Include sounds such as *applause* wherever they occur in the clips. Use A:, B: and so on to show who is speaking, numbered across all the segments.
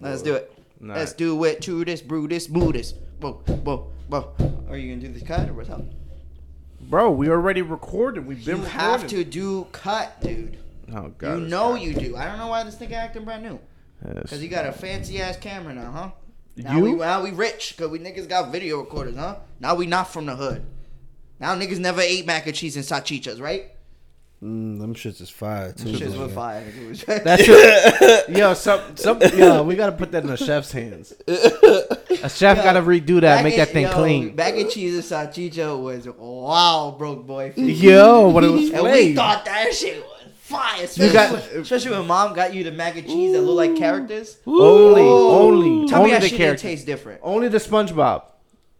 A: Let's do it.
B: Nah.
A: Let's do it. Chew this, brew this, move this. Whoa, whoa, whoa. Are you gonna do the cut or what's up?
B: Bro, we already recorded. We've been
A: You
B: recording.
A: have to do cut, dude.
B: Oh god.
A: you know you do. I don't know why this nigga acting brand new. Cause
C: *laughs*
B: Yes.
A: you got a fancy ass camera now, huh? Now we
B: You?
A: now we rich, cause we niggas got video recorders, huh? Now we not from the hood. Now niggas never ate mac and cheese and sachichas, right?
C: Mm, them shits is fire too.
A: Shit's
C: man.
A: with fire. *laughs*
B: That's it. yo, some, some, yo, we gotta put that in the chef's hands. A chef
A: Yo,
B: gotta redo that,
A: Mac
B: make
A: and-
B: that thing
A: yo,
B: clean.
A: Mac and cheese and sachicha was wow, broke boy. food.
B: Yo, but it was
A: And we
B: flames.
A: thought that shit was fire. Especially,
B: got-
A: when, especially when mom got you the mac and cheese that look like characters.
B: Only,
A: Oh,
B: only,
A: Tell
B: only
A: me that
B: the
A: shit didn't
B: character.
A: taste different.
B: Only the SpongeBob.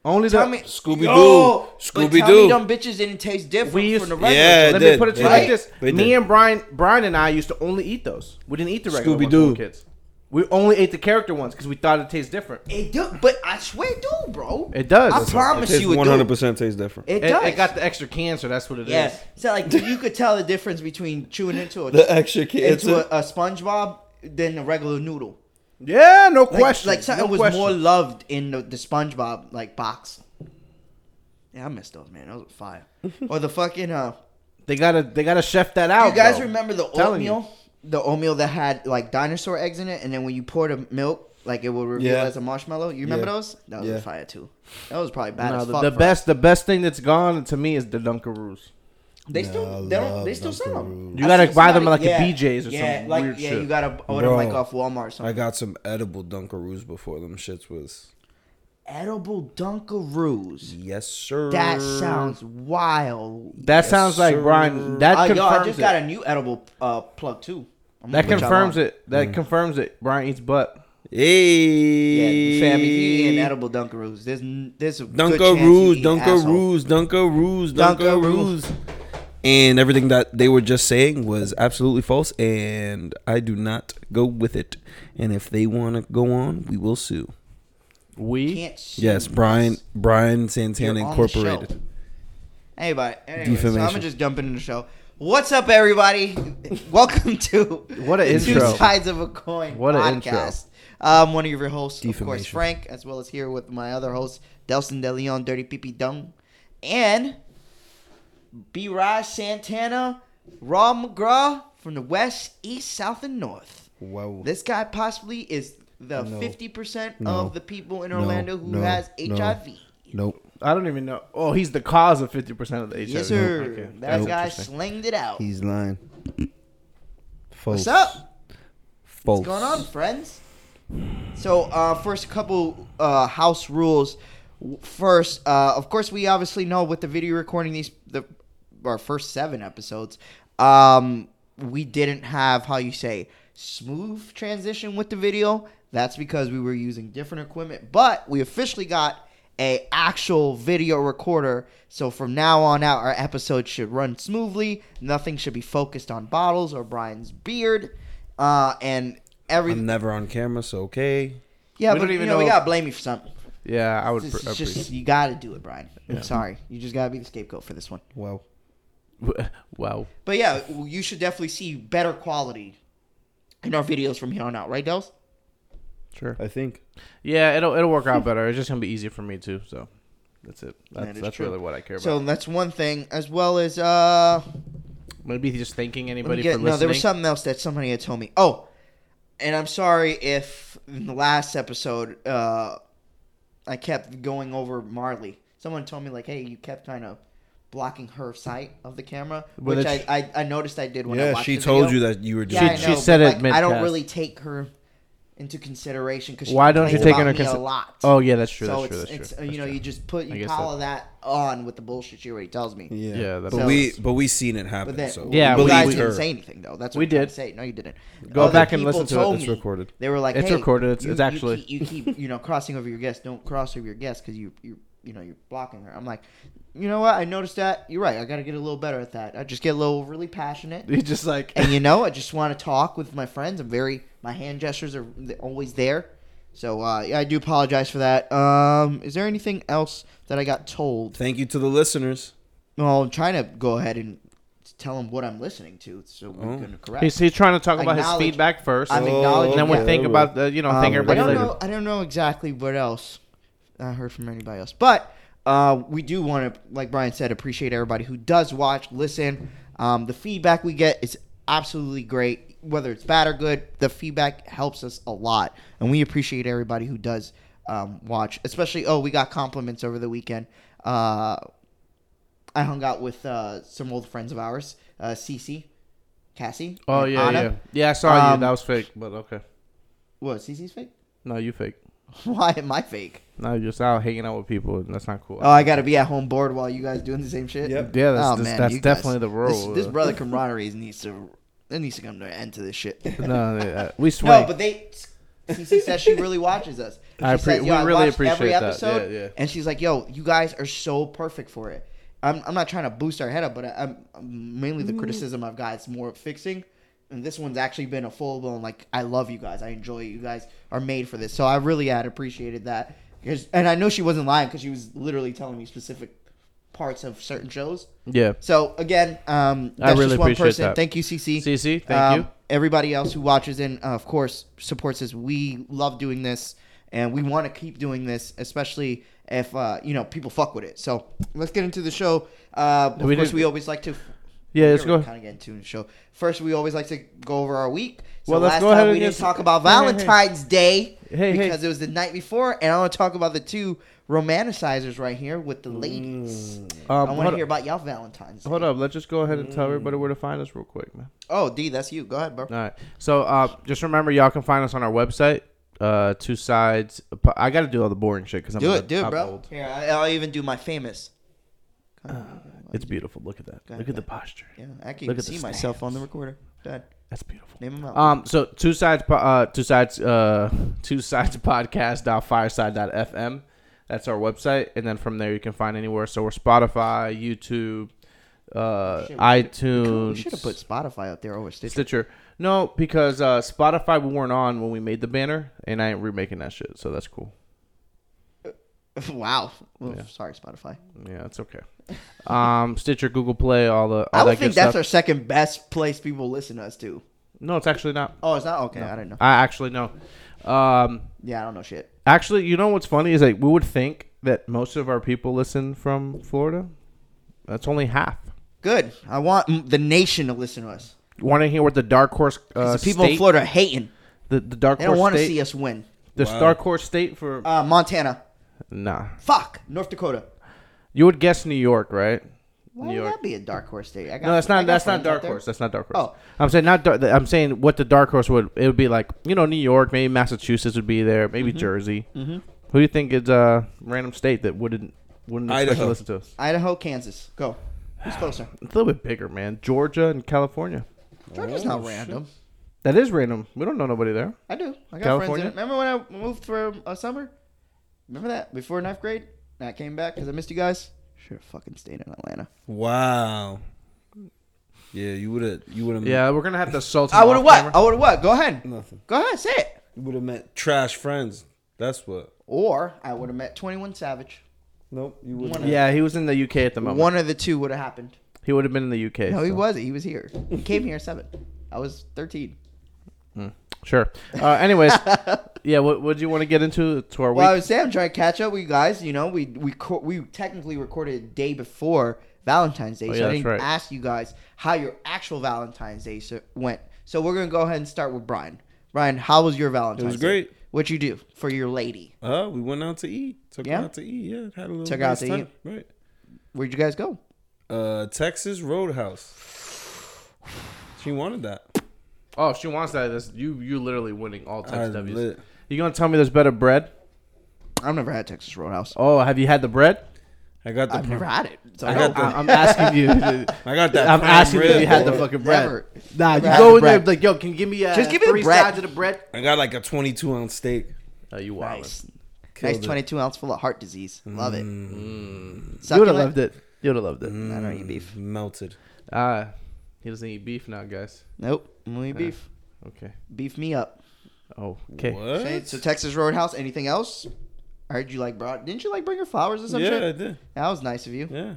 B: Only
A: Tell
B: the.
A: me,
C: Scooby-Doo.
A: Yo, but Tell me
C: Scooby-Doo.
A: them bitches didn't taste different
B: We used-
A: from the regular.
C: Yeah,
A: ones.
C: They
B: Let me
C: did,
B: put it to you
C: they
B: like
C: did,
B: this:
C: they
B: Me
C: did.
B: and Brian, Brian and I used to only eat those. We didn't eat the regular ones when we were
C: Scooby-Doo.
B: kids. We only ate the character ones because we thought it tastes different. It,
A: It do, but I swear, it do, bro.
B: does.
A: I promise
C: It
A: you, it
C: one hundred
A: 100%.
C: percent tastes different.
A: It
B: It,
A: does.
B: it got the extra cancer. That's what it is.
A: yeah.
B: *laughs*
A: So like, you could tell the difference between chewing into a
C: the extra kids.
A: into a, a SpongeBob than a regular noodle.
B: Yeah, no
A: Like,
B: question.
A: Like something
B: no
A: was
B: question.
A: more loved in the, the SpongeBob like box. Yeah, I missed those, man. Those were
C: *laughs*
A: fire. or the fucking uh,
B: They gotta they gotta chef that out.
A: you guys
B: bro.
A: remember the
B: Telling
A: oatmeal? The oatmeal that had like dinosaur eggs in it, and then when you poured the milk, like it would reveal
C: Yeah.
A: as a marshmallow. You remember
C: Yeah.
A: those? That was
C: Yeah.
A: fire too. That was probably bad
B: No,
A: as
B: the,
A: fuck.
B: the
A: for-
B: best the best thing that's gone to me is the Dunkaroos.
A: They still
C: Nah, I
A: they don't they
C: love
A: still sell them.
C: Dunkaroos.
B: You
A: I
B: gotta
A: seen
B: buy them
A: somebody-
B: like a BJ's or
A: yeah,
B: some
A: like,
B: weird
A: yeah,
B: shit.
A: you gotta order them
C: Bro.
A: like off Walmart or
C: I
A: something.
C: got some edible Dunkaroos before them shits was.
A: Edible Dunkaroos.
C: Yes, sir.
A: That sounds wild.
B: That sounds like
C: sir.
B: Brian. That
A: Uh,
B: confirms
A: yo, I just
B: it.
A: got a new edible uh, plug too. I'm
B: that
A: gonna put y'all
B: confirms
A: on.
B: it. That confirms it. Brian eats butt.
C: Hey,
A: Yeah, family he and edible Dunkaroos. There's n- there's a good chance you
C: Dunkaroos,
A: eat asshole.
C: Dunkaroos, Dunkaroos,
A: Dunkaroos.
C: Dunkaroos. And everything that they were just saying was absolutely false, and I do not go with it. And if they want to go on, we will sue.
B: We
A: Can't see
C: Yes,
A: this.
C: Brian, Brian Santana
A: You're on the show.
C: Incorporated.
A: Anybody, anyway, so I'm gonna
C: Defamation.
A: just jump into the show. What's up, everybody? *laughs* Welcome to
B: What a
A: the
B: intro.
A: Two Sides of a Coin
B: What a
A: podcast. I'm one of your hosts, of course,
C: Defamation.
A: Frank, as well as here with my other host, Delson De Leon, Dirty Pee Pee Dung, and B. Raj Santana, Raw McGraw from the West, East, South, and North.
C: Wow.
A: This guy possibly is the
C: No.
A: 50%
C: No.
A: of the people in
C: No.
A: Orlando who
C: No.
A: has
C: No.
A: HIV.
C: Nope.
B: I don't even know. Oh, he's the cause of fifty percent of the HIV.
A: Yes, sir.
B: Okay.
A: That
B: That's
A: guy
B: interesting.
A: slinged it out.
C: He's lying. False.
A: What's up?
C: False.
A: What's going on, friends? So, uh, first, a couple uh, house rules. W- First, uh, of course, we obviously know with the video recording these the our first seven episodes, um, we didn't have how you say smooth transition with the video. That's because we were using different equipment, but we officially got a actual video recorder. So from now on out, our episodes should run smoothly. Nothing should be focused on bottles or Brian's beard, uh, and every
C: I'm never on camera, so okay.
A: yeah.
B: We
A: but
B: don't even
A: you know, we
B: know-
A: gotta blame you for something.
B: Yeah, I would.
A: It's
B: Pr-
A: just,
B: appreciate.
A: you gotta do it, Brian. I'm sorry. You just gotta be the scapegoat for this one.
C: Wow.
A: *laughs*
B: *laughs* wow.
A: But yeah, you should definitely see better quality in our videos from here on out, right, Dels?
B: Sure.
C: I think.
B: Yeah, it'll it'll work out better. It's just gonna be easier for me too. So that's it. That's
A: is
B: that's
A: true.
B: really what I care about.
A: So that's one thing, as well as uh,
B: Maybe he's just thanking
A: let
B: anybody
A: me get,
B: for
A: no,
B: listening.
A: there was something else that somebody had told me. Oh, and I'm sorry if in the last episode uh, I kept going over Marley. Someone told me like, hey, you kept kind of blocking her sight of the camera,
B: Well,
A: which I,
B: that's-
A: I I noticed I did when I
C: Yeah,
A: watched
C: she
A: the
C: told
A: video.
C: you that you were doing.
A: Yeah, I
B: She-
A: know,
B: she
A: but,
B: said it
A: like, I don't
B: mid-cast.
A: really take her into consideration because
B: Why don't you take her into
A: a
B: consi-
A: lot.
B: Oh yeah, that's true.
A: so
B: that's true.
A: it's,
B: That's
A: it's
B: true.
A: uh, you
B: that's
A: know
B: true.
A: you just put
B: I
A: you
B: guess
A: pile that on with the bullshit she already tells me.
C: Yeah,
B: Yeah, that
C: but
A: makes
C: we
A: sense.
C: but we seen it happen.
A: But then
C: so
B: Yeah,
A: you
B: we-
A: guys
B: we-
A: didn't say anything though. That's what
B: We
A: I'm trying
B: did.
A: to Say no, you didn't.
B: Go
A: Other
B: back and
A: people
B: listen to it.
A: told
C: It's
A: me-
C: recorded.
A: They were like,
B: It's
A: hey,
B: recorded. It's-
A: you-
B: it's
A: you
B: actually-
A: keep- you keep you know crossing over your guest. Don't cross over your guest because you you you know you're blocking her. I'm like, you know what? I noticed that. You're right. I got to get a little better at that. I just get a little
B: *laughs*
A: really passionate.
B: He's just like
A: and you know, I just want to talk with my friends. I'm very my hand gestures are th- always there. So uh, yeah, I do apologize for that. Um, is there anything else that I got told?
C: thank you to the listeners.
A: Well, I'm trying to go ahead and tell him what I'm listening to, so we
C: Oh.
A: can correct.
B: He's, he's trying to talk about his
A: Acknowledge-
B: feedback 1st
A: I'm
B: and
A: acknowledging
B: then we
A: that.
B: think about the you know think
A: Um, I
B: everybody
A: don't
B: later.
A: know. I don't know exactly what else I heard from anybody else, but uh, we do want to, like Brian said, appreciate everybody who does watch, listen. Um, the feedback we get is absolutely great, whether it's bad or good. The feedback helps us a lot, and we appreciate everybody who does um, watch. Especially, oh, we got compliments over the weekend. Uh, I hung out with uh, some old friends of ours, uh, Cece, Cassie.
B: Oh
A: and
B: yeah,
A: Anna.
B: yeah, yeah. I saw
A: Um,
B: you. That was fake, but okay.
A: What Cece's fake? *laughs*
B: No, you fake.
A: Why am I fake?
B: No, you're just out hanging out with people, and that's not cool.
A: Oh, I gotta be at home bored while you guys doing the same shit. Oh,
C: Yep.
B: yeah, that's, that's-
A: man,
B: that's
A: you guys-
B: definitely the
A: This,
B: rule. uh,
A: this
B: *laughs*
A: brother camaraderie needs to. There needs to come to an end to this shit.
B: no, *laughs* no, uh, we swing.
A: No, but they. CC says she really watches
B: *laughs*
A: us. She
B: I appre-
A: said,
B: we
A: "Yo, I
B: really
A: watched
B: appreciate
A: every
B: that.
A: episode,"
B: Yeah, yeah.
A: And she's like, "Yo, you guys are so perfect for it." I'm, I'm not trying to boost our head up, but I, I'm I'm- mainly the criticism I've got is more fixing. And this one's actually been a full blown like, "I love you guys. I enjoy you. You guys are made for this." So I really had appreciated that. 'Cause- and I know she wasn't lying because she was literally telling me specific parts of certain shows.
B: yeah,
A: So again, um,
B: I
A: that's
B: really
A: just one
B: appreciate
A: person.
B: that.
A: Thank you, CC.
B: CC, thank you.
A: Everybody else who watches and uh, of course supports us. We love doing this, and we want to keep doing this, especially if uh, you know people fuck with it. So let's get into the show. Uh, of
B: We
A: course,
B: did-
A: we always like to.
B: yeah. Let's go.
A: Kind of get into the show. First, we always like to go over our week. So
B: Well, let's
A: last
B: go
A: time
B: ahead
A: we
B: and
A: didn't
B: get-
A: talk
B: *laughs*
A: about
B: Hey, hey, hey.
A: Valentine's Day
B: Hey, hey.
A: because it was the night before, and I want to talk about the two romanticizers right here with the ladies.
B: Um,
A: I want
B: hold
A: to hear
B: up.
A: about y'all Valentine's. Day.
B: Hold up, let's just go ahead and tell
A: Mm.
B: everybody where to find us real quick, man.
A: Oh, D, that's you. Go ahead, bro.
B: All right. So uh, just remember, y'all can find us on our website, uh, Two Sides. po- I got to do all the boring shit because I'm
A: Do
B: gonna-
A: it, do it,
B: I'm
A: bro.
B: old.
A: Here, I- I'll even do my famous.
B: It's beautiful. Look at that.
A: Go
B: Look at
A: ahead.
B: the posture.
A: Yeah, I can
B: Look
A: even
B: at the
A: see myself on the recorder. Go ahead.
B: That's beautiful.
A: Name them out.
B: Um, so two sides, po- uh, two sides, uh, *laughs* two sides podcast dot fireside dot fm. That's our website, and then from there you can find anywhere. So we're Spotify, YouTube, uh,
A: Shit,
B: iTunes,
A: we should have put Spotify out there over Stitcher.
B: Stitcher. No, because uh, Spotify we weren't on when we made the banner, and I ain't remaking that shit, so that's cool.
A: *laughs* wow. Well,
B: Yeah.
A: Sorry, Spotify.
B: Yeah, it's
A: *laughs*
B: okay. Um, Stitcher, Google Play, all the all
A: I would
B: that
A: think
B: good
A: that's
B: stuff.
A: our second best place people listen to us to.
B: no, it's actually not.
A: Oh, it's not okay. I don't know.
B: I actually know. Um,
A: Yeah, I don't know shit.
B: Actually, you know what's funny is like we would think that most of our people listen from Florida. That's only half.
A: Good. I want mm, the nation to listen to us.
B: Want to hear what the dark horse uh,
A: 'Cause the people in
B: state-
A: Florida are hating.
B: the, the dark
A: They don't
B: horse
A: want to
B: state,
A: see us win.
B: the
C: Wow.
B: dark horse state for
A: Uh, Montana.
B: nah.
A: Fuck. North Dakota.
B: You would guess New York, right?
A: Why
B: New
A: would
B: York.
A: that be a dark horse state? I got,
B: No, that's
A: I
B: not.
A: got
B: That's
A: friends
B: not
A: out
B: dark
A: there.
B: horse. That's not dark horse.
A: Oh.
B: I'm saying not. Dark, I'm saying what the dark horse would. It would be like you know New York, maybe Massachusetts would be there, maybe Jersey. Mm-hmm. Who do you think is a random state that wouldn't wouldn't expect
C: Idaho.
B: to listen to us?
A: Idaho, Kansas. Go. Who's closer?
B: It's a little bit bigger, man. Georgia and California.
A: Georgia's
B: Oh,
A: not random.
B: That is random. We don't know nobody there.
A: I do. I got friends in
B: California?
A: it. Remember when I moved for a summer? Remember that before ninth grade? And I came back because I missed you guys. Should have fucking stayed in Atlanta.
C: Wow. Yeah, you would have. You would have.
B: Yeah, we're gonna have to salt.
A: I would have what? I would have what? Go ahead.
C: Nothing.
A: Go ahead, say it.
C: You would have met trash friends. That's what.
A: Or I would have met Twenty One Savage.
C: Nope. You would.
A: One
C: not
A: of-
B: Yeah, he was in the UK at the moment.
A: One of the two would have happened.
B: He would have been in the UK.
A: No, he
B: so.
A: wasn't. He was here. He came here at seven. I was thirteen. *laughs*
B: Sure. Uh, anyways, yeah. What What do you want to get into to our
A: Well, I
B: week?
A: would say I'm trying to catch up with you guys. You know, we we co- we technically recorded a day before Valentine's Day,
B: Oh,
A: so
B: yeah,
A: I
B: that's
A: didn't
B: right.
A: ask you guys how your actual Valentine's Day so- went. So we're gonna go ahead and start with Brian. Brian, how was your Valentine's? Day?
C: great.
A: What you do for your lady?
C: Uh, we went out to eat. Took her
A: Yeah?
C: out to eat. Yeah, had a little.
A: Took her out
C: nice
A: to
C: time.
A: eat.
C: Right.
A: Where'd you guys go?
C: Uh, Texas Roadhouse. She wanted that.
B: Oh, if she wants that. This you you literally winning all
C: I
B: types of W's.
C: lit.
B: You gonna tell me there's better bread?
A: I've never had Texas Roadhouse.
B: Oh, have you had the
A: *laughs*
B: bread?
C: I got the.
A: I've never had it. So
C: I
A: I
C: got
A: don't.
C: the-
B: I, am asking
A: *laughs*
B: you.
C: I got that.
B: I'm
C: prime
B: asking you
C: rib,
B: if you had the
C: boy.
B: fucking bread.
A: Never.
B: Nah,
A: Never
B: you
A: had
B: go
A: the
B: in there
A: bread.
B: like, yo, can you give me uh,
A: Just give me the
B: three
A: bread.
B: sides of the bread?
C: I got like a 22 ounce steak.
B: Oh, you wild.
A: Nice,
C: Killed
A: nice
C: it.
A: 22 ounce full of heart disease. Love it.
B: Mm. You would have
A: Succulent.
B: loved it. You would have loved it.
A: I don't eat beef.
C: Melted.
B: Ah, he doesn't eat beef now, guys.
A: Nope. Only beef.
B: Okay.
A: Beef me up.
B: Oh, okay.
C: What?
A: Okay, so Texas Roadhouse. Anything else? I heard you like brought. Didn't you like bring her flowers or some
C: yeah, I
A: shit?
C: did.
A: That was nice of you.
C: Yeah,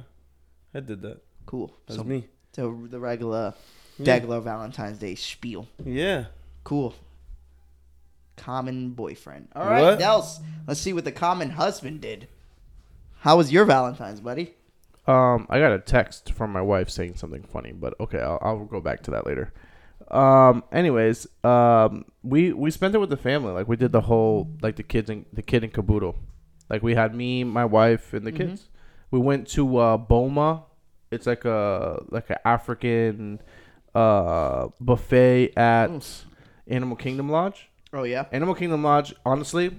C: I did that.
A: Cool.
C: That's
A: So
C: me.
A: the the regular
C: Yeah.
A: Degler Valentine's Day spiel.
C: Yeah.
A: Cool. Common boyfriend. All right,
C: What?
A: Dels. Let's see what the common husband did. How was your Valentine's, buddy?
B: Um, I got a text from my wife saying something funny, but okay, I'll, I'll go back to that later. Um, anyways, um, we we spent it with the family. Like we did the whole like the kids and the kid in Kabuto. Like we had me, my wife, and the kids. We went to uh, Boma. It's like a like an African uh, buffet at Animal Kingdom Lodge.
A: Oh yeah.
B: Animal Kingdom Lodge, honestly,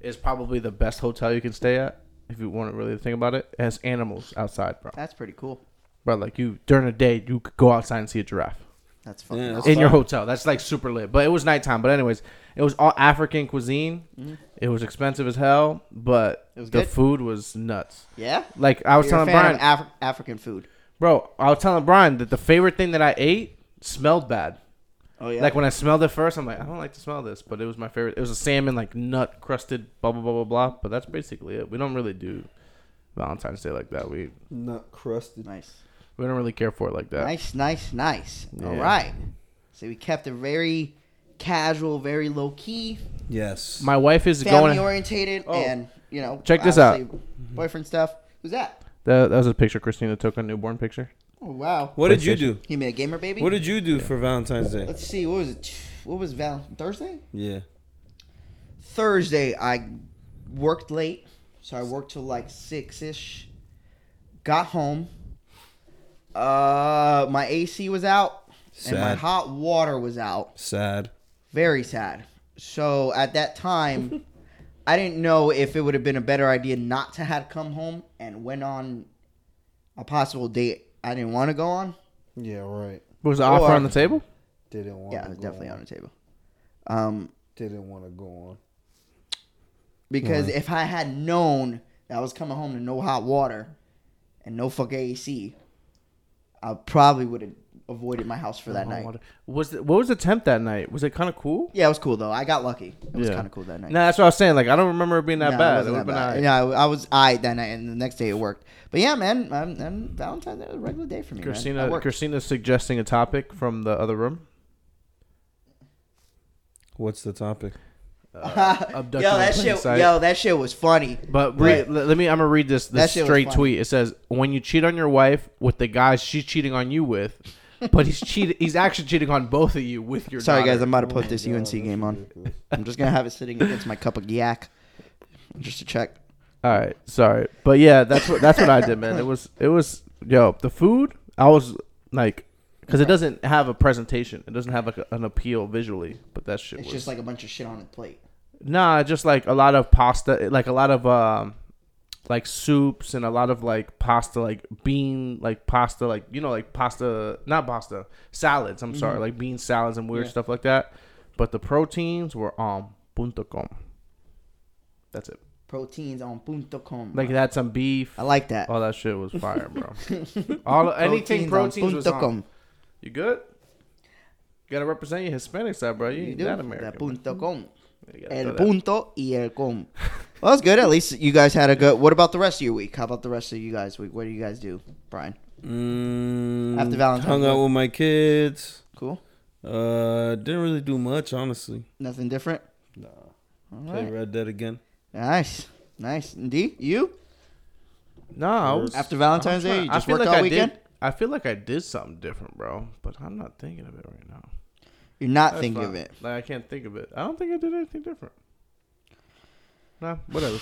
B: is probably the best hotel you can stay at if you want to really think about it. It has animals outside, bro.
A: That's pretty cool.
B: Bro, like you during the day, you could go outside and see a giraffe
A: That's fucking
C: Yeah, that's
A: awesome.
B: in your hotel. That's like super lit. But it was nighttime. But anyways, it was all African cuisine. It was expensive as hell, but
A: Mm-hmm. It was
B: the
A: good?
B: food was nuts.
A: Yeah.
B: Like I was
A: You're
B: telling
A: a fan
B: Brian,
A: of Af- African food.
B: bro, I was telling Brian that the favorite thing that I ate smelled bad.
A: Oh yeah.
B: Like when I smelled it first, I'm like, I don't like to smell this, but it was my favorite. It was a salmon, like nut crusted, blah blah blah blah blah. But that's basically it. We don't really do Valentine's Day like that. We
C: Not crusted.
A: nice,
B: we don't really care for it like that.
A: nice, nice, nice. All
B: Yeah.
A: right. So we kept it very casual, very low key,
C: Yes.
B: My wife is
A: family
B: going.
A: orientated,
B: Oh.
A: and you know,
B: Check this out.
A: obviously boyfriend stuff. Who's that?
B: That, that was a picture Christina took, a newborn picture.
A: Oh wow.
C: what did you do?
A: He made a gamer baby.
C: What did you do for Valentine's Day?
A: Let's see. What was it? What was Val Thursday?
C: Yeah.
A: Thursday, I worked late, so I worked till like six ish. Got home. Uh, my AC was out, and my
C: Sad.
A: hot water was out.
C: Sad.
A: Very sad. So at that time, I didn't know if it would have been a better idea not to have come home and went on a possible date I didn't want to go on.
D: Yeah, right.
B: Was the offer
A: Or-
B: on the table?
D: Didn't want.
A: Yeah,
D: to
A: it was
D: go
A: definitely
D: on.
A: on the table. Um,
D: Didn't want to go on.
A: because if I had known that I was coming home to no hot water and no fuck AC, I probably would have avoided my house for that night.
B: Was the, Oh, what was the temp that night? Was it kind of cool?
A: Yeah, it was cool though. I got lucky. It was
B: Yeah.
A: kind of cool that night.
B: Nah, that's what I was saying. Like I don't remember it being that
A: No, it
B: bad. It
A: wasn't
B: would have
A: that
B: been.
A: bad.
B: alright.
A: Yeah, I I was I that night, and the next day it worked. But yeah, man, I'm, I'm Valentine's Day was a regular day for me. man. I
B: Christina,
A: worked.
B: Christina's suggesting a topic from the other room.
C: What's the topic?
B: abducted
A: *laughs* yo,
B: in
A: that
B: plain
A: shit,
B: sight.
A: yo, that shit was funny.
B: But
A: Right.
B: re- let let me. I'm gonna read this this
A: shit was
B: straight
A: funny.
B: tweet. It says, "When you cheat on your wife with the guy she's cheating on you with, but he's cheat he's actually cheating on both of you with your."
A: Sorry guys,
B: daughter."
A: I'm about to put this UNC
D: that's
A: game on.
D: ridiculous.
A: I'm just gonna have it sitting against my cup of yak, just to check.
B: All right, sorry, but yeah, that's what that's what I did, man. It was it was yo the food. I was like, because it doesn't have a presentation. It doesn't have like a, an appeal visually. But that shit
A: It's
B: was
A: just like a bunch of shit on a plate.
B: Nah, just like a lot of pasta, like a lot of um, like soups and a lot of like pasta, like bean, like pasta, like you know, like pasta, not pasta, salads. I'm
A: Mm-hmm.
B: sorry, like bean salads and weird stuff like that. But the proteins were on punto com. That's it.
A: Proteins on punto com.
B: Like they had some beef.
A: I like that.
B: All that shit was fire,
A: *laughs*
B: bro. *laughs* All anything proteins was on. You good? gotta represent your Hispanic side, bro. You,
A: You
B: ain't
A: do
B: that
A: the
B: American.
A: punto com.
B: bro. You gotta
A: El
B: throw that.
A: punto y el com. Well, that's good. At least you guys had a good. What about the rest of your week? How about the rest of you guys' week? What do you guys do, Brian?
C: Mm,
A: After Valentine's
C: Hung out
A: Day.
C: with my kids.
A: Cool.
C: Uh, didn't really do much, honestly.
A: Nothing different.
D: Nah.
A: All
C: Play
A: right.
C: Red Dead again.
A: Nice, nice. And D, you
B: Nah, I was-
A: after Valentine's Day, you
B: I
A: just
B: feel
A: worked
B: like
A: all
B: I
A: weekend.
B: Did, I feel like I did something different, bro. But I'm not thinking of it right now.
A: You're not
B: That's
A: thinking
B: fine.
A: of it.
B: Like I can't think of it. I don't think I did anything different. Nah,
A: *laughs*
B: whatever.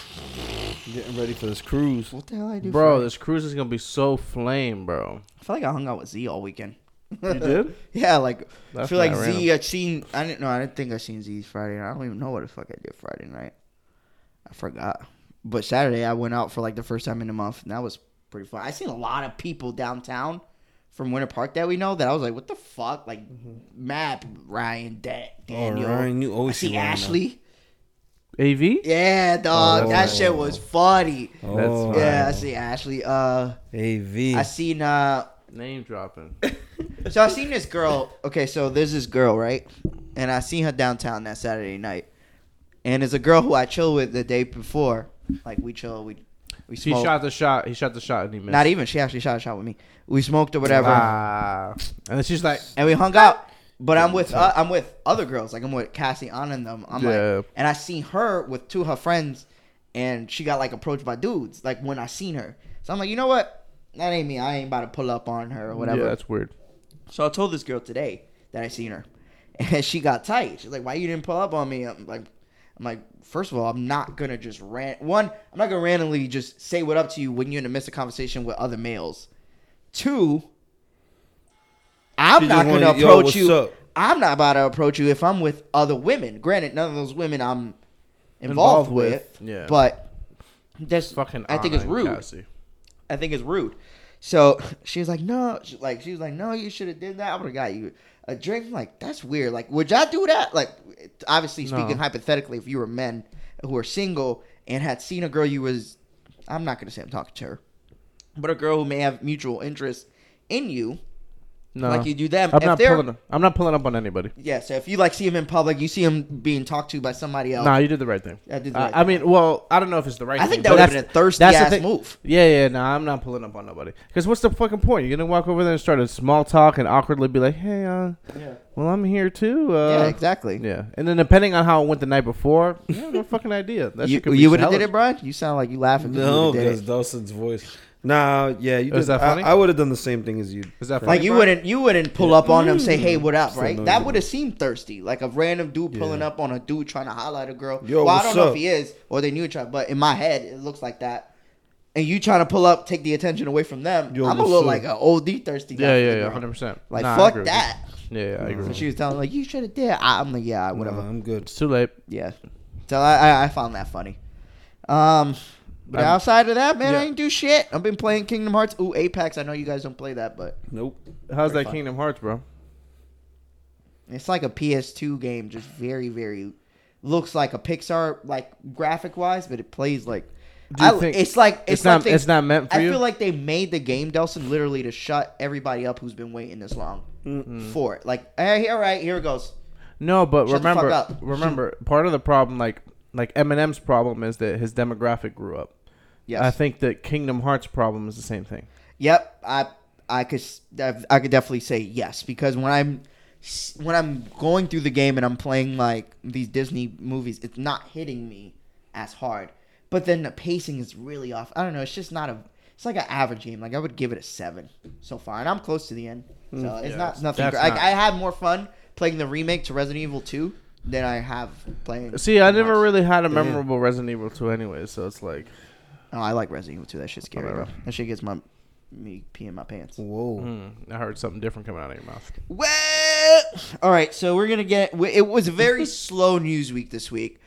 C: Getting ready for this cruise.
A: What the hell I do,
B: bro,
A: Friday?
B: this cruise is gonna be so flame, bro.
A: I feel like I hung out with Z all weekend.
B: You *laughs* did?
A: Yeah, like I
B: That's
A: feel like
B: not
A: Z. I seen. I didn't know. I didn't think I seen Z Friday. night. I don't even know what the fuck I did Friday night. I forgot. But Saturday I went out for like the first time in a month, and that was pretty fun. I seen a lot of people downtown from Winter Park that we know. That I was like, what the fuck? Like, Map, Ryan, Da-
C: Mm-hmm. Oh,
A: Daniel.
C: Ryan, you
A: I
C: always
A: see
C: Ryan now.
A: Ashley.
B: AV?
A: Yeah, dog.
C: Oh.
A: That shit was funny.
C: Oh,
B: That's
A: Yeah, I see Ashley. Uh,
C: AV.
A: I seen uh.
B: Name
A: *laughs*
B: dropping.
A: So I seen this girl. Okay, so there's this girl, right? And I seen her downtown that Saturday night. And it's a girl who I chilled with the day before. Like we chill, we We
B: He
A: smoked.
B: shot the shot. He shot the shot and he missed.
A: Not even. She actually shot a shot with me. We smoked or whatever,
B: Wow. And then she's like,
A: and we hung out. But I'm with uh, I'm with other girls. Like I'm with Cassie, Anna, and them. I'm
B: Yeah.
A: like, and I seen her with two of her friends, and she got like approached by dudes. Like when I seen her, so I'm like, you know what? That ain't me. I ain't about to pull up on her or whatever.
B: Yeah, that's weird.
A: So I told this girl today that I seen her, *laughs* and she got tight. She's like, "Why you didn't pull up on me?" I'm like, "I'm like, first of all, I'm not gonna just ran one. I'm not gonna randomly just say what up to you when you're in the midst of conversation with other males. Two, I'm
C: She
A: not
C: just
A: gonna
C: wanted, "Yo,
A: approach
C: what's
A: you.
C: up?"
A: I'm not about to approach you if I'm with other women. Granted, none of those women I'm involved,
B: Involved
A: with,
B: with, yeah.
A: but that's
B: Fucking.
A: I
B: Anna
A: think it's
B: and
A: rude.
B: Cassie.
A: I think it's rude. So *laughs* she was like, no, she, like she was like, no, you should have did that. I would have got you a drink. I'm like that's weird. Like would y'all do that? Like obviously
B: No.
A: speaking hypothetically, if you were men who are single and had seen a girl you was, I'm not gonna say I'm talking to her, but a girl who may have mutual interest in you,
B: No.
A: like you do them.
B: I'm
A: if
B: not
A: they're-
B: pulling. up- I'm not pulling up on anybody.
A: Yeah, so if you like see him in public, you see him being talked to by somebody else.
B: Nah, you did the right thing.
A: I did the
B: Uh,
A: right
B: I mean, well, I don't know if it's the right.
A: I
B: thing,
A: think that
B: but
A: would have been
B: that's-
A: a thirsty
B: that's the
A: ass
B: thing.
A: move.
B: Yeah, yeah, no, I'm not pulling up on nobody. Because what's the fucking point? You're gonna walk over there and start a small talk and awkwardly be like, "Hey, uh,
A: Yeah.
B: well, I'm here too." Uh,
A: yeah, exactly.
B: Yeah, and then depending on how it went the night before, you
A: *laughs*
B: have no fucking idea. That
A: You,
B: shit could be
A: would have did
B: hellish.
A: it, Brian. You sound like you laughing. 'cause you
C: No,
A: would've did it.
C: because Dawson's voice. Nah, yeah, you
B: Oh, Is
C: did-
B: that funny?
C: I, I would have done the same thing as you.
B: Is that
A: Like
B: funny,
A: you
B: Brian?
A: wouldn't you wouldn't pull up on them say hey what up
C: Still
A: right
C: no
A: that
C: good.
A: would have seemed thirsty like a random dude pulling
C: Mm. Yeah.
A: up on a dude trying to highlight a girl
C: Yo,
A: well I don't
C: what's
A: know if
C: up?
A: he is or they knew each other but in my head it looks like that and you trying to pull up take the attention away from them
C: Yo,
A: I'm a
C: what's
A: little
C: up?
A: like an OD thirsty guy
B: Yeah,
A: for
B: yeah,
A: the
B: yeah,
A: girl.
B: hundred percent.
A: like
B: Nah, I agree
A: fuck
B: with you.
A: that Mm-hmm.
B: Yeah, yeah, I agree.
A: so
B: with you.
A: she was telling like you should have did I, I'm like yeah whatever
C: Whatever, I'm good.
B: It's too late.
A: yeah so I, I I found that funny um but
B: I'm-
A: outside of that man I
B: yeah.
A: ain't do shit I've been playing Kingdom Hearts ooh Apex I know you guys don't play that but
C: Nope.
B: How's
A: Very
B: that
A: fun.
B: Kingdom Hearts, bro?
A: It's like a PS2 game, just very, very looks like a Pixar, like graphic wise, but it plays like.
B: Do you
A: I-
B: think
A: it's like it's,
B: it's not-
A: something-
B: it's not meant for
A: I
B: you?
A: feel like they made the game Delson literally to shut everybody up who's been waiting this long
B: Mm-hmm.
A: for it. Like, hey, all right, here it goes.
B: No, but
A: Shut the fuck
B: remember,
A: up.
B: remember, part of the problem, like like Eminem's problem, is that his demographic grew up.
A: Yes.
B: I think that Kingdom Hearts problem is the same thing.
A: Yep, I I could s- def- I could definitely say yes because when I'm s- when I'm going through the game and I'm playing like these Disney movies, it's not hitting me as hard. But then the pacing is really off. I don't know. It's just not a. It's like an average game. Like I would give it a seven so far, and I'm close to the end. So it's
B: Yeah,
A: not nothing.
B: that's
A: Great. Like
B: not-
A: I had more fun playing the remake to Resident Evil Two than I have playing.
B: See, I
A: Kingdom
B: never
A: Hearts.
B: really had a memorable Resident Evil 2 anyway, so it's like
A: Oh, I like Resident Evil Two. That shit's scary, bro.
B: Whatever.
A: That shit gets my me peeing my pants.
D: Whoa.
C: Mm.
B: hmm, I heard something different coming out of your mouth.
A: Well, all right. So we're gonna get. It was
B: *laughs*
A: a very slow news week this week.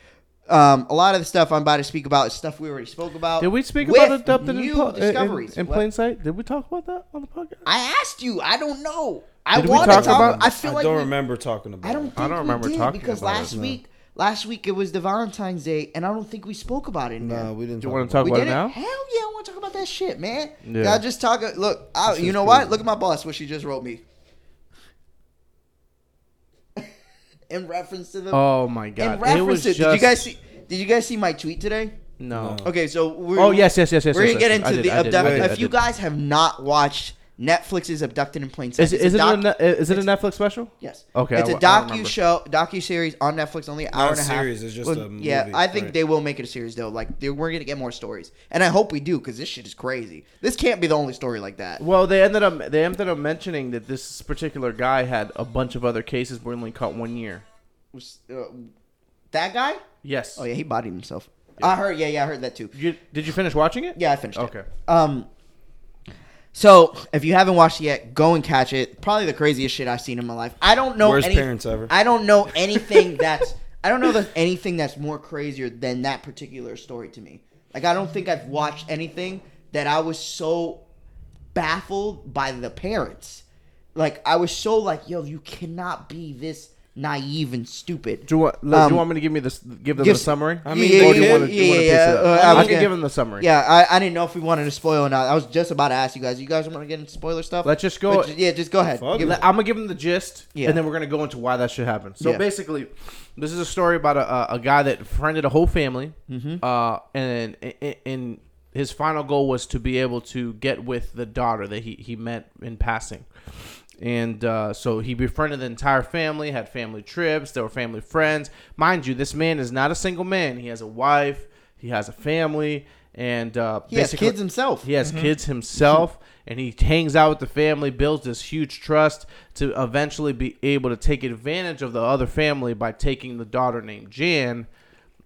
A: Um, a lot of the stuff I'm about to speak about is stuff we already spoke about.
B: Did we speak
A: with
B: about adopted
A: new
B: in, po- in-
A: discoveries?
B: in
A: What-
B: plain sight? Did we talk about that on the podcast?
A: I asked you. I don't know. I
B: Did we
A: want to
B: talk
A: talk.
B: about-
A: I feel
C: I
A: like
C: don't
A: we-
C: remember talking about.
A: I don't.
C: it.
A: Think
B: I don't remember
A: we did
B: talking
A: because
B: about it,
A: last
B: no.
A: week, last week it was the Valentine's Day, and I don't think we spoke about it.
D: Nah,
A: man.
D: we didn't.
B: Do you want to
D: about
B: talk
A: we
B: about it
A: didn't.
B: now?
A: Hell yeah, I want to talk about that shit, man.
B: Yeah.
A: Y'all just talk. uh, Look, I, you know what? Look at my boss. What she just wrote me. *laughs* In reference to the
B: Oh my
A: and
B: god! It was
A: reference it.
B: just
A: Um, Did you guys see? Did you guys see my tweet today?
B: no.
C: No.
A: Okay, so we're,
B: Oh yes, yes, yes, yes.
A: we're
B: yes,
A: gonna get
B: yes. I
A: into
B: did,
A: the
B: I did,
A: abduct.
B: I did, I
A: if you
B: did.
A: guys have not watched Netflix's Abducted in Plain Sight,
B: is,
A: it's
B: it- is it
A: doc-
B: a ne- is it a Netflix special?
A: Yes.
B: Okay,
A: It's
B: I
A: a
B: wa- I remember.
A: docu show, docu series on Netflix, only an hour and
C: Not
A: a half.
C: series, it's just
A: Well,
C: a
A: Yeah,
C: movie,
A: I think
C: right.
A: they will make it a series though. Like they, we're gonna get more stories, and I hope we do because this shit is crazy. This can't be the only story like that.
B: Well, they ended up they ended up mentioning that this particular guy had a bunch of other cases, but only caught one year.
A: Was- uh, That guy?
B: Yes.
A: Oh yeah, he bodied himself. I heard. Yeah, yeah, I heard that too.
B: You, did you finish watching it?
A: Yeah, I finished. Okay.
B: Okay.
A: Um. So if you haven't watched it yet, go and catch it. Probably the craziest shit I've seen in my life. I don't know
C: Worst
A: any-
C: parents ever.
A: I don't know anything that's. *laughs* I don't know that anything that's more crazier than that particular story to me. Like I don't think I've watched anything that I was so baffled by the parents. Like I was so like, yo, you cannot be this naive and stupid.
B: Do you want, do
A: Um,
B: you want me to give me this? Give them
A: give-
B: the summary. I
A: mean, Yeah,
B: or do
A: yeah,
B: you want to?
A: yeah,
B: do you
A: yeah,
B: want to
A: uh,
B: piece it up?
A: I
B: I
A: was
B: can
A: gonna-
B: give them the summary.
A: Yeah, I, I didn't know if we wanted to spoil or not. I was just about to ask you guys. You guys want to get into spoiler stuff?
B: Let's just go-
A: But, yeah, just go ahead.
C: Fuck
A: Give
B: Le-
A: it-
B: I'm gonna give them the gist,
A: Yeah.
B: and then we're gonna go into why that should happen. So
A: Yeah.
B: basically, this
A: Mm-hmm.
B: is a story about a, a, a guy that friended a whole family, uh, and, and and his final goal was to be able to get with the daughter that he, he met in passing. And uh, so he befriended the entire family, had family trips, there were family friends. Mind you, this man is not a single man. He has a wife, he has a family, and uh,
A: He has
B: basically-
A: kids himself.
B: he
C: Mm-hmm.
B: has kids himself, and he hangs out with the family, builds this huge trust to eventually be able to take advantage of the other family by taking the daughter named Jan.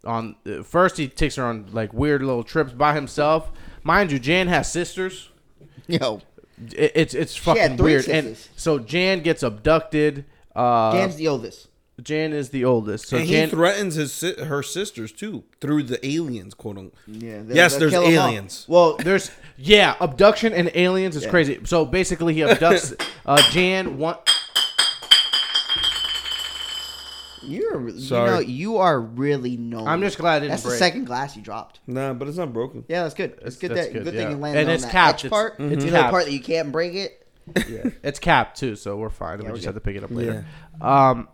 B: On uh, first, he takes her on like weird little trips by himself. Mind you, Jan has sisters.
A: Yo,
B: It, it's it's
A: had
B: fucking
A: three
B: weird. And
A: sisters.
B: so Jan gets abducted. Uh,
A: Dan's the oldest.
B: Jan is the oldest. So
C: and
B: Jan,
C: he threatens his si- her sisters too through the aliens, quote unquote.
A: Yeah.
C: Yes, there's aliens. *laughs*
A: Well,
B: There's yeah, abduction and aliens is crazy. So basically, he
A: *laughs*
B: abducts uh, Jan. One,
A: you're
C: Sorry.
A: you know you are really known.
B: I'm just glad it didn't
A: That's the
B: break.
A: second glass you dropped.
C: Nah, but it's not broken.
A: Yeah, that's good. That's good.
B: that's
A: that
B: good,
A: good, thing
B: yeah.
A: you landed
B: And
A: on
B: it's
A: that
B: capped.
A: catch
B: It's-
A: part.
B: mhm.
A: you know the
B: capped.
A: part that you can't break it.
B: It's capped too, so we're fine. we
A: we're
B: just
A: good.
B: have to pick it up later. Um.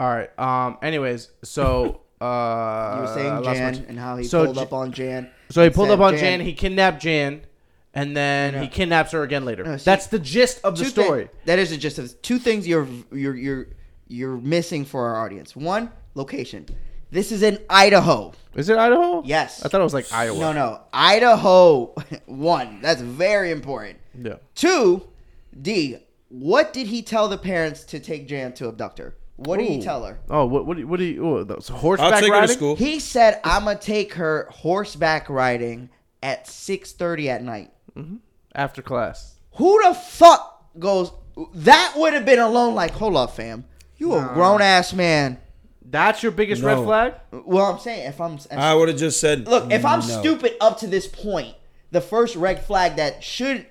B: All right. Um. Anyways, so *laughs* uh,
A: You were
B: I
A: saying
B: lost my
A: Jan and how he
B: So
A: pulled
B: J-
A: up on Jan.
B: So he
A: and
B: pulled
A: said,
B: up on Jan. He kidnapped Jan, and then he kidnaps her again later.
A: No, see-
B: That's the gist of the
A: Two
B: story.
A: thi- that is the gist of two things you're you're you're you're missing for our audience. One, location. This is in Idaho.
B: Is it Idaho?
A: Yes.
B: I thought it was like Iowa.
A: No, no, Idaho. *laughs* One, that's very important.
B: Yeah.
A: Two, D. What did he tell the parents to take Jan to abduct her? What did he
B: Ooh.
A: tell her?
B: Oh, what? What do you? What do you? Oh, those horseback
C: I'll take her
B: riding.
C: to school.
A: He said, "I'm gonna take her horseback riding at 6:30 at night."
B: after class.
A: Who the fuck goes? That would have been alone. Like, hold up, fam. You a grown ass man.
B: That's your biggest red
C: No.
B: flag.
A: Well, I'm saying if I'm if-
C: I would have just said,
A: look, if I'm
C: no.
A: stupid up to this point, the first red flag that should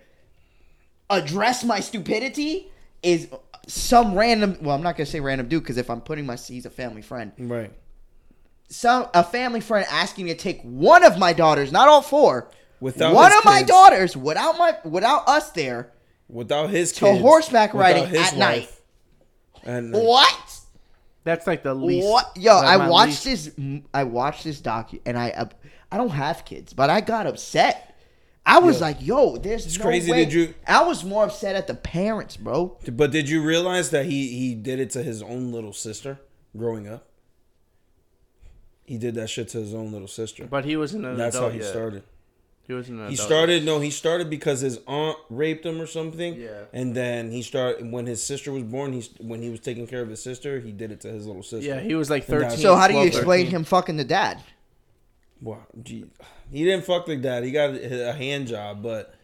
A: address my stupidity is some random. Well, I'm not gonna say random dude because if I'm putting my, he's a family friend.
C: right?
A: some a family friend asking me to take one of my daughters, not all four,
C: Without
A: one
C: his
A: of my
C: kids.
A: daughters, without my without us there,
C: Without his
A: to
C: kids,
A: horseback
C: without
A: riding
C: his
A: at night.
C: wife, and uh,
A: What?
B: That's like the least.
A: What? Yo,
B: like
A: I
B: my
A: watched
B: least-
A: this. I watched this docu, and I uh, I don't have kids, but I got upset. I was like, "Yo, there's no
C: crazy,
A: way."
C: did you-
A: I was more upset at the parents, bro.
C: But did you realize that he he did it to his own little sister growing up? He did that shit to his own little sister.
B: But he was in an
C: That's how
B: adult
C: he
B: yet.
C: started.
B: He was in an
C: He
B: adult
C: started no, he started because his aunt raped him or something.
B: Yeah.
C: And then he started when his sister was born. He when he was taking care of his sister, he did it to his little sister.
B: Yeah, he was like
C: And that's-
B: thirteen.
A: So how do you
C: 12,
A: explain
C: 13.
A: him fucking the dad?
C: Wow, gee. he didn't fuck like that. He got a hand job, but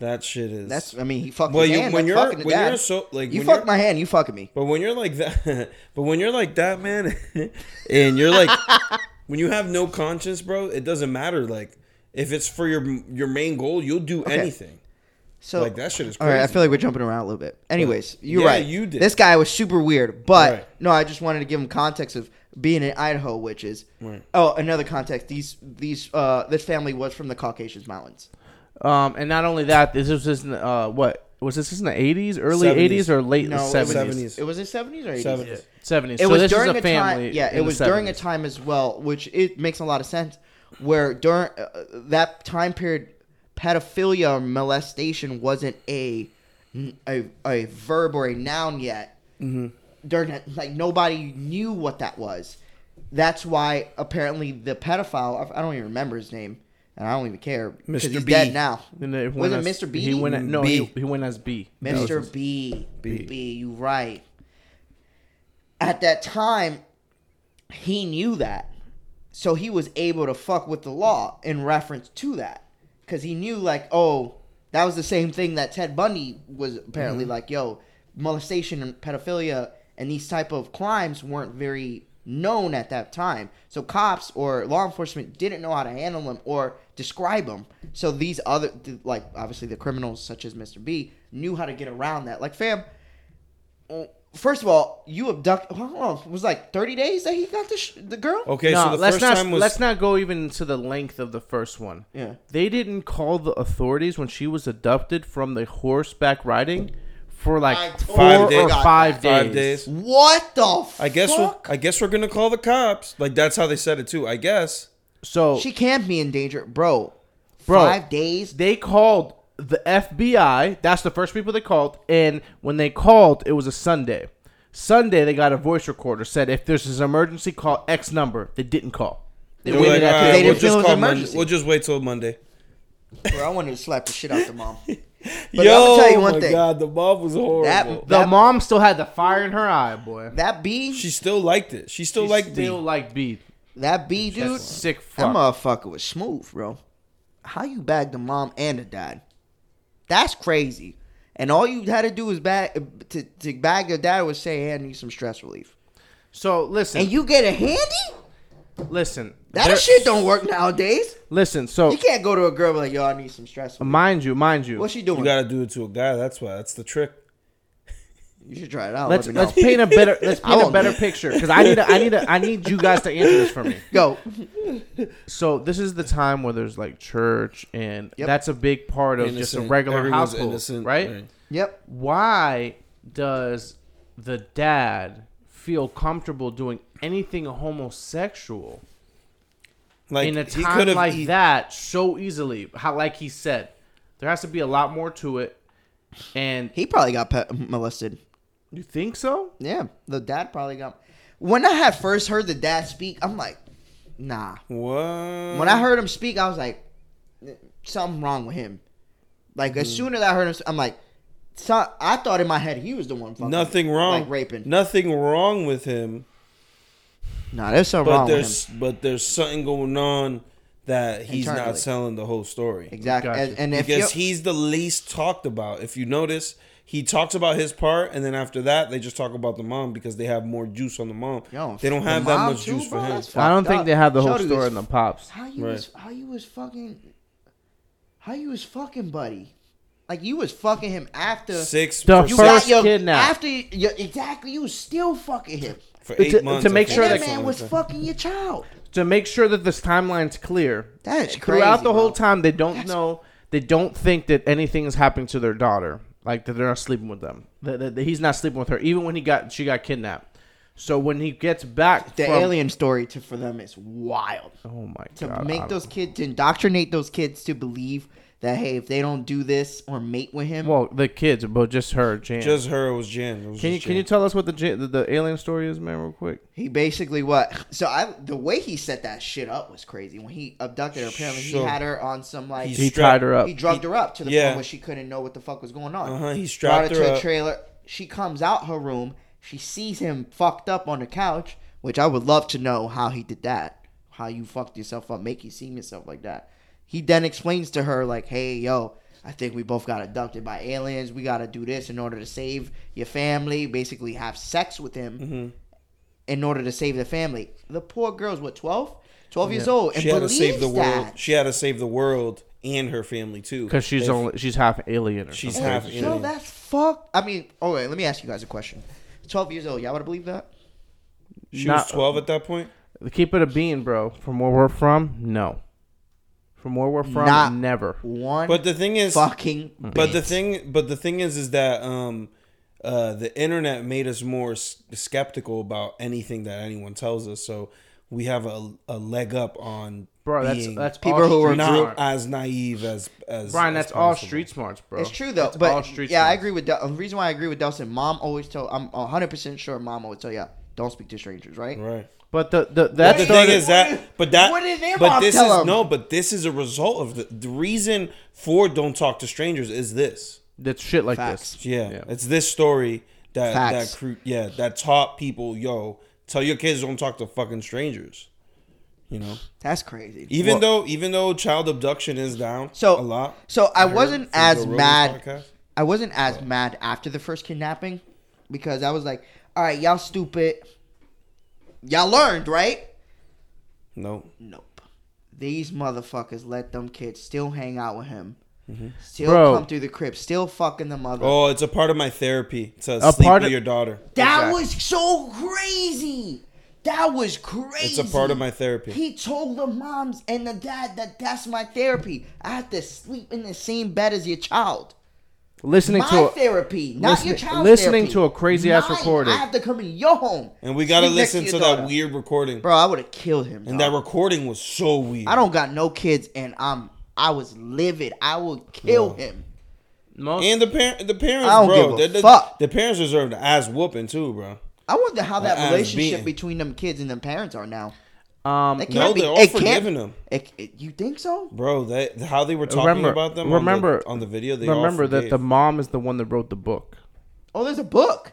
C: that shit is
A: That's I mean, he fucked
C: Well,
A: his
C: you-
A: hand.
C: when
A: When
C: you're-
A: fucking the
C: when
A: dad.
C: you're so- like,
A: you
C: when
A: fucked
C: you're-
A: my hand, you fucking me.
C: But when you're like that, *laughs* but when you're like that, man, *laughs* and
A: *laughs*
C: you're like, when you have no conscience, bro, it doesn't matter. Like, if it's for your your main goal, you'll do anything.
A: So
C: Like, that shit is
A: All right, I
C: crazy.
A: feel like we're jumping around a little bit. Anyways, you're
C: Yeah,
A: right.
C: you did.
A: This guy was super weird, but
C: Right.
A: no, I just wanted to give him context of being in Idaho, which is oh another context. These these uh this family was from the Caucasus Mountains.
B: Um, and not only that, this was in uh, what was this in the eighties, early
C: 70s.
B: eighties or late
A: No,
B: seventies?
C: 70s.
A: it was it seventies or eighties.
C: Seventies.
B: Seventies.
A: It
B: so
A: was
B: this
A: during
B: is a
A: a,
B: family.
A: time. Yeah,
B: in
A: it
B: the
A: was during a
B: 70s.
A: time as well, which it makes a lot of sense. Where during uh, that time period, pedophilia or molestation wasn't a a, a verb or a noun yet.
B: Mm-hmm.
A: During that, like nobody knew what that was. That's why apparently the pedophile. I- I don't even remember his name, and I don't even care because
C: Mr.
A: he's
C: B.
A: dead now.
B: And it went
A: Was it
B: as-
A: Mr. B?
B: He went. no,
C: B.
B: He, he went as B.
A: Mr. B.
C: B.
A: B. You right. At that time, he knew that, so he was able to fuck with the law in reference to that, because he knew like, oh, that was the same thing that Ted Bundy was apparently like, yo, molestation and pedophilia and these type of crimes weren't very known at that time, so cops or law enforcement didn't know how to handle them or describe them. So these other, like obviously the criminals such as Mr. B, knew how to get around that. Like, fam, oh, First of all, you abduct. How long it was it, like thirty days that he got the sh- the girl?
C: Okay,
B: no,
C: so the
B: let's
C: first
B: not
C: time was
B: let's not go even to the length of the first one.
A: Yeah.
B: they didn't call the authorities when she was abducted from the horseback riding for
A: I
B: like four
A: totally
C: Five days.
B: or five days.
C: five days.
A: What the?
C: I guess we're,
A: fuck?
C: I guess we're gonna call the cops. Like that's how they said it too. I guess
B: So
A: She can't be in danger, bro.
B: Bro.
A: five days.
B: they called the FBI. That's the first people they called. And when they called, it was a Sunday. Sunday, they got a voice recorder said if there's an emergency, call X number. They didn't call. They
C: They're
B: waited
C: like,
B: after
C: "All right,
A: they
B: they
C: we'll
A: didn't feel it
C: just
A: was
C: call
A: an
C: Monday.
A: emergency."
C: We'll just wait till Monday.
A: Bro, I wanted to slap the shit out the mom. But
C: Yo,
A: I'll tell you one
C: my
A: thing.
C: God, the mom was horrible.
A: That-
B: The mom still had the fire in her eye, boy.
A: That B,
C: she still liked it. She still
B: She
C: liked
B: still
C: me.
B: liked B.
A: that B dude,
B: That sick
A: that
B: fuck.
A: motherfucker was smooth, bro. How you bagged the mom and the dad? That's crazy. And all you had to do was bag to, to bag your dad was say, "Hey, I need some stress relief,"
B: So listen,
A: and you get a handy.
B: listen,
A: That
B: There-
A: shit don't work nowadays.
B: Listen, so
A: You can't go to a girl and be like, "Yo, I need some stress." Relief.
B: mind you, mind Um, you,
A: What's she doing?
C: You
A: You,
C: gotta do it to a guy. That's why. That's the trick.
A: should try it out.
B: let's
A: Let me know.
B: let's paint a
A: *laughs*
B: better let's
A: I
B: paint a
A: won't
B: better
A: do it.
B: picture because I need a, I need a, I need you guys to answer this for me.
A: go.
B: So this is the time where there's like church and
A: Yep.
B: that's a big part of just a
C: Innocent.
B: regular
C: Everyone's
B: household,
C: innocent,
B: right?
C: right.
A: Yep.
B: Why does the dad feel comfortable doing anything homosexual
C: Like
B: in a
C: he
B: time
C: could've
B: like
C: e-
B: that so easily? How like he said, there has to be a lot more to it. And
A: He probably got pe- molested.
B: you think so?
A: Yeah, the dad probably got. When I had first heard the dad speak, I'm like, nah.
C: What?
A: When I heard him speak, I was like, something wrong with him. Like
C: Hmm.
A: as soon as I heard him, sp- I'm like, so, I thought in my head he was the one fucking
C: nothing wrong,
A: like raping.
C: Nothing wrong with him,
A: Nah, there's something
C: but
A: wrong with him.
C: there's but there's something going on that he's
A: Internally.
C: not telling the whole story.
A: Exactly,
B: Gotcha.
A: and, and if
C: because
A: you,
C: he's the least talked about. If you notice, he talks about his part, and then after that, they just talk about the mom because they have more juice on the mom.
A: Yo,
C: they don't
A: the
C: have that
A: mom
C: much
A: too,
C: juice
A: bro?
C: for him.
A: That's
B: I don't
A: fucked
B: think
A: up.
B: they have the whole
A: Shorty was
B: story in the pops.
A: How you
C: Right.
A: was how you was fucking how you was fucking buddy? Like you was fucking him after
C: Six
B: The
C: for,
A: you
B: first
A: got your
B: kidnap.
A: after you, you- exactly you was still fucking him.
C: for
B: to-
C: eight months
B: to make
C: I
A: And
B: sure
C: think,
A: that
B: they-
C: or
A: man
C: something
A: was
C: like that.
A: fucking your child.
B: to make sure that this timeline's clear.
A: That is
B: Throughout
A: crazy,
B: the whole
A: bro.
B: time, they don't
A: That's-
B: know, they don't think that anything is happening to their daughter, like that they're not sleeping with them, that, that- that he's not sleeping with her, even when he got she got kidnapped. So when he gets back,
A: The
B: from-
A: alien story to for them is wild.
B: Oh my
A: To
B: god! I
A: make
B: don't-
A: those kids to indoctrinate those kids to believe that hey, if they don't do this or mate with him,
B: well, the kids, but just her, Jan.
C: Just her it was Jan. It was
B: can you
C: just
B: can you
C: Jan.
B: tell us what the Jan- the, the alien story is, man, real quick?
A: He basically what? So I the way he set that shit up was crazy. When he abducted her, apparently
C: Sure.
A: he had her on some like
C: He's
B: He
A: he,
C: strapped-
B: tied her up.
A: drugged her up to the
C: yeah.
A: point where she couldn't know what the fuck was going on.
C: Uh-huh, he
A: Brought
C: strapped
A: her
C: her
A: to a
C: up.
A: trailer. She comes out her room. She sees him fucked up on the couch, which I would love to know how he did that. How you fucked yourself up, make you seem yourself like that. He then explains to her like, "Hey, yo." I think we both got abducted by aliens. We got to do this in order to save your family. Basically, have sex with him
C: Mm-hmm.
A: in order to save the family. The poor girl's what 12? 12 years old and
C: she had to
A: believes
C: save the world.
A: that.
C: She had to save the world and her family too.
B: Because she's
C: If-
B: only she's half alien or
C: She's
B: something.
C: half
A: So
C: alien.
A: that's fucked. I mean, okay, let me ask you guys a question. 12 years old, y'all would have believed that?
C: she
B: not- uh,
C: was twelve at that point.
B: Keep it a bean, bro. From where we're from, no. From where we're from,
A: Not-
B: never.
A: One
C: But the thing is,
A: fucking
C: But the
A: bitch.
C: thing, but the thing is, is that um, uh, the internet made us more s- skeptical about anything that anyone tells us. So we have a, a leg up on
B: Bro, that's
C: being
B: that's
A: people
B: all
A: who are
B: street
C: not
B: smart.
C: as naive as as
B: Brian,
C: as
B: that's all
C: possible.
B: street smarts, bro.
A: It's true though,
B: That's
A: but
B: all street
A: yeah, I
B: smarts.
A: agree with Del- the reason why I agree with Delson. Mom always tell I'm 100 percent sure. Mom always tell you, don't speak to strangers, right?
C: Right.
B: But the the
C: But
B: that
C: the
B: started,
C: thing is
A: what
C: that,
A: did-
C: but that,
A: what did their
C: but
A: mom
C: this
A: tell
C: is
A: 'em?
C: no, but this is a result of the, the reason for "Don't Talk to Strangers" is this.
B: that's shit like
A: Facts.
B: this.
C: Yeah,
B: Yeah.
C: it's this story that
A: Facts.
C: that cru- yeah that taught people, yo, tell your kids don't talk to fucking strangers. You know,
A: That's crazy.
C: even though even though child abduction is down
A: So
C: a lot.
A: So I
C: heard
A: wasn't
C: from
A: as
C: Joe Rogan's
A: mad.
C: podcast.
A: I wasn't as mad after the first kidnapping because I was like, all right, y'all stupid. Y'all learned, right?
C: No,
A: Nope. These motherfuckers let them kids still hang out with him. Still
B: Bro.
A: come through the crib, still fucking the mother.
C: Mm-hmm. oh, it's a part of my therapy to
B: A
C: sleep
B: part
C: with
B: of-
C: your daughter.
A: that
B: exactly.
A: was so crazy. That was crazy.
C: It's a part of my therapy.
A: He told the moms and the dad that that's my therapy. I have to sleep in the same bed as your child.
B: listening
A: My
B: to a,
A: therapy, not your
B: listening-
A: child's
B: listening
A: therapy.
B: to a crazy-ass
A: Mine.
B: recording.
A: I have to come in your home,
C: And we gotta
A: Sleep next
C: listen to,
A: your
C: that
A: daughter.
C: weird recording.
A: bro. I would have killed him.
C: And
A: dog.
C: that recording was so weird.
A: I don't got no kids, and I'm I was livid. I would kill
C: Yeah.
A: him.
B: most,
C: And the parent, the parents,
A: I don't
C: bro,
A: give a
C: the, the-
A: fuck.
C: the parents deserve the ass whooping too, bro.
A: I wonder how that
C: ass
A: relationship
C: beating.
A: between them kids and them parents are now.
B: um,
A: They can't
C: No,
A: be.
C: they're all
A: it can't-
C: forgiving them,
A: it- it- you think so?
C: bro. That how they were talking
B: Remember-
C: about them. on
B: remember-
C: the, on the video, they all
B: remember that
C: forgave.
B: the mom is the one that wrote the book.
A: Oh, there's a book.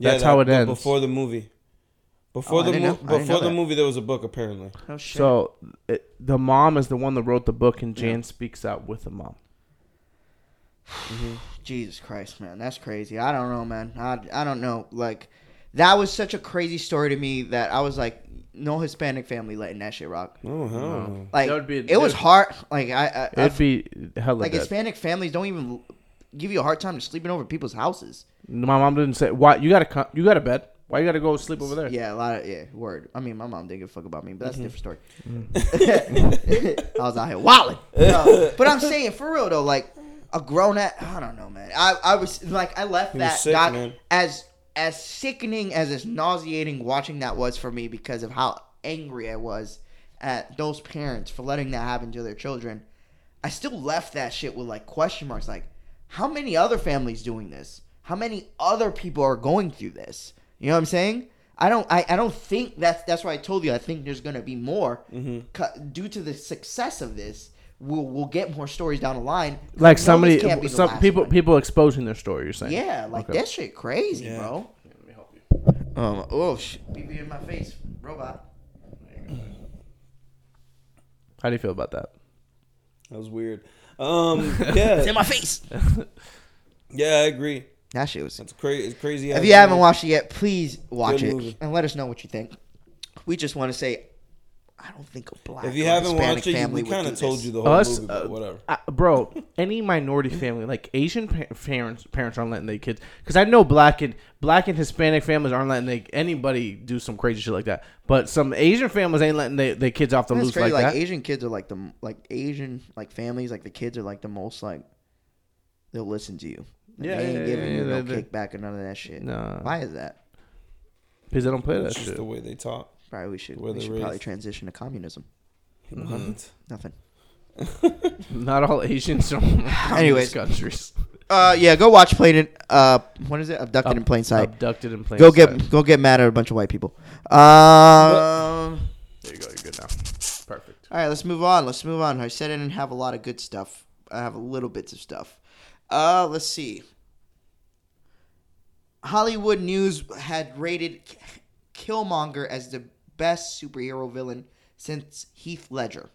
B: that's how it
C: the-
B: ends. Oh,
C: Before the movie, before
A: I
C: the
A: didn't
C: mo-
A: know- I didn't
C: before
A: know
C: the
A: that.
C: movie, there was a book apparently.
A: Oh shit.
B: So it, the mom is the one that wrote the book, and Jan speaks out with the mom.
A: Jesus Christ, man, that's crazy. I don't know, man. I, I don't know. Like, that was such a crazy story to me that I was like, no Hispanic family letting that shit rock.
C: Oh hell no!
A: Like,
B: That would be-
A: it was hard. Like, I, I, I
B: It'd be hella
A: like
B: dead.
A: Hispanic families don't even give you a hard time to sleeping over people's houses.
B: My mom didn't say why. You gotta co- you got to bed. Why you gotta go sleep over there?
A: Yeah, a lot of yeah. Word. I mean, my mom didn't give a fuck about me, but
C: Mm-hmm.
A: that's a different story. *laughs* I was out here
C: *laughs*
A: wilding. No, but I'm saying for real though, like a grown at I don't know, man. I I was like I left
C: He was
A: that
C: sick,
A: doc
C: man.
A: as as sickening as as nauseating watching that was for me because of how angry I was at those parents for letting that happen to their children. I still left that shit with like question marks like how many other families doing this? How many other people are going through this? You know what I'm saying? I don't I, I don't think that's that's why I told you I think there's going to be more
B: Mm-hmm.
A: Cu- due to the success of this. We'll, we'll get more stories down the line.
B: Like
A: No,
B: somebody,
A: this can't be the
B: some
A: last
B: people,
A: one.
B: people exposing their story. You're saying?
A: Yeah, like
B: Okay.
A: that shit crazy,
C: Yeah.
A: bro. Um, oh shit, BB in my face, robot.
B: How do you feel about that?
C: That was weird. Um, *laughs* yeah,
A: my face.
C: yeah, I agree.
A: That shit was.
C: That's crazy. It's crazy.
A: If you haven't watched it yet, please watch
C: Good
A: it
C: movie.
A: and let us know what you think. We just want to say, I don't think a black
C: If you
A: or
C: haven't
A: Hispanic
C: watched it, you-
A: family
C: we
A: would
C: kind
A: do
C: of told
A: this.
C: you the whole
B: Us,
C: movie, but
B: uh,
C: whatever.
B: I, bro, any minority family, like Asian pa- parents, parents aren't letting their kids. Because I know black and black and Hispanic families aren't letting they, anybody do some crazy shit like that. But some Asian families ain't letting their they kids off the
A: That's
B: loose
A: crazy.
B: like,
A: Like,
B: that.
A: Asian kids are like the m- like Asian like families like the kids are like the most like they'll listen to you. Like,
B: Yeah,
A: they ain't
B: yeah,
A: giving
B: yeah,
A: you no
B: they- they-
A: kickback or none of that shit.
B: Nah.
A: why is that?
B: Because they don't play that
C: It's just
B: shit.
C: the way
A: *laughs*
C: they talk.
A: Probably we should we
C: Where they're
A: should probably
C: raised.
A: transition to communism.
C: What?
A: Nothing.
B: Not all Asians are
A: *laughs* Anyways.
B: anyways countries
A: Uh, yeah, go watch Plain in, uh, what is it? Abducted in Plain Sight.
B: abducted and playing.
A: go get go get mad at a bunch of white people. Um.
B: There you go. You're good now. Perfect.
A: All right, let's move on. Let's move on. I said I didn't have a lot of good stuff. I have a little bits of stuff. Uh, let's see. Hollywood News had rated K- Killmonger as the best superhero villain since Heath Ledger.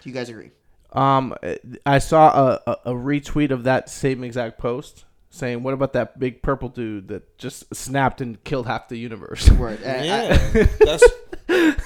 A: Do you guys agree?
B: Um, I saw a, a, a retweet of that same exact post saying, "What about that big purple dude that just snapped and killed half the universe?" *laughs*
A: Word. I-
C: Yeah,
A: *laughs*
C: that's
A: I,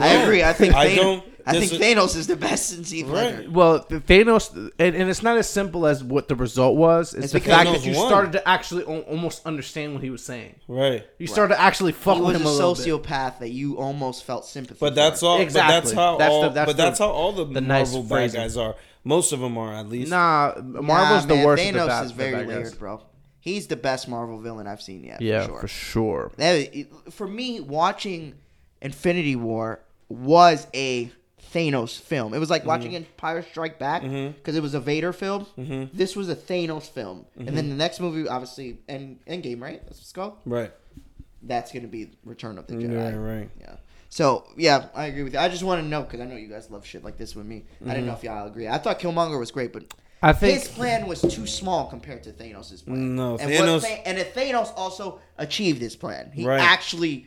A: I agree. I think Thanos,
C: I
A: I,
C: don't
A: think
C: dis-
A: Thanos is the best since Heath Ledger.
C: right.
B: Well, Thanos, and, and it's not as simple as what the result was. It's,
A: It's
B: the
A: because
B: fact
C: Thanos
B: that you
C: won.
B: started to actually al- almost understand what he was saying.
C: Right.
B: You started to actually fuck
A: He
B: with
A: was
B: him a,
A: a
B: little bit.
A: sociopath that you almost felt sympathy.
C: But that's all. But that's
B: Exactly.
C: how
B: That's the-
C: all.
B: that's
C: but
B: the-
C: that's how all the,
B: the nice
C: Marvel bad
B: phrasing.
C: guys are. Most of them are at least.
B: Nah, Marvel's the worst.
A: Thanos
B: of the bad,
A: is
B: the
A: very
B: bad guys.
A: layered, bro. He's the best Marvel villain I've seen yet.
B: Yeah,
A: for sure.
B: for sure.
A: That- for me, watching Infinity War was a Thanos film. It was
B: Mm-hmm.
A: like watching Empire Strike Back because it was a Vader film.
B: Mm-hmm.
A: This was a Thanos film, and then the next movie, obviously, End Endgame, right? That's what it's called.
C: Right.
A: That's gonna be Return of the Jedi.
C: Right. Right.
A: Yeah. So yeah, I agree with you. I just want to know because I know you guys love shit like this with me. I didn't know if y'all agree. I thought Killmonger was great, but
B: I think-
A: his plan was too small compared to Thanos' plan.
C: No,
A: and what
C: Thanos-
A: Tha- and if Thanos also achieved his plan. He
C: Right.
A: actually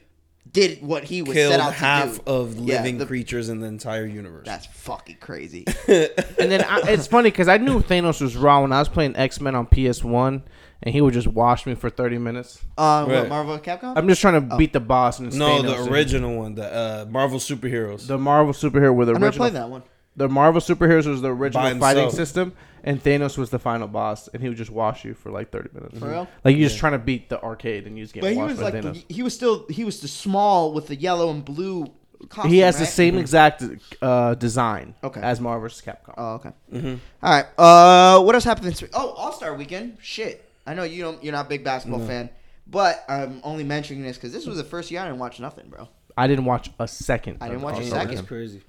A: did what he was
C: Killed
A: set out
C: half
A: to do.
C: of
A: Yeah,
C: living
A: the-
C: creatures in the entire universe.
A: That's fucking crazy.
B: and then I, it's funny because I knew Thanos was raw when I was playing X Men on PS One, and he would just wash me for thirty minutes.
A: Uh,
C: Right.
A: what, Marvel Capcom?
B: I'm just trying to
A: Oh.
B: beat the boss. And it's
C: no,
B: Thanos
C: the
B: and-
C: original one, the uh, Marvel superheroes.
B: the Marvel superhero with the
A: I never
B: original.
A: played that one.
B: The Marvel superheroes was the
C: By
B: original
C: himself.
B: fighting system, and Thanos was the final boss, and he would just wash you for like thirty minutes.
A: For real?
B: Like you're just trying to beat the arcade, and you just get
A: But he
B: washed
A: was
B: by
A: like
B: Thanos.
A: the, he was still he was the small with the yellow and blue. Costume,
B: he has the
A: right?
B: same exact uh, design
A: Okay.
B: as Marvel vs. Capcom.
A: Oh, okay. All right. Uh, what else happened this week? Oh, All Star Oh, Weekend. Shit. I know you don't. You're not a big basketball fan, but I'm only mentioning this because this was the first year I didn't watch nothing, bro.
B: I didn't watch a second.
A: I
B: of
A: didn't watch a
B: All-Star
A: second.
C: That's
B: Weekend.
C: crazy.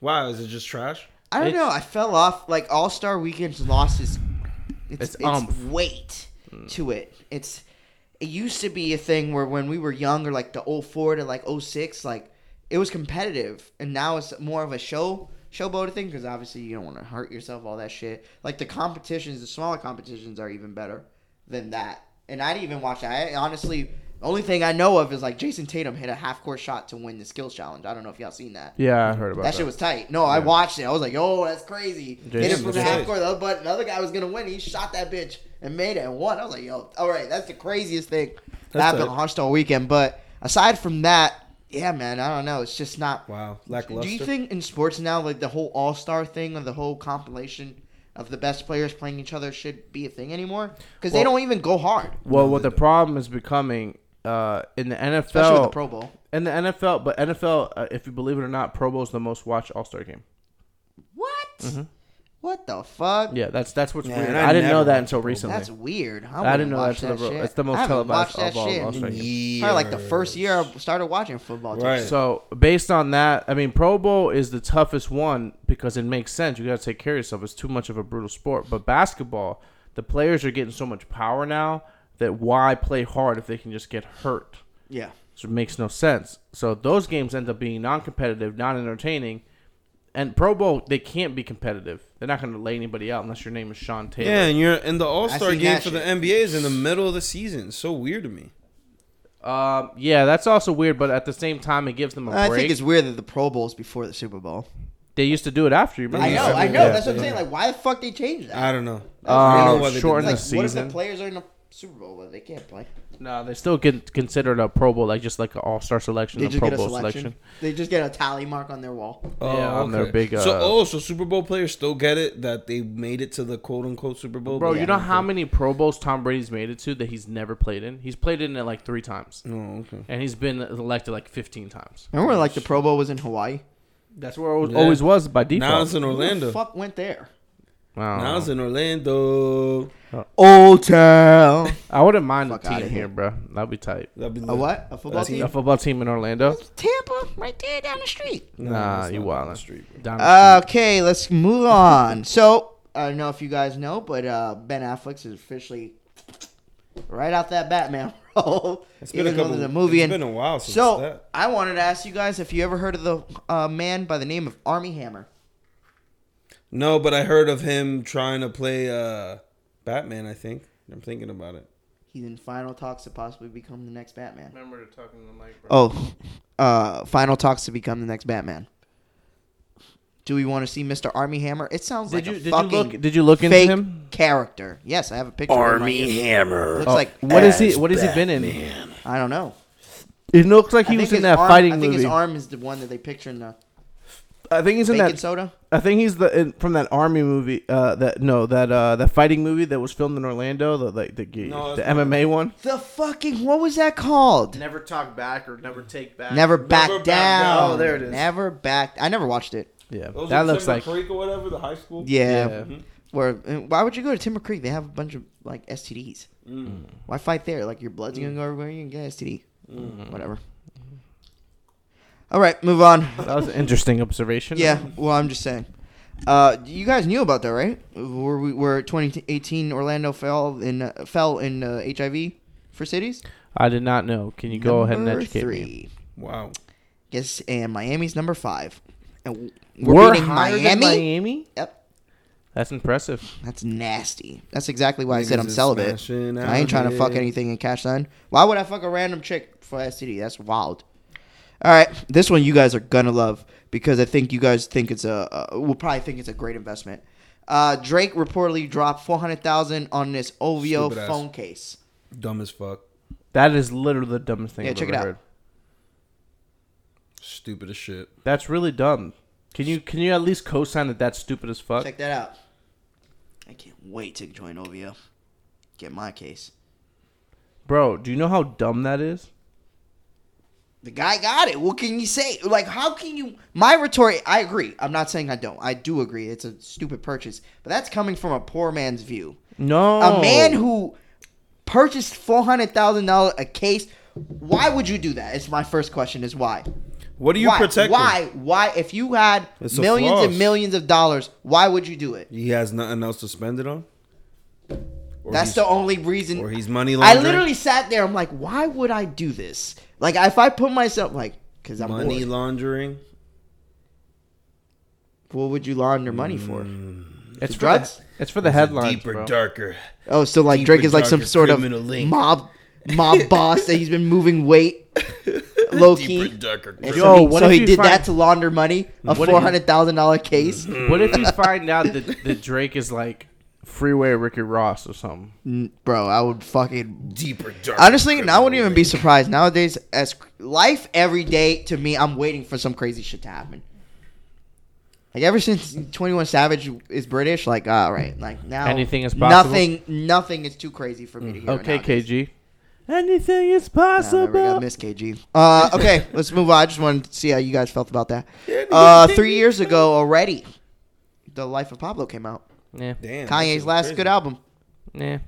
C: Wow, is it just trash?
A: I don't
B: It's-
A: know. I fell off. Like All Star Weekend's lost its its,
B: It's
A: its,
B: umph. Mm.
A: weight to it. It's it used to be a thing where when we were younger, like the 04 to like 06, like it was competitive, and now it's more of a show showboater thing because obviously you don't want to hurt yourself, all that shit. Like the competitions, the smaller competitions are even better than that. And I didn't even watch that. I honestly. Only thing I know of is like Jason Tatum hit a half court shot to win the skills challenge. I don't know if y'all seen that.
B: Yeah, I heard about
A: That
B: that.
A: shit was tight. No, I watched it. I was like, "Yo, that's crazy." Hit it
B: Jason
A: from
B: was
A: the half
C: tight.
A: court. The other, but the other guy was gonna win. He shot that bitch and made it and won. I was like, "Yo, all right, that's the craziest thing that
C: That's
A: happened
C: tight.
A: on All Weekend." But aside from that, yeah, man, I don't know. It's just not.
C: Wow,
A: Do you
C: lackluster.
A: think in sports now, like the whole All Star thing or the whole compilation of the best players playing each other should be a thing anymore? Because they
B: Well-
A: don't even go hard,
B: well, what the problem is becoming uh, in the NFL,
A: especially with the Pro Bowl.
B: in the NFL, but NFL, uh, if you believe it or not, Pro Bowl is the most watched All Star game.
A: What? Mm-hmm. What the fuck?
B: Yeah, that's that's what's
C: Yeah,
B: weird.
C: and I
B: I, didn't know
C: never
B: that
C: watched
B: until
C: Pro Bowl.
B: recently.
A: That's weird.
B: I, didn't
A: wouldn't
B: know
A: watch
B: that's the
A: that shit.
B: it's the
A: I
B: most
A: haven't
B: televised
A: watched
B: of
A: that
B: all
A: shit
B: All
A: in
B: Star games.
A: Probably like the first year I started watching football. too.
C: Right.
B: So based on that, I mean, Pro Bowl is the toughest one because it makes sense. You got to take care of yourself. It's too much of a brutal sport. But basketball, the players are getting so much power now that why play hard if they can just get hurt?
A: Yeah.
B: So it makes no sense. So those games end up being non-competitive, non-entertaining. And Pro Bowl, they can't be competitive. They're not going to lay anybody out unless your name is Sean Taylor.
C: Yeah, and you're in the All Star
A: seen
C: game
A: that
C: for the
A: shit.
C: NBA is in the middle of the season. It's so weird to me.
B: Um, yeah, that's also weird. But at the same time, it gives them a
A: I
B: break.
A: think it's weird that the Pro Bowl's before the Super Bowl.
B: they used to do it after. You remember?
A: I know,
C: Yeah.
A: I know.
C: Yeah.
A: That's what I'm saying. Like, why the fuck they changed that?
C: I don't know.
B: Uh,
C: I don't know why they
B: shorten
C: did that.
A: like,
B: the
A: what if the
B: season.
A: players are in the Super Bowl but they can't play?
B: No, they still get considered a Pro Bowl, like just like an All Star selection,
A: They
B: a
A: just
B: Pro
A: get a
B: Bowl
A: selection.
B: selection.
A: They just get a tally mark on their wall.
C: Oh,
B: Yeah, on their big,
C: so
B: uh,
C: oh, so Super Bowl players still get it that they made it to the quote unquote Super Bowl.
B: Bro,
C: but
B: you
C: they
B: know how
C: don't
B: many Pro Bowls Tom Brady's made it to that he's never played in? He's played in it like three times,
C: play. Oh, okay.
B: and he's been elected like fifteen times.
A: Remember, like the Pro Bowl was in Hawaii.
B: That's where it always,
C: Yeah.
B: always was by default.
C: Now it's in
A: Who the
C: Orlando.
A: fuck went there?
B: Wow.
C: Now it's in Orlando.
A: Old Town.
B: I wouldn't mind a
A: Fuck outta
B: team
A: here.
B: here, bro. That'd be tight.
C: That'd be
A: a what? A football
C: That's
A: team?
B: A football team in Orlando?
A: Tampa, right there down the street.
B: Nah, you
C: wild
B: wildin'.
C: street. bro.
B: Down the street.
A: Okay, let's
B: *laughs*
A: move on. So I don't know if you guys know, but uh, Ben Affleck is officially right out that Batman *laughs* role.
C: It's been
A: even
C: a
A: though
C: couple.
A: there's a movie.
C: It's
A: in-
C: been a while since
A: so
C: that.
A: I wanted to ask you guys if you ever heard of the uh, man by the name of Army Hammer.
C: No, but I heard of him trying to play uh, Batman. I think I'm thinking about it.
A: He's in final talks to possibly become the next Batman.
B: Remember talking to the mic, bro.
A: Oh, uh, final talks to become the next Batman. Do we want to see Mr. Army Hammer? It sounds like
B: Did you
A: a
B: did you
A: fucking
B: look did you look into
A: fake
B: him?
A: character. Yes, I have a picture. Army Hammer looks
B: Oh,
A: like
B: what is he what has he been in?
A: I don't know.
B: It looks like he
A: I
B: was
A: think
B: in
A: his
B: that
A: arm-
B: fighting
A: I think
B: movie.
A: his arm is the one that they picture in the
B: I think he's in
A: baking
B: that
A: soda.
B: I think he's the in, from that army movie. Uh, that no, that uh, that fighting movie that was filmed in Orlando. The like the, the,
C: No,
B: the
C: that's not-
B: MMA one.
A: The fucking what was that called?
B: Never talk back or never take back.
A: Never back down.
C: Back Down.
B: Oh, there it is.
A: Never back. I never watched it.
B: Yeah, that looks like.
C: or whatever the high school.
A: Yeah.
B: Yeah. Mhm.
A: Where? and Why would you go to Timber Creek? They have a bunch of like STDs.
C: Mm.
A: Why fight there? Like your blood's gonna go everywhere. You can get STD.
B: Mm-hmm.
A: Whatever. All right,
B: *laughs*
A: move on.
B: That was an interesting observation.
A: yeah. Well, I'm just saying. Uh, you guys knew about that, right? Where we where 2018 Orlando fell in uh, fell in uh, HIV for cities.
B: I did not know. Can you go ahead and
A: Number
B: educate me?
A: three.
C: Wow.
A: Yes, and Miami's number five. And we're,
B: We're,
A: beating
B: higher
A: Miami.
B: than Miami.
A: Yep,
B: That's impressive.
A: that's nasty. That's exactly why I said
C: Niggas
A: I'm
C: is
A: celibate.
C: smashing
A: I ain't
C: out
A: trying to fuck
C: here.
A: anything in cash line. Why would I fuck a random chick for STD? That's wild. All right, this one you guys are gonna love because I think you guys think it's a uh, will probably think it's a great investment. Uh, Drake reportedly dropped four hundred thousand on this OVO
C: Stupid ass.
A: phone case.
C: Dumb as fuck.
B: That is literally the dumbest thing.
A: Yeah,
B: I've
A: check
B: ever
A: it out.
B: Heard.
C: Stupid as shit.
B: That's really dumb. Can you can you at least co-sign that that's stupid as fuck?
A: Check that out. I can't wait to join OVO. Get my case.
B: Bro, do you know how dumb that is?
A: The guy got it. What can you say? Like, how can you? My retort. I agree. I'm not saying I don't. I do agree.
C: Oh.
A: It's a stupid purchase, but that's coming from a poor man's view.
B: No.
A: A man who purchased four hundred thousand dollars a case. Why would you do that? It's my first question. Is why?
C: What do you
A: why?
C: protect?
A: Why? Why? If you had
C: It's a
A: millions
C: floss.
A: and millions of dollars, why would you do it?
C: He has nothing else to spend it on. Or
A: That's
C: he's-
A: the only reason.
C: or he's money
A: I
C: laundering.
A: literally sat there. I'm like, why would I do this? Like, if I put myself like, because I'm
C: money
A: bored.
C: laundering.
A: what would you launder money for?
C: Mm.
B: It's for
A: For
B: the,
A: drugs?
B: it's for the headlines,
C: Deeper,
B: bro.
C: darker.
A: Oh, so like
C: Deeper,
A: Drake is like some
C: darker
A: sort of
C: criminal link.
A: mob
C: *laughs*
A: mob boss that he's been moving weight low key.
C: Deeper, darker.
A: And
B: Yo,
A: so he,
B: what
A: so
B: if
A: he
B: you
A: did
B: find-
A: that to launder money,
B: What
A: a
B: if- Mm-hmm.
A: four hundred thousand dollar case.
B: What if you find out that, that Drake is like Freeway Ricky Ross or something?
A: N- Bro, I would fucking
C: deeper, darker.
A: honestly, I wouldn't
C: criminal
A: even be
C: link.
A: surprised nowadays. As cr- life every day to me, I'm waiting for some crazy shit to happen. Like ever since Twenty One Savage is British, like all right, like now
B: Anything is possible?
A: Nothing, nothing is too crazy for me to hear.
B: Okay,
A: nowadays.
B: KG. Anything is
A: Nah, never got
B: possible.
A: Miss KG. Uh, okay, let's move on. I just wanted to see how you guys felt about that. Uh, three years ago already, The Life of Pablo came out.
B: Yeah,
C: Damn, that shit
A: Kanye's
C: was
A: last
C: crazy.
A: good album.
B: yeah.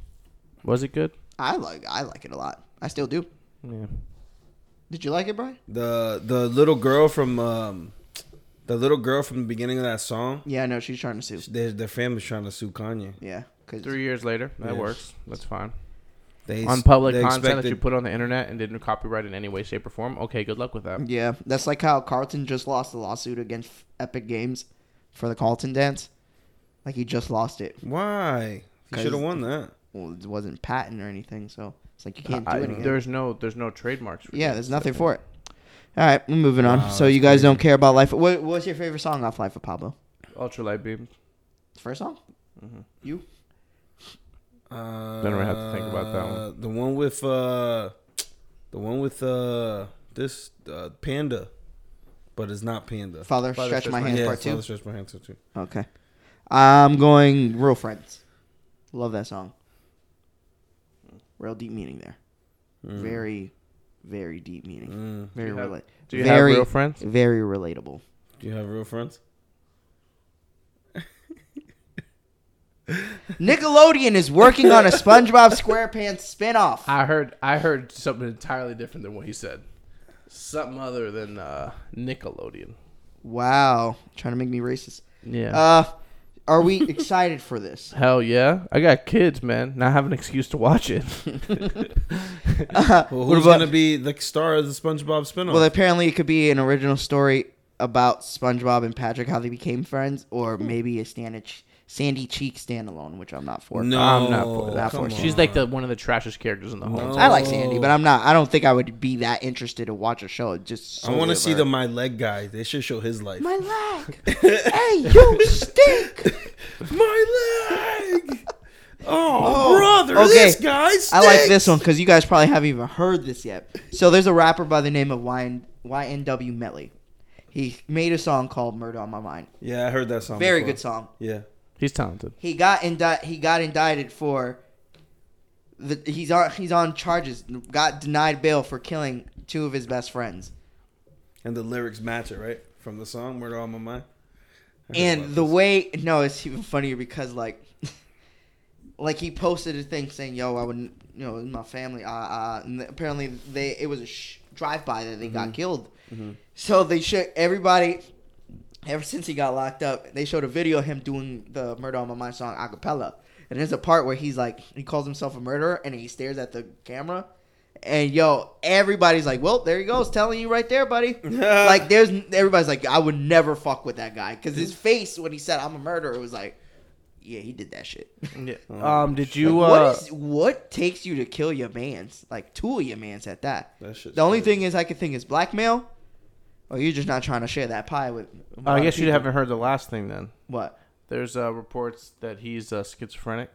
B: Was it good?
A: I like I like it a lot. I still do.
B: Yeah.
A: Did you like it, Brian?
C: The the little girl from um, the little girl from the beginning of that song.
A: Yeah, no, she's trying to sue.
C: Their their family's trying to sue Kanye.
A: Yeah, because
B: Three years later, that
C: Yeah.
B: works. That's fine.
C: They
B: on public
C: they
B: content that
C: expected-
B: you put on the internet and didn't copyright in any way, shape, or form. Okay, good luck with that.
A: yeah, that's like how Carlton just lost the lawsuit against Epic Games for the Carlton dance. Like he just lost it.
C: Why? He
A: 'Cause-
C: should have won that.
A: Well, it wasn't patent or anything, so it's like you can't do
B: I-
A: it again.
B: there's no, there's no trademarks. For
A: Yeah,
B: that.
A: there's nothing for it. All right, we're moving on.
C: Wow,
A: so
C: that's
A: you guys
C: crazy.
A: don't care about life. What, what's your favorite song off Life of Pablo?
B: ultralight beam.
A: First song? You?
C: Uh,
B: Then we have to think about that one.
C: The one with uh, the one with uh, this uh, panda, but it's not panda.
A: Father,
B: Father
A: Stretch
B: Stretch
A: My
B: My
A: Hands
C: yeah,
A: Part
C: Father
A: 2?
C: Stretch my hands too.
A: Okay. I'm going Real Friends. Love that song. Real deep meaning there. Very, very deep meaning.
C: Mm.
A: Very,
B: you have-
A: rela-
B: Do you
A: very,
B: have real friends?
A: very relatable.
C: Do you have real friends?
A: Nickelodeon is working on a SpongeBob SquarePants spinoff.
B: I heard, I heard something entirely different than what he said. Something other than uh, Nickelodeon.
A: Wow. Trying to make me racist.
B: Yeah.
A: Uh, are we *laughs* excited for this?
B: Hell yeah! I got kids, man. Not have an excuse to watch *laughs* it.
C: Well,
A: What about-
C: who's gonna be the star of the SpongeBob spinoff?
A: *laughs* Well, apparently it could be an original story about SpongeBob and Patrick how they became friends, or maybe a Stan- Sandy Cheek standalone, which I'm not for.
C: no,
B: I'm not for that.
A: Not for
C: come
A: it.
B: She's
C: on.
B: like the one of the trashiest characters in the whole.
C: No.
B: entire
A: I like Sandy, but I'm not. I don't think I would be that interested to watch a show. Just
C: I want to
A: solely
C: see
A: about
C: the my leg guy. They should show his
A: *laughs*
C: life.
A: my leg. hey, you stink.
C: *laughs* My leg. Oh, brother,
A: okay.
C: this guy. Stinks.
A: I like this one because you guys probably haven't even heard this yet. So there's a rapper by the name of YN- YNW Melly. He made a song called "Murder on My Mind."
C: Yeah, I heard that song.
A: Very
C: before.
A: good song.
C: Yeah.
B: He's talented.
A: he got indi- he got indicted for the he's on he's on charges got denied bail for killing two of his best friends
C: And the lyrics match it, right? From the song Murder on My Mind. I heard
A: and
C: about
A: the
C: this.
A: way no it's even funnier because like *laughs* like he posted a thing saying yo I would you know in my family uh uh and apparently they it was a sh- drive by that they got killed so they shook everybody ever since he got locked up, they showed a video of him doing the Murder on My Mind song a cappella. And there's a part where he's like, he calls himself a murderer and he stares at the camera. And yo, everybody's like, well, there he goes, telling you right there,
C: *laughs*
A: buddy. like, there's everybody's like, I would never fuck with that guy. Because his face when he said, I'm a murderer, was like, yeah, he did that shit.
B: Um, did you? Uh,
A: Like, what, is, what takes you to kill your mans? Like, two of your mans at that.
C: That shit's
A: The only
C: crazy.
A: thing is, I could think is blackmail. Or you're just not trying to share that pie with. with
B: I
A: other
B: guess you
A: people.
B: haven't heard the last thing then.
A: What?
B: There's uh, reports that he's uh, schizophrenic.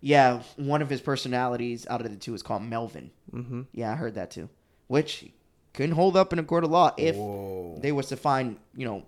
A: Yeah, one of his personalities out of the two is called Melvin. Mm-hmm. Yeah, I heard that too. Which couldn't hold up in a court of law if
C: Whoa.
A: they was to find, you know,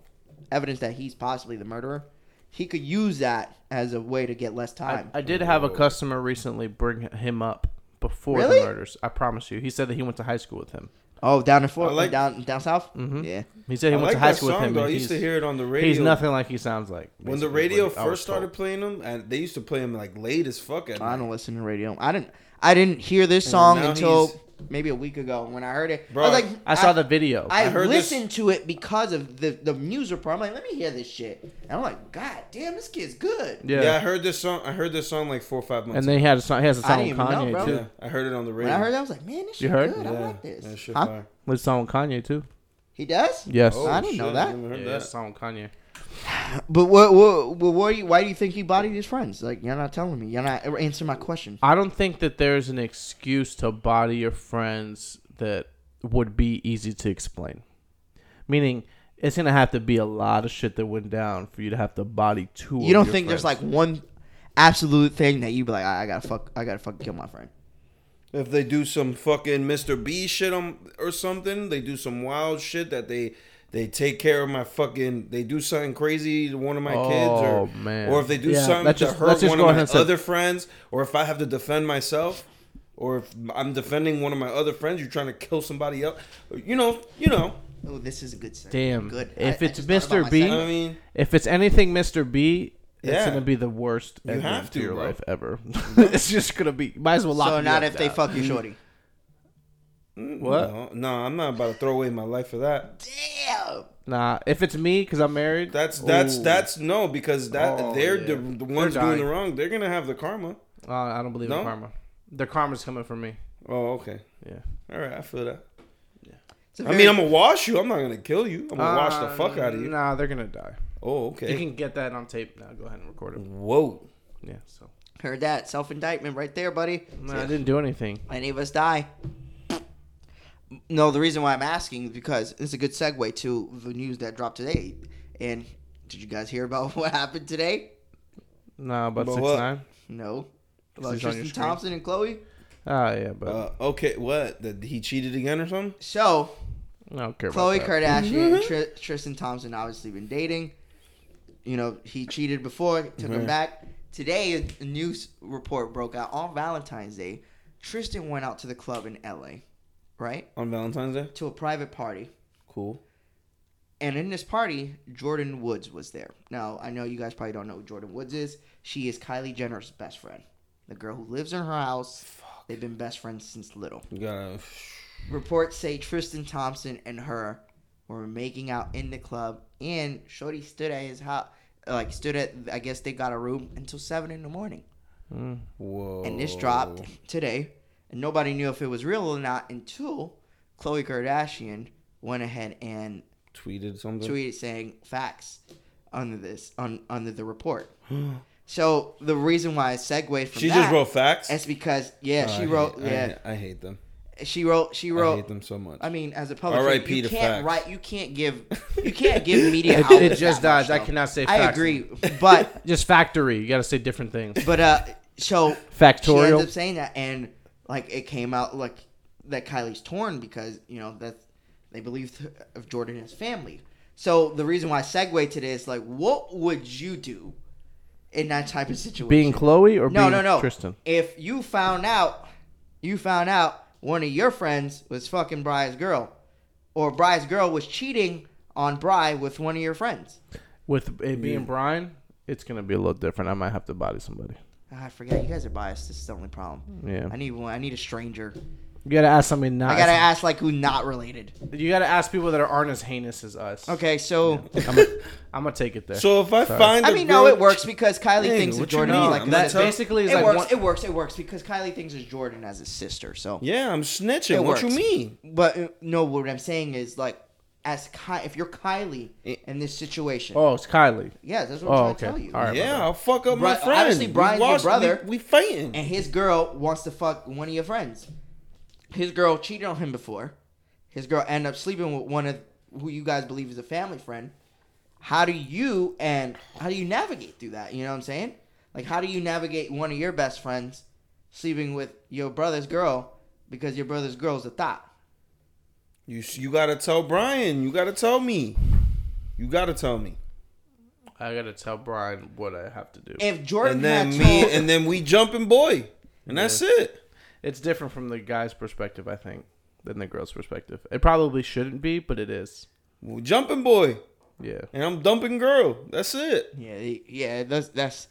A: evidence that he's possibly the murderer. He could use that as a way to get less
B: I,
A: time.
B: I did have a customer recently bring him up before
A: Really?
B: the murders. I promise you. He said that he went to high school with him.
A: oh, down in Florida,
C: I like-
A: down down south. Mm-hmm. Yeah,
B: He said he
C: I
B: went
C: like
B: to high
C: that
B: school with
C: song,
B: him.
C: though.
B: and
C: I used to
B: he's-
C: hear it on the radio.
B: He's nothing like he sounds like.
C: When the
B: basically,
C: radio
B: what I was
C: first started
B: told.
C: playing them, and they used to play them like late as fuck at
A: I
C: night.
A: don't listen to radio. I didn't. I didn't hear this song
C: now
A: until
C: he's-
A: maybe a week ago. When I heard it,
C: Bro,
A: I was like,
B: I saw the video.
A: I,
C: I heard this-
A: listened to it because of the the news report. I'm like, let me hear this shit. And I'm like, God damn, this kid's good.
B: yeah.
C: Yeah. I heard this song. I heard this song like four or five months.
B: and then he had a song. He has a
A: I
B: song with
A: didn't even know,
B: Kanye
A: bro.
B: too.
C: yeah, I heard it on the
A: When
C: radio.
A: I heard that, I was like, man, this shit
B: You heard?
A: good.
C: yeah,
A: I like this.
C: That shit
A: Huh?
C: fire.
B: With a song with Kanye too.
A: He does?
B: Yes.
C: Oh,
A: I didn't know
C: shit,
A: that.
C: I never heard
B: yeah,
C: that.
B: it's a song with Kanye.
A: But what, what, what, what do you, why do you think he bodied his friends? Like, you're not telling me. You're not answering my question.
B: I don't think that there's an excuse to body your friends that would be easy to explain. Meaning, it's gonna have to be a lot of shit that went down for you to have to body two.
A: You don't think there's like one absolute thing that you'd be like, I, I gotta fuck, I gotta fucking kill my friend.
C: If they do some fucking Mr. B shit on, or something, they do some wild shit that they they take care of my fucking. They do something crazy to one of my
B: Oh,
C: kids, or
B: man.
C: or if they do
B: Yeah,
C: something
B: let's
C: to
B: just- let's
C: hurt
B: just
C: one
B: go
C: of
B: ahead
C: my
B: and say-
C: other friends, or if I have to defend myself, or if I'm defending one of my other friends, you're trying to kill somebody else. You know, you know.
A: Oh, this is a good segment.
B: Damn.
A: Good.
B: If
A: I- I
B: it's
A: just thought about
B: Mr.
A: my
B: B,
C: I
A: segment.
C: mean,
B: If it's anything, Mr. B, it's
C: Yeah.
B: gonna be the worst
C: You
B: ending
C: have
B: to,
C: to,
B: your
C: bro.
B: life
C: *laughs*
B: ever. *laughs* it's just gonna be. Might as well lock.
A: so
B: me
A: not
B: up
A: if they
B: now.
A: fuck you, shorty.
B: What?
C: Mm, No, no, I'm not about to throw away my life for that.
A: Damn.
B: Nah, if it's me because I'm married.
C: That's that's
B: ooh.
C: that's no because that
B: Oh,
C: they're
B: yeah.
C: the, the ones
B: They're
C: doing
B: dying.
C: the wrong. They're gonna have the karma.
B: Uh, I don't believe in
C: No?
B: karma. The karma's coming from me.
C: Oh, okay.
B: Yeah.
C: All right, I feel that.
A: It's a
C: I
A: very-
C: mean, I'm gonna wash you. I'm not gonna kill you. I'm gonna wash the
B: Uh,
C: fuck out of you.
B: Nah, they're gonna die.
C: Oh,
B: You
C: okay. Mm.
B: can get that on tape now. Go ahead and record it.
C: Whoa.
B: Yeah. So
A: heard that self indictment right there, buddy.
B: nah, I didn't do anything.
A: any of us die. No, the reason why I'm asking is because it's a good segue to the news that dropped today. And did you guys hear about *laughs* what happened today?
B: Nah, about
C: But
B: six
C: what?
B: nine.
A: No.
B: on
A: About
B: your
A: Tristan
B: screen.
A: Thompson and Chloe.
B: Ah, yeah, but
C: Uh, okay, what? That he cheated again or something?
A: So,
B: I don't care.
A: Chloe
B: about that.
A: Kardashian and Tri- Tristan Thompson obviously been dating. You know, he cheated before, took him
C: Right.
B: Mm-hmm.
A: back. Today, a news report broke out on Valentine's Day. Tristan went out to the club in LA, right?
C: On Valentine's Day?
A: To a private party.
C: Cool.
A: And in this party, Jordan Woods was there. Now, I know you guys probably don't know who Jordan Woods is. She is Kylie Jenner's best friend, the girl who lives in her house. They've been best friends since little.
C: You gotta.
A: Reports say Tristan Thompson and her were making out in the club, and Shorty stood at his house, like stood at. I guess they got a room until seven in the morning.
B: Mm.
C: Whoa.
A: And this
C: Oh.
A: dropped today, and nobody knew if it was real or not until Khloe Kardashian went ahead and
C: Tweeted something.
A: tweeted saying facts under this on under the
C: *gasps*
A: report. so the reason why I segued from
C: She
A: that
C: just wrote facts.
A: is because yeah,
C: Oh, I
A: she
C: hate-
A: wrote
C: I
A: yeah,
C: hate- I hate them.
A: she wrote she
C: I hate
A: wrote.
C: them so much.
A: I mean, as a public,
C: R.I.P.
A: you
C: to
A: can't
C: facts.
A: write, you can't give,
C: *laughs*
A: you can't give
B: It-
A: media.
B: it
A: outlets
B: just
A: that much,
B: dies. I
A: though.
B: cannot say
A: I
B: facts.
A: agree, but
B: Just factory. You gotta say different things.
A: *laughs* but uh, so she
B: Factorial.
A: ends up saying that, and like it came out like that Kylie's torn because you know that they believe th- of Jordan and his family. So the reason why I segue to this, like, what would you do in that type of situation?
B: being Chloe or
A: no,
B: being
A: no, no,
B: Tristan.
A: If you found out, you found out one of your friends was fucking Bri's girl, or Bri's girl was cheating on Bri with one of your friends.
B: With it being Brian, it's gonna be a little different. I might have to body somebody.
A: Ah, I forget. You guys are biased. This is the only problem.
B: Yeah,
A: I need one. I need a stranger.
B: you gotta ask somebody not.
A: I gotta ask like who not related.
B: You gotta ask people that aren't as heinous as us.
A: Okay, so
B: I'm gonna, I'm gonna take it there.
C: so if I find
A: I
C: a
A: mean,
C: girl,
A: no, it works because Kylie
C: Hey,
A: thinks of
C: what you
A: Jordan
C: mean?
A: as like
C: I'm
A: that.
C: not
B: that
C: tell-
B: basically is
A: it
B: like
A: works.
B: one,
A: It works. It works because Kylie thinks of Jordan as his sister. So,
C: Yeah, I'm snitching.
A: It
C: what you
A: works.
C: mean?
A: but uh, no, what I'm saying is like, as Ky- if you're Kylie
C: Eh.
A: in this situation,
B: Oh, it's Kylie.
A: yeah, that's what
B: Oh,
A: I'm trying
B: okay.
A: to tell you.
B: All right.
C: Yeah, I'll fuck up my
A: Bri-
C: friend.
A: obviously,
C: We
A: Brian's your
C: lost-
A: brother.
C: We, we fighting.
A: and his girl wants to fuck one of your friends. His girl cheated on him before. His girl ended up sleeping with one of who you guys believe is a family friend. How do you and how do you navigate through that? You know what I'm saying? Like how do you navigate one of your best friends sleeping with your brother's girl because your brother's girl's a thought?
C: You you gotta tell Brian. You gotta tell me. You gotta tell me.
B: I gotta tell Brian what I have to do.
A: If
C: And
A: Jordan
C: then
A: had
C: me.
A: told,
C: And then we jumping boy. And that's it.
B: It's different from the guy's perspective, I think, than the girl's perspective. It probably shouldn't be, but it is.
C: we jumping boy.
B: Yeah.
C: And I'm dumping girl. That's it.
A: yeah, yeah, that's that's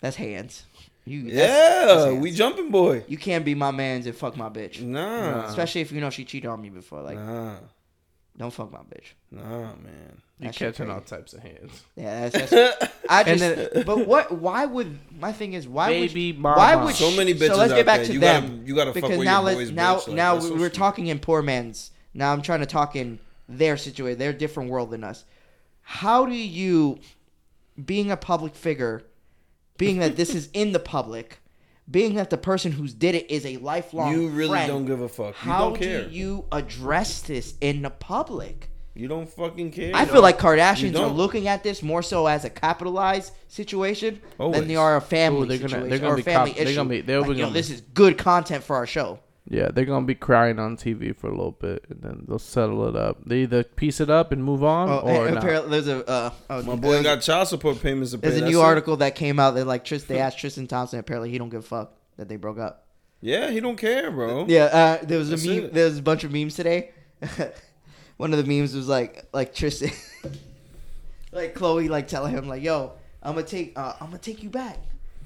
A: that's hands. You, that's- that's
C: Yeah,
A: hands.
C: we jumping boy.
A: You can't be my man's and fuck my bitch.
C: Nah,
A: Especially if you know she cheated on me before. Like,
C: nah,
A: don't fuck my bitch.
C: nah, man.
B: You
A: That shit
B: catching
A: crazy.
B: all types of hands.
A: Yeah, that's, that's I
B: *laughs* And
A: just. but what? Why would my thing is why
B: Baby
A: would
B: mama.
A: why would
C: So
A: she-
C: many bitches
A: So let's
C: out
A: get back
C: there.
A: to
C: You
A: them.
C: gotta- you gotta fuck
A: because
C: with
A: now
C: your
A: let's
C: boys,
A: now
C: bitch. Like,
A: now
C: that's so
A: we're
C: sweet.
A: talking in poor man's. Now I'm trying to talk in their situation, their different world than us. How do you, being a public figure, being that this is in the public, being that the person who's did it is a lifelong
C: You really
A: friend,
C: don't give a fuck. You
A: how
C: don't care.
A: do
C: you,
A: you address this in the public?
C: don't fucking care.
A: I
C: you
A: feel
C: don't.
A: like
C: You
A: Kardashians are
C: don't.
A: looking at this more so as a capitalized situation than they
C: Always.
A: are a family
B: Ooh, they're gonna-
A: situation
B: they're gonna
A: or a
B: be
A: family
B: cop-
A: issue.
B: they're gonna be- they're
A: Like, yo,
B: gonna be-
A: this is good content for our show.
B: Yeah, they're gonna be crying on TV for a little bit, and then they'll settle it up. They either piece it up and move on,
A: Oh,
B: or
A: and
B: not.
A: apparently there's a uh, oh,
C: my
A: there's
C: boy
A: a-
C: got child support payments to pay.
A: There's a
C: That's
A: new
C: it.
A: article that came out that like Tris, they asked Tristan Thompson. Apparently he don't give a fuck that they broke up.
C: Yeah, he don't care, bro.
A: Yeah, uh, there was
C: That's
A: a meme.
C: it.
A: There was a bunch of memes today. *laughs* One of the memes was like like Tristan, *laughs* like Chloe, like telling him like, "Yo, I'm gonna take uh, I'm gonna take you back.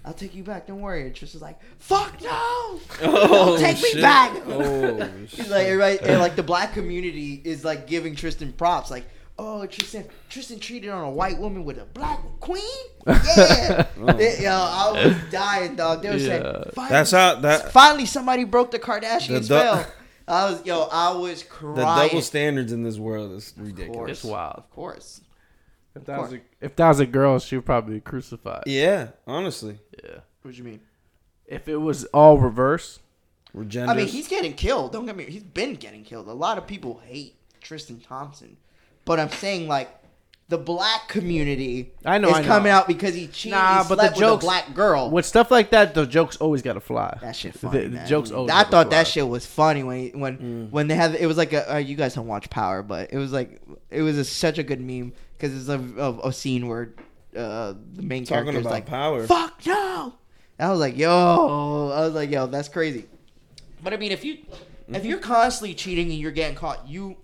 A: I'll take you back. Don't worry." And Tristan's like, "Fuck no!
C: Oh,
A: *laughs* *laughs* Don't take
C: shit.
A: me back."
C: Oh,
A: *laughs* He's like, right, and like the black community is like giving Tristan props, like. Oh, Tristan! Tristan cheated on a white woman with a black queen.
B: *laughs*
A: Yeah, They- yo, I was dying, dog. They were
B: Yeah.
A: saying, "Fuck
C: That's how that
A: Finally, somebody broke the Kardashians'
C: The du-
A: spell. I was yo, I was crying.
C: the double standards in this world is
A: Of
C: ridiculous.
A: course.
B: It's wild.
A: Of course.
B: If that was a, if that was a girl, she would probably be crucified.
C: Yeah, honestly,
B: Yeah.
A: What do you mean?
B: If it was all reverse,
C: we're genders.
A: I mean, he's getting killed. Don't get me. He's been getting killed. A lot of people hate Tristan Thompson, but I'm saying like the black community.
B: I know,
A: is
B: I know.
A: coming out because he cheated.
B: Nah,
A: he
B: but
A: slept
B: the
A: with
B: jokes-
A: a black girl.
B: with stuff like that, the jokes always gotta fly.
A: that shit
B: The-
A: funny.
B: the,
A: man.
B: jokes always.
A: I
B: gotta
A: thought that
B: fly.
A: shit was funny when when when they had it was like a uh, you guys don't watch Power, but it was like it was a, such a good meme because it's a, a a scene where uh, the main
C: Talking
A: character is
C: about
A: like
C: power.
A: Fuck no! I was like, yo, I was like, yo, that's crazy. But I mean, if you if you're constantly cheating and you're getting caught, you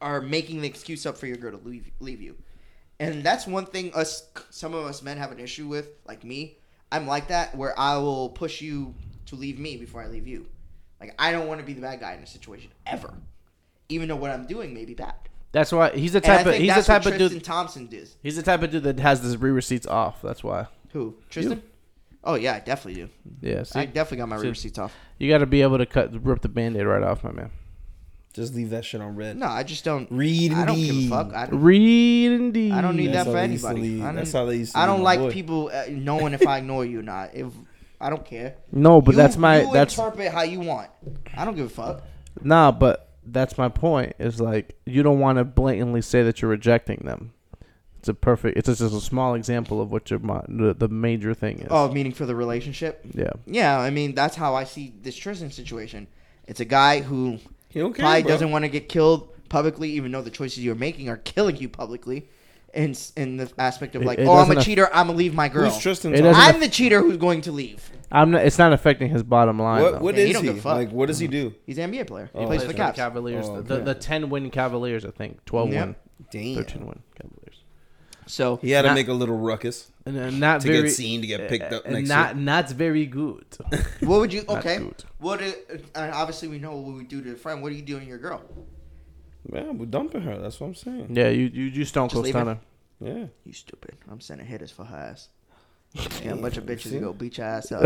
A: are making the excuse up for your girl to leave leave you. And that's one thing us some of us men have an issue with, like me. I'm like that where I will push you to leave me before I leave you. Like I don't want to be the bad guy in a situation ever. Even though what I'm doing may be bad.
B: That's why he's the
A: And I
B: type of
A: think
B: he's the
A: that's what
B: type of
A: Tristan
B: dude.
A: Thompson does.
B: He's the type of dude that has his re receipts off. That's why.
A: Who? Tristan? Oh yeah, I definitely do.
B: Yeah. See,
A: I definitely got my
B: See?
A: receipts off.
B: you gotta be able to cut rip the band-aid right off, my man.
C: just leave that shit on red.
A: No, I just don't
C: Read
A: I don't give a
C: me.
A: fuck. I don't,
B: Read indeed.
A: I don't need
C: That's
A: that for
C: how they used to
A: anybody.
C: lead-
A: I don't,
C: that's how they used to
A: I
C: lead
A: don't
C: my
A: like
C: boy.
A: people uh, knowing if I ignore you or not. If I don't care.
B: No, but
A: You-
B: that's my
A: you
B: that's
A: interpret how you want. I don't give a fuck.
B: Nah, but that's my point. Is like you don't want to blatantly say that you're rejecting them. It's a perfect. It's just a small example of what your mo- the, the major thing is.
A: Oh, meaning for the relationship.
B: yeah.
A: Yeah, I mean that's how I see this Tristan situation. It's a guy who
C: He don't care,
A: probably
C: bro.
A: doesn't want to get killed publicly, even though the choices you're making are killing you publicly. In s- in the aspect of
B: It-
A: like,
B: it
A: oh, I'm
B: doesn't
A: a
B: aff-
A: cheater. I'm gonna leave my girl.
C: Who's Tristan?
B: It
C: Thompson?
B: doesn't-
A: I'm the cheater who's going to leave.
B: I'm not. It's not affecting his bottom line.
C: What
B: though.
C: what
A: Yeah, he
C: is
A: don't
C: he?
A: give a fuck.
C: Like what does he do?
A: He's an NBA player. He
C: Oh,
A: plays
C: plays
A: for the
C: for the
A: Cavs.
B: Cavaliers?
C: Oh,
B: the,
C: okay.
B: the ten win Cavaliers, I think. 12 win,
C: Damn.
B: 13 win Cavaliers.
A: So
C: He had to
B: Not-
C: make a little ruckus
B: And, uh, not
C: to
B: very.
C: get seen to
A: eh,
C: get picked up
B: and
C: next
B: not
C: year.
B: not very
A: *laughs*
B: good.
A: What would you?
B: Not
A: Okay.
B: good.
A: What? do- And obviously, we know what we do to a friend. What do you do to your girl?
C: Man, we're dumping her. That's what I'm saying.
B: yeah, you you you stone
A: Just
B: cold
A: leave him.
B: stunner.
C: Yeah.
A: You stupid. I'm sending hitters for her ass. Yeah, a
C: Damn,
A: bunch of
C: you
A: bitches
C: see?
A: go beat your
B: *laughs*
A: ass up.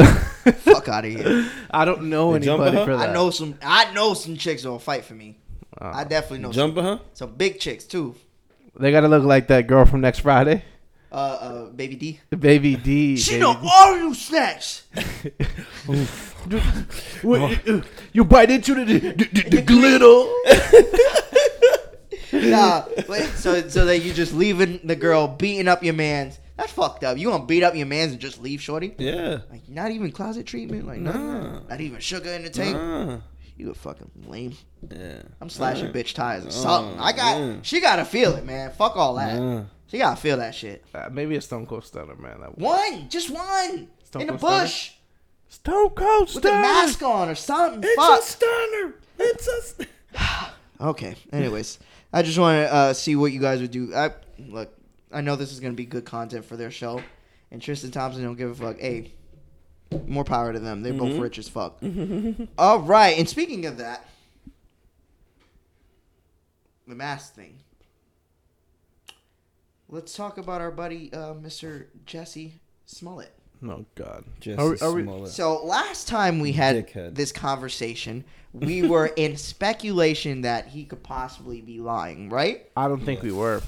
A: Fuck out of here.
B: I don't know
C: You jumping
B: anybody
C: her?
B: for that.
A: I know some. I know some chicks that'll fight for me.
B: Oh.
A: I definitely know some,
C: Jumping her?
A: some big chicks too.
B: They gotta look like that girl from next Friday,
A: Uh, uh baby D.
B: Baby D.
A: She
B: baby *laughs*
A: know
B: D.
A: all you snacks.
B: uh, you bite into the, glitter.
A: *laughs* nah, wait, so so that you just leaving the girl beating up your man's. That's fucked up. You gonna beat up your man's and just leave, shorty?
C: Yeah.
A: Like not even closet treatment. Like nah.
C: Nah.
A: not even sugar in the tank.
C: Ah,
A: You a fucking lame.
C: yeah.
A: I'm slashing
C: Ah,
A: bitch tires or something. I got
C: yeah.
A: she gotta feel it, man. Fuck all that.
C: Yeah.
A: She gotta feel that shit.
B: Uh, maybe a Stone Cold Stunner, man. That one.
A: One, just one
B: Stone
A: in the
B: Cold Stunner?
A: bush
B: Stone Cold
A: with a mask on or something. Fuck.
C: stunner. It's a. St-
A: okay. Anyways, I just want to uh, see what you guys would do. I look. I know this is gonna be good content for their show, and Tristan Thompson don't give a fuck. Hey, More power to them. They're both rich as fuck. All right. And speaking of that, the mask thing. Let's talk about our buddy, uh, Mr. Jesse Smollett.
B: Oh God.
C: Just
B: Are we- are we-
A: So last time we had
C: Dickhead.
A: this conversation, we
C: *laughs*
A: were in speculation that he could possibly be lying, right?
B: I don't think we were.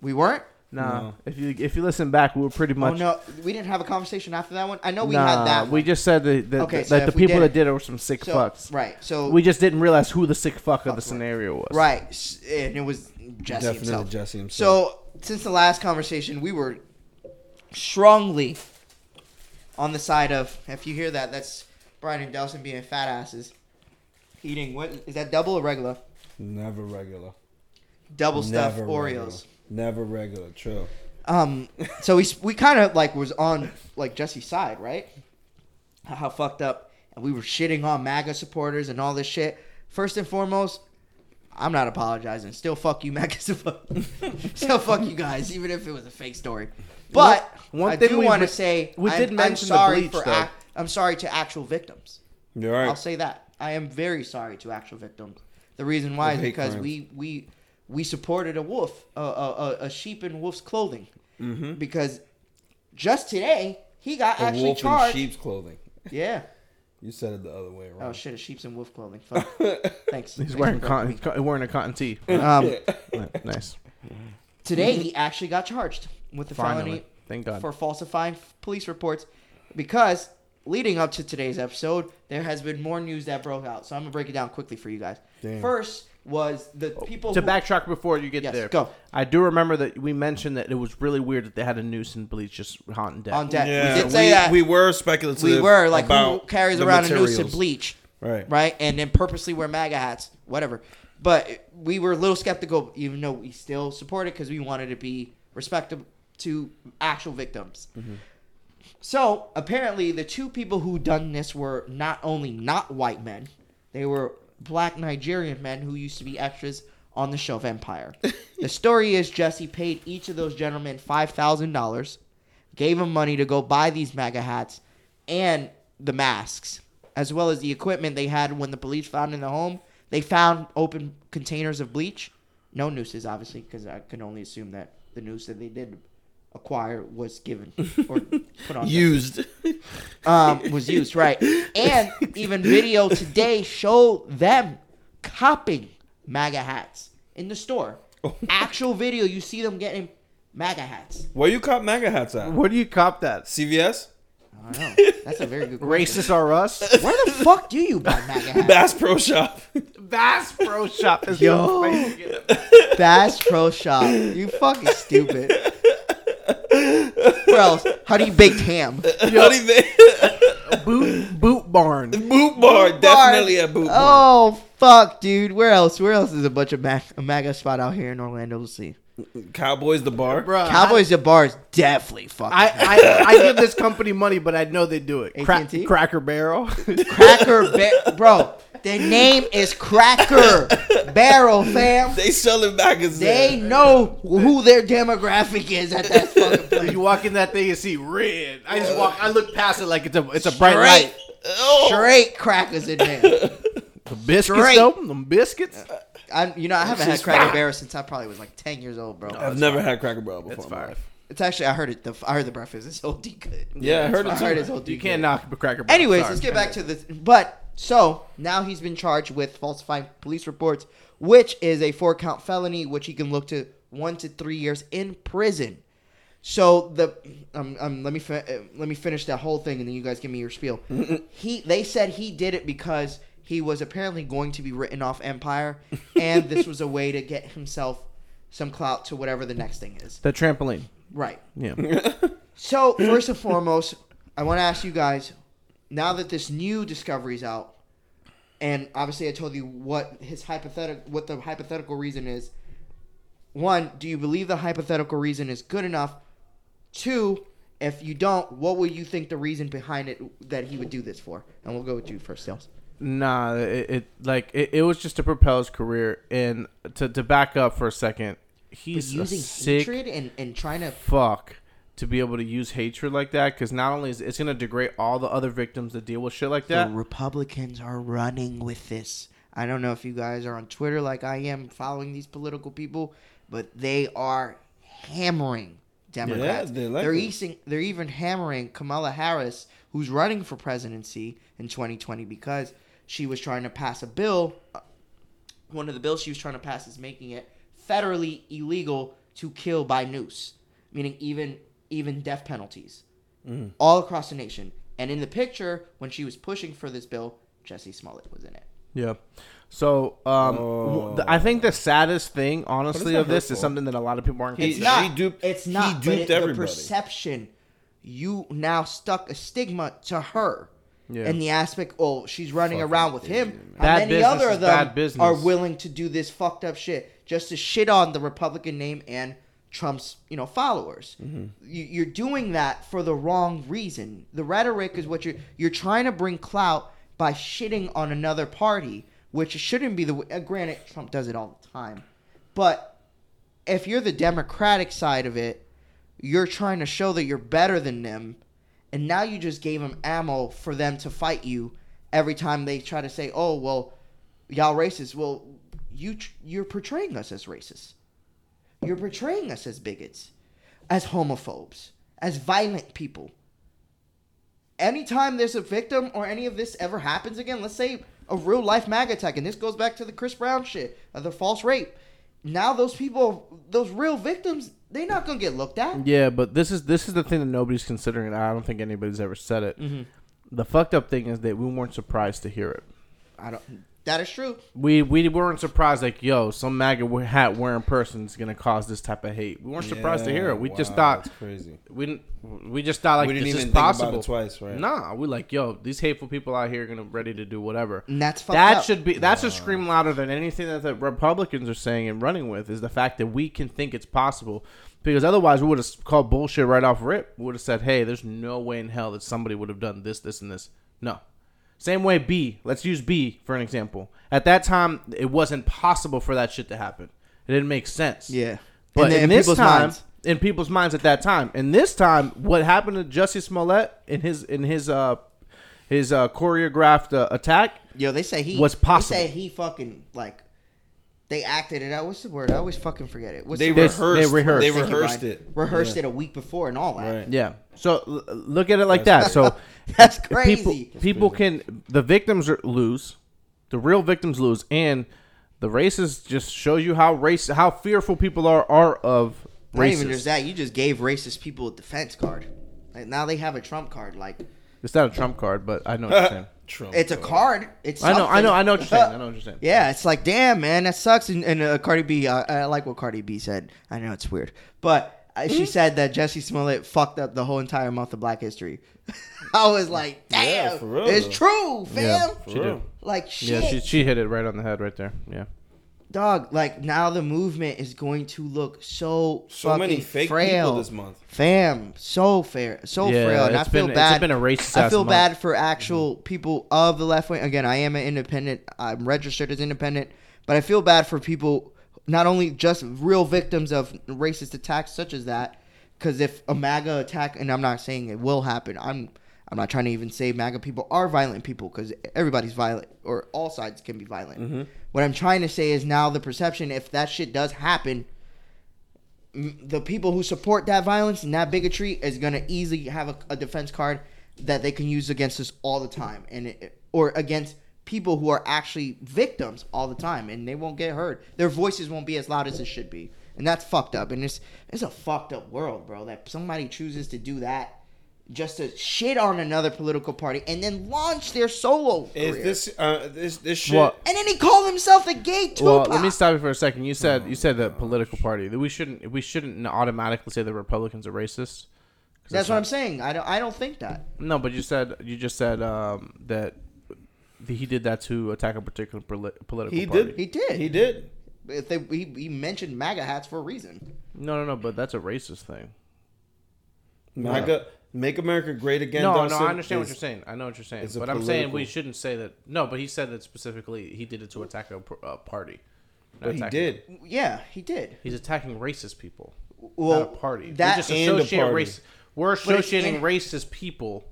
A: We weren't?
B: Nah.
C: No.
B: If you if you listen back, we were pretty much.
A: Oh no, we didn't have a conversation after that one. I know we
B: nah,
A: had that. One.
B: We just said that, that,
A: Okay,
B: that,
A: so
B: the
A: if we
B: people
A: did
B: that
A: it-
B: did it were some sick
A: so,
B: fucks.
A: right. So
B: We just didn't realize who the sick fuck of the
A: right.
B: scenario was.
A: right, s- and it was Jesse
C: Definitely
A: himself.
C: Jesse himself.
A: So since the last conversation, we were strongly on the side of if you hear that, that's Brian and Delson being fat asses, eating what is that double or regular?
C: never regular.
A: Double stuffed
C: Never
A: Oreos.
C: regular. Never regular. True.
A: Um, so we we kind of like was on like Jesse's side, right? How, how fucked up, and we were shitting on MAGA supporters and all this shit. First and foremost, I'm not apologizing. Still, fuck you, *laughs* MAGA supporters. *laughs* Still, fuck you guys, even if it was a fake story. But
B: One- one
A: I
B: thing
A: do
B: we
A: want to
B: re-
A: say
B: we
A: I'm,
B: did
A: I'm
B: mention the
A: sorry
B: bleach,
A: for
B: though.
A: ac- I'm sorry to actual victims.
C: You're all
A: I'll
C: right.
A: say that. I am very sorry to actual victims. The reason why is
C: Of hate
A: because
C: crimes.
A: we we we supported a wolf, a a, a- a sheep in wolf's clothing, mm-hmm. because just today he got
C: A
A: actually
C: wolf in
A: charged.
C: sheep's clothing.
A: Yeah.
C: You said it the other way
A: Oh
C: around.
A: shit, a sheep's in wolf clothing.
C: *laughs*
A: Fuck. Thanks.
B: He's wearing cotton. he's co- wearing a cotton
A: *laughs*
B: tee.
A: Um,
B: nice.
A: today he actually got charged with the
B: Finally.
A: felony
B: Thank God.
A: for falsifying f- police reports, because leading up to today's episode, there has been more news that broke out. So I'm gonna break it down quickly for you guys.
C: Damn.
A: First was the
C: Oh,
A: people
B: to
A: who-
B: backtrack before you get
A: Yes,
B: there,
A: go.
B: I do remember that we mentioned that it was really weird that they had a noose and bleach just haunting death.
A: on deck.
C: Yeah,
A: we did say that.
C: we
A: We,
C: were speculative.
A: were like, who
C: about
A: carries
C: the
A: around a noose and
C: materials.
A: bleach,
C: Right.
A: right? And then purposely wear MAGA hats, whatever. But we were a little skeptical, even though we still support it because we wanted to be respectful to actual victims. So apparently, the two people who done this were not only not white men, they were black Nigerian men who used to be extras on the show Vampire. the story is Jesse paid each of those gentlemen five thousand dollars, gave them money to go buy these MAGA hats and the masks, as well as the equipment they had when the police found in the home. They found open containers of bleach, no nooses, obviously, because I can only assume that the noose that they did acquire was given or put on
C: Used. *laughs*
A: um, was used, right? And even video today showed them copping MAGA hats in the store.
C: Oh.
A: Actual video, you see them getting MAGA hats.
C: Where you cop MAGA hats at?
B: Where do you cop that?
A: *laughs*
C: CVS?
A: I don't know. That's a very good question.
B: Racist are
A: *laughs*
B: us?
A: Where the fuck do you buy MAGA hats?
C: Bass Pro Shop. *laughs*
B: Bass Pro Shop is
A: Yo.
B: the
A: Bass Pro Shop. You fucking stupid. Where else? How do you bake ham?
C: Not even
B: boot boot barn.
C: *laughs* boot bar.
A: Boot bar.
C: Definitely a boot bar.
A: Oh fuck, dude. Where else? Where else is a bunch of mag- a MAGA spot out here in Orlando? Let's see.
C: Cowboys the bar.
A: Cowboys at bars definitely fucking.
B: I, I, I give this company money, but I know they do it. Cra-
A: AT&T?
B: Cracker
A: *laughs*
B: Barrel.
A: Cracker Barrel, bro. The name is Cracker Barrel, fam.
C: They selling magazines.
A: They know who their demographic is at that fucking place.
B: you walk in that thing and see red. I just walk. I look past it like it's a it's a bright light.
A: Straight crackers in there.
B: The biscuits
A: Straight. Uh,
B: though. Them biscuits.
A: I, you know, I haven't had Cracker Barrel since I probably was like ten years old, bro.
C: I've never had Cracker Barrel before.
B: It's
C: in my
B: fire.
C: life.
A: It's actually I heard it. The, I heard the breakfast. It's OD good.
C: Yeah, I heard it
A: I
C: too.
A: heard it's OD.
B: You can't
A: good.
B: knock a Cracker Barrel.
A: Anyways,
B: Sorry.
A: let's get back to this. But so now he's been charged with falsifying police reports, which is a four count felony, which he can look to one to three years in prison. So the um, um let me fi- uh, let me finish that whole thing and then you guys give me your spiel. he they said he did it because he was apparently going to be written off Empire, and this was a way to get himself some clout to whatever the next thing is.
B: the trampoline.
A: Right.
B: Yeah.
A: So first and foremost, I want to ask you guys now that this new discovery's out, and obviously I told you what his hypothetical, what the hypothetical reason is. One, do you believe the hypothetical reason is good enough? Two, if you don't, what would you think the reason behind it that he would do this for? And we'll go with you first, Sales.
B: Nah, it, it like it, it was just to propel his career and to to back up for a second. He's a
A: Using
B: sick
A: hatred and, and trying to
B: fuck to be able to use hatred like that because not only is it's gonna degrade all the other victims that deal with shit like that.
A: The Republicans are running with this. I don't know if you guys are on Twitter like I am following these political people, but they are hammering Democrats.
C: they like
A: are
C: it.
A: easing, they're even hammering Kamala Harris, who's running for presidency in 2020 because she was trying to pass a bill. uh, One of the bills she was trying to pass is making it federally illegal to kill by noose, meaning even even death penalties
C: Mm.
A: all across the nation. And in the picture, when she was pushing for this bill, Jesse Smollett was in it.
B: Yeah. So um, w- th- I think the saddest thing, honestly,
C: that
B: of this is
C: hurtful?
B: something that a lot of people aren't.
C: He-
B: It's
A: It's not.
C: she duped-
A: it's
C: he
A: not. but
C: duped
A: it- the
C: everybody.
A: perception. You now stuck a stigma to her.
B: Yeah.
A: And the aspect, oh, she's running around with him. How
B: Bad
A: many
B: business
A: other
B: is
A: of them
B: bad business.
A: are willing to do this fucked up shit just to shit on the Republican name and Trump's, you know, followers?
B: Mm-hmm.
A: You, you're doing that for the wrong reason. The rhetoric is what you're you're trying to bring clout by shitting on another party, which shouldn't be the. w- Uh, granted, Trump does it all the time, but if you're the Democratic side of it, you're trying to show that you're better than them, and now you just gave them ammo for them to fight you every time they try to say, "Oh, well, y'all racist." Well, you tr- you're portraying us as racist. You're portraying us as bigots, as homophobes, as violent people. Anytime there's a victim or any of this ever happens again, let's say a real life mag attack, and this goes back to the Chris Brown shit, of the false rape. Now those people, those real victims, they're not gonna get looked at.
B: Yeah, but this is this is the thing that nobody's considering. and I don't think anybody's ever said it. The fucked up thing is that we weren't surprised to hear it.
A: I don't. That is true.
B: We we weren't surprised like yo, some MAGA we- hat wearing person's gonna cause this type of hate. We weren't surprised to hear it. We just
C: wow,
B: thought
C: that's crazy.
B: we didn't, we just thought like
C: We didn't
B: this
C: even
B: is
C: think about
B: possible.
C: it twice, right?
B: Nah, we like yo, these hateful people out here gonna ready to do whatever.
A: And that's fucked
B: that
A: up.
B: should be that should scream louder than anything that the Republicans are saying and running with is the fact that we can think it's possible because otherwise we would have called bullshit right off rip. We would have said, hey, there's no way in hell that somebody would have done this, this, and this. No. Same way B. Let's use B for an example. At that time, it wasn't possible for that shit to happen. It didn't make sense.
A: Yeah.
B: But
A: And then
B: in
A: in
B: this
A: people's
B: time,
A: minds.
B: in people's minds at that time, and this time, what happened to Justice Smollett in his in his uh his uh choreographed uh, attack
A: Yo, they say he
B: What's possible.
A: They say he fucking like they acted it out. What's the word? I always fucking forget it. What's
C: They
A: the word?
C: rehearsed. They rehearsed.
B: rehearsed.
C: They
B: Thank you,
A: Thank you,
C: rehearsed
A: Brian.
C: it.
A: Rehearsed it a week before and all that.
C: Right.
B: Yeah. So l- look at it like that. So
A: *laughs* That's
B: if
A: crazy.
B: People, people can the victims are, lose, the real victims lose, and the racists just shows you how race how fearful people are are of
A: Not even just
B: racists.
A: that. You just gave racist people a defense card. Like now they have a Trump card. Like
B: It's not a Trump card, but I know what
A: *laughs*
B: you're saying.
C: *laughs* Trump.
A: it's a card. It's
B: I know, I know,
A: something.
B: I know what you're saying. I know what you're saying.
A: Yeah, it's like, damn, man, that sucks. And, and uh, Cardi B, uh, I like what Cardi B said. I know it's weird, but uh,
C: Mm-hmm.
A: she said that Jesse Smollett fucked up the whole entire month of Black History. *laughs* I was like, damn,
C: Yeah, for real,
A: it's
C: though.
A: true, fam.
B: Yeah,
C: For
B: she
C: real.
B: did.
A: Like shit,
B: Yeah, she she hit it right on the head right there. Yeah.
A: dog. Like now the movement is going to look so
C: So many
A: fucking
C: fake
A: frail.
C: people this month.
A: fam so fair so
B: Yeah,
A: frail and i
B: it's
A: feel
B: been- it's
A: bad
B: been a racist
A: i
B: ass
A: feel
B: month.
A: bad for actual people of the left wing again i am an independent i'm registered as independent but i feel bad for people not only just real victims of racist attacks such as that because if a maga attack and i'm not saying it will happen i'm i'm not trying to even say maga people are violent people because everybody's violent or all sides can be violent
B: Mm-hmm.
A: what i'm trying to say is now the perception if that shit does happen the people who support that violence and that bigotry is going to easily have a, a defense card that they can use against us all the time and it, or against people who are actually victims all the time and they won't get heard their voices won't be as loud as it should be and that's fucked up and it's it's a fucked up world bro that somebody chooses to do that just to shit on another political party and then launch their solo career.
C: Is this uh this this shit?
B: Well,
A: and then he called himself the gay
B: Well,
A: Tupac.
B: let me stop you for a second. You said you said
A: Oh,
B: the political party that we shouldn't we shouldn't automatically say the Republicans are racist. 'Cause
A: that's
B: not
A: what i'm saying i don't i don't think that
B: No, but you said you just said um, that the, he did that to attack a particular poli- political
C: He
B: party.
C: did.
A: he did
C: He did.
A: If they, he, he mentioned MAGA hats for a reason.
B: No, no, no. But that's a racist thing.
C: MAGA, make America great again.
B: no,
C: Dawson,
B: no. I understand what
C: is-
B: you're saying. I know what you're saying.
C: it's a
B: But I'm saying we
C: political-
B: shouldn't say that. No, but he said that specifically. He did it to attack a, pr- a party. Not
C: But he
B: attacking-
C: did.
A: Yeah, he did.
B: He's attacking racist people.
A: well,
B: not a party.
A: That
B: we just
C: and a
B: associate
C: party.
B: race. We're
A: it's-
B: associating racist people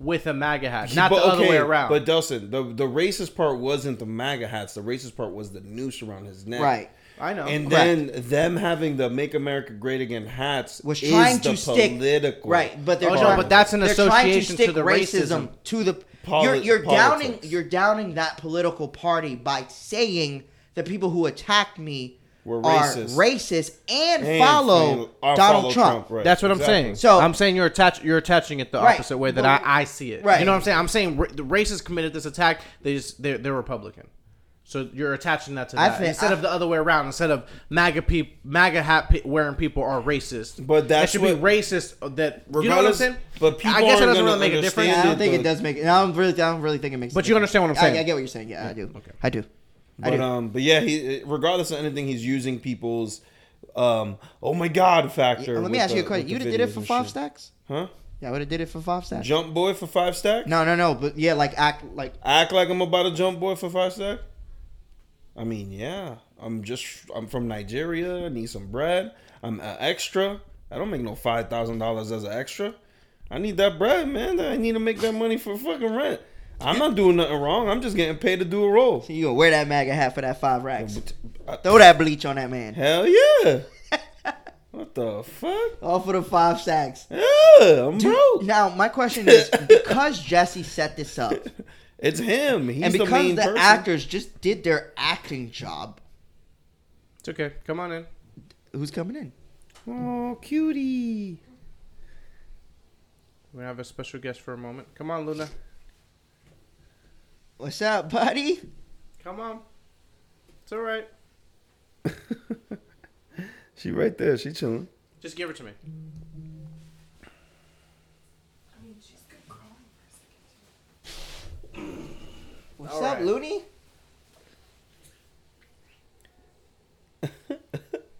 B: with a MAGA hat, not
C: But
B: the other
C: okay,
B: way around.
C: But Delson, the the racist part wasn't the MAGA hats. The racist part was the noose around his neck.
A: Right.
B: I know.
C: And
A: Correct.
C: then them having the "Make America Great Again" hats
A: was
C: is
A: trying
C: the
A: to stick
C: political
A: right, but they're
B: Oh, no,
A: trying,
B: but that's an
A: they're trying
B: association to the racism.
A: to the
C: Poli-
A: you're you're downing
C: politics.
A: you're downing that political party by saying the people who attacked me
C: Were racist.
A: are racist and,
C: And
A: follow
C: I'll
A: Donald
C: follow
A: Trump.
C: right,
B: That's what
C: exactly.
B: I'm saying.
A: So-
B: So I'm saying you're attach you're attaching it the
A: Right,
B: opposite way that
A: but-
B: I, I see it.
A: right.
B: You know what I'm saying? I'm saying ra- the racists committed this attack. They just they're, they're Republican. So you're attaching that to
A: I
B: that
A: think-
B: instead
A: I-
B: of the other way around. Instead of MAGA peop, MAGA hat pe- wearing people are racist.
C: But that's
B: that should
C: what-
B: be racist. uh, That you know what I'm
C: Regardless-
B: saying?
C: but people
B: I guess it
C: aren't
B: doesn't
C: gonna
B: really make a
C: understand
B: difference.
A: Yeah, I don't
C: it,
A: think it
C: though.
A: does make. No, I'm really, I don't really think it makes. a
B: But you
A: difference.
B: understand what I'm saying.
A: I, I get what you're saying. Yeah, I do. Okay. I do. I
C: But
A: do.
C: um, but yeah, he regardless of anything, he's using people's um, oh my god factor.
A: Let me
C: with
A: ask
C: the-
A: you a question.
C: with
A: You
C: the
A: did it
C: videos
A: for
C: and
A: five
C: shit.
A: stacks.
C: huh?
A: Yeah, I would have did it for five stacks.
C: Jump boy for five stack?
A: No, no, no. But yeah, like act like
C: Act like I'm about to jump boy for five stack? I mean, yeah. I'm just I'm from Nigeria. I need some bread. I'm an extra. I don't make no five thousand dollars as an extra. I need that bread, man. I need to make that money for fucking rent. I'm not doing nothing wrong. I'm just getting paid to do a role.
A: you gonna wear that MAGA hat for that five racks. Throw that bleach on that man.
C: Hell yeah. what the fuck?
A: *laughs* All for the five stacks.
C: Yeah, I'm broke.
A: Now my question
C: *laughs*
A: is because Jesse set this up
C: It's him. He's
A: and
C: the
A: because
C: main
A: the
C: person.
A: actors just did their acting job,
B: It's okay. Come on in.
A: who's coming in?
C: Oh, cutie.
B: We have a special guest for a moment. Come on, Luna.
A: What's up, buddy?
B: Come on. It's all right.
C: She right there. She chilling.
B: Just give her to me.
A: What's
B: All
A: up,
B: right.
A: Looney?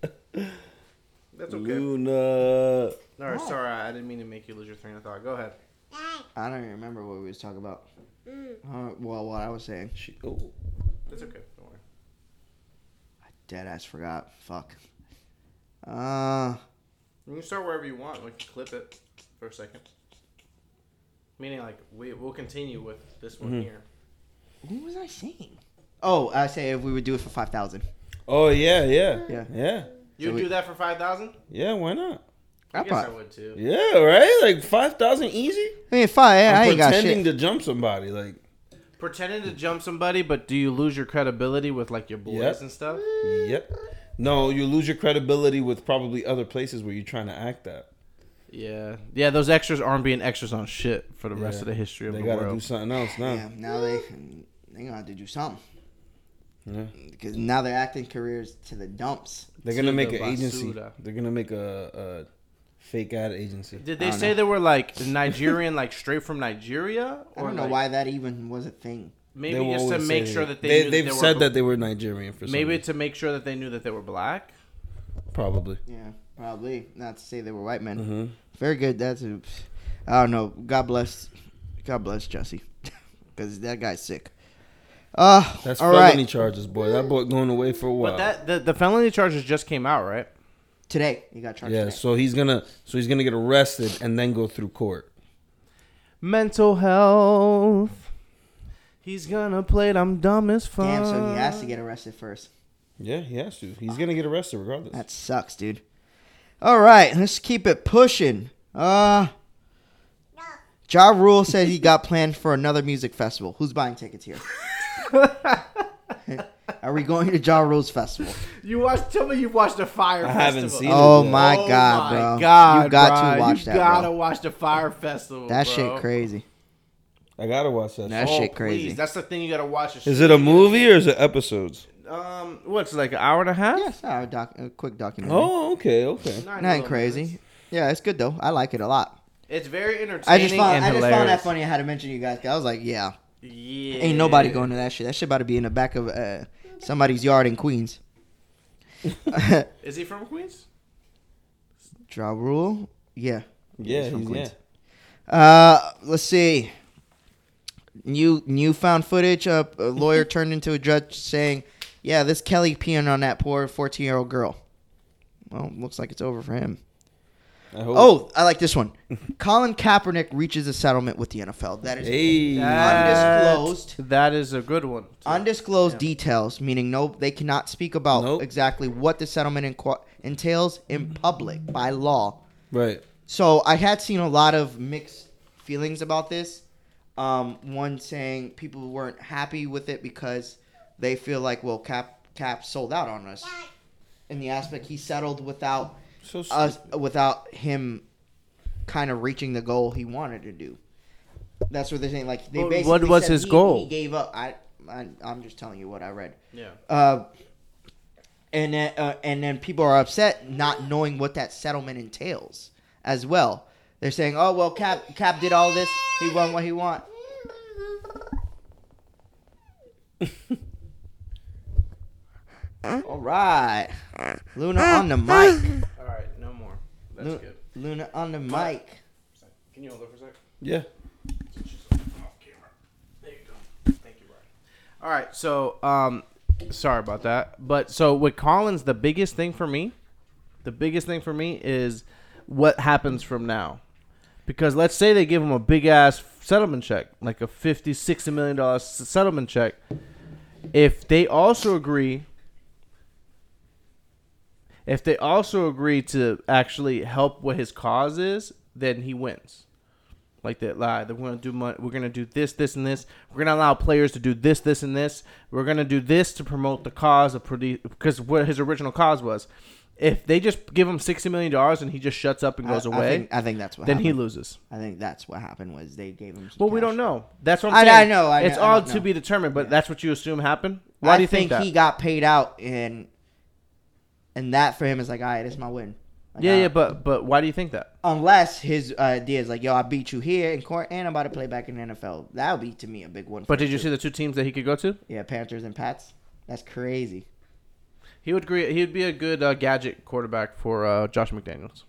B: That's okay.
C: Luna.
B: All right. Sorry, I didn't mean to make you lose your train of thought. Go ahead.
A: I don't even remember what we was talking about. Uh, well, what I was saying,
C: She, oh.
B: That's okay. Don't worry.
A: dead ass forgot. Fuck. Uh,
B: You can start wherever you want. We can clip it for a second. Meaning, like, we, we'll continue with this one here.
A: what was I saying? Oh, I say if we would do it for five thousand.
C: Oh yeah, yeah,
A: Yeah.
C: yeah,
B: You
A: So we-
B: do that for 5000
C: yeah. Why not?
B: I
A: I
B: guess I
A: prob-
B: would too.
C: Yeah, right. Like five thousand easy.
A: I mean, five.
C: I'm
A: I ain't got shit.
C: pretending to jump somebody. Like
B: Pretending to jump somebody, but do you lose your credibility with, like, your boys
C: Yep.
B: and stuff?
C: yep. No, you lose your credibility with probably other places where you're trying to act at.
B: Yeah. Yeah, those extras aren't being extras on shit for the rest
C: Yeah.
B: of the history of
C: They
B: the
C: gotta do
B: world.
C: something else now.
A: Yeah, now they they gonna have to do something.
C: Yeah.
A: Because now their acting careers to the dumps.
C: They're gonna make an
B: Suda
C: agency.
B: Basuda.
C: They're gonna make a, a fake ad agency.
B: Did
A: I
B: they
A: don't
B: say
A: know.
B: they were, like, Nigerian, like, straight from Nigeria?
A: I don't know
B: like,
A: why that even was a thing.
B: Maybe
C: will
B: just to
C: always
B: make
C: say
B: sure that they,
C: they,
B: knew
C: they've
B: that they were
C: said
B: from-
C: that they were Nigerian for
B: Maybe
C: some
B: to make sure that they knew that they were black.
C: reason. probably.
A: Yeah, probably not to say they were white men.
C: hmm
A: Very good. That's a, I don't know. God bless, God bless Jesse, *laughs* because that guy's sick. Uh,
C: That's
A: all right.
C: felony charges, boy. That boy going away for a while.
B: But that the, the felony charges just came out, right?
A: Today he got charged.
C: yeah,
A: today.
C: so he's gonna so he's gonna get arrested and then go through court.
B: Mental health. He's gonna play it. I'm dumb as fuck.
A: Damn. So he has to get arrested first.
C: Yeah, he has to. He's gonna get arrested regardless.
A: That sucks, dude. All right, let's keep it pushing. Uh, Ja Rule said he got planned for another music festival. Who's buying tickets here? *laughs* Are we going to Ja Rule's festival?
B: You watched. Tell me you watched the fire.
C: I
B: festival.
C: haven't seen it.
A: Oh
C: Yeah.
A: my
B: Oh
A: god,
B: my
A: bro!
B: God,
A: you got to
B: bro.
A: watch
B: you
A: that,
B: Gotta
A: bro.
B: watch the fire festival.
A: That
B: bro.
A: shit crazy.
C: I gotta watch that.
A: That
C: shit.
B: Oh,
A: shit crazy.
B: Please. That's the thing you gotta watch.
C: Is it a movie or is it episodes?
B: Um, what's like an hour and a half?
A: Yeah, it's not a, doc- a quick documentary.
C: Oh, okay, okay.
B: Nine
A: not
B: little
A: crazy.
B: minutes.
A: Yeah, it's good though. I like it a lot.
B: It's very entertaining
A: I just found
B: and
A: I just
B: hilarious.
A: found that funny. I had to mention you guys. 'cause I was like, yeah,
B: Yeah.
A: Ain't nobody going to that shit. That shit about to be in the back of uh, somebody's yard in Queens. *laughs*
B: Is he from Queens?
A: Draw rule? Yeah.
C: Yeah,
A: He's from
C: he's, yeah.
A: Queens. Uh, let's see. New newfound footage. A, a lawyer turned into a judge saying, "Yeah, this Kelly peeing on that poor fourteen-year-old girl." well, looks like it's over for him.
C: I hope.
A: Oh, I like this one. *laughs* Colin Kaepernick reaches a settlement with the NFL. That is
C: hey,
A: undisclosed,
B: That is a good one.
A: undisclosed details, meaning no, they cannot speak about
C: Nope.
A: exactly what the settlement in- entails in public by law.
C: right.
A: So I had seen a lot of mixed feelings about this. Um, one saying people weren't happy with it because they feel like, well, Cap Cap sold out on us, in the aspect he settled without
C: So
A: us without him kind of reaching the goal he wanted to do. That's what they're saying. Like they
B: But
A: basically
B: what was
A: said
B: his
A: he-
B: goal?
A: He gave up. I, I I'm just telling you what I read.
B: Yeah.
A: Uh, and then, uh, and then people are upset not knowing what that settlement entails as well. They're saying, "Oh well, Cap Cap did all this. He won what
B: *laughs*
A: he want." all right, Luna on the mic.
B: All right, no more. That's
A: Lu-
B: good.
A: Luna on the mic.
B: Can you hold it for a second?
C: yeah.
B: There you go. Thank you, Brian. All right, so um, sorry about that, but so with Collins, the biggest thing for me, the biggest thing for me is what happens from now, because let's say they give him a big ass settlement check, like a 50 60 million dollar settlement check. If they also agree, if they also agree to actually help what his cause is, then he wins like that lie that we're gonna do mon- we're gonna do this this and this we're gonna allow players to do this this and this we're gonna do this to promote the cause of produ- because what his original cause was if they just give him 60 million dollars and he just shuts up and goes
A: I- I
B: away
A: think, I think that's what.
B: then he
A: happened.
B: loses
A: I think that's what happened was they gave him. some
B: well we
A: cash.
B: don't know that's what i'm
A: I-
B: saying
A: I know, I
B: it's
A: know, I
B: all
A: don't
B: to
A: know.
B: be determined but that's what you assume happened why
A: Why I
B: do you think, that
A: he got paid out and and that for him is like, all right, it's my win. Like,
B: yeah
A: uh,
B: yeah but but why do you think that
A: unless his idea is like, yo, I beat you here in court and I'm about to play back in the NFL. That would be to me a big one.
B: but
A: for
B: did you
A: him,
B: see the two teams that he could go to
A: too. Yeah, Panthers and Pats. That's crazy.
B: he would agree he would be a good uh, gadget quarterback for uh, josh mcdaniels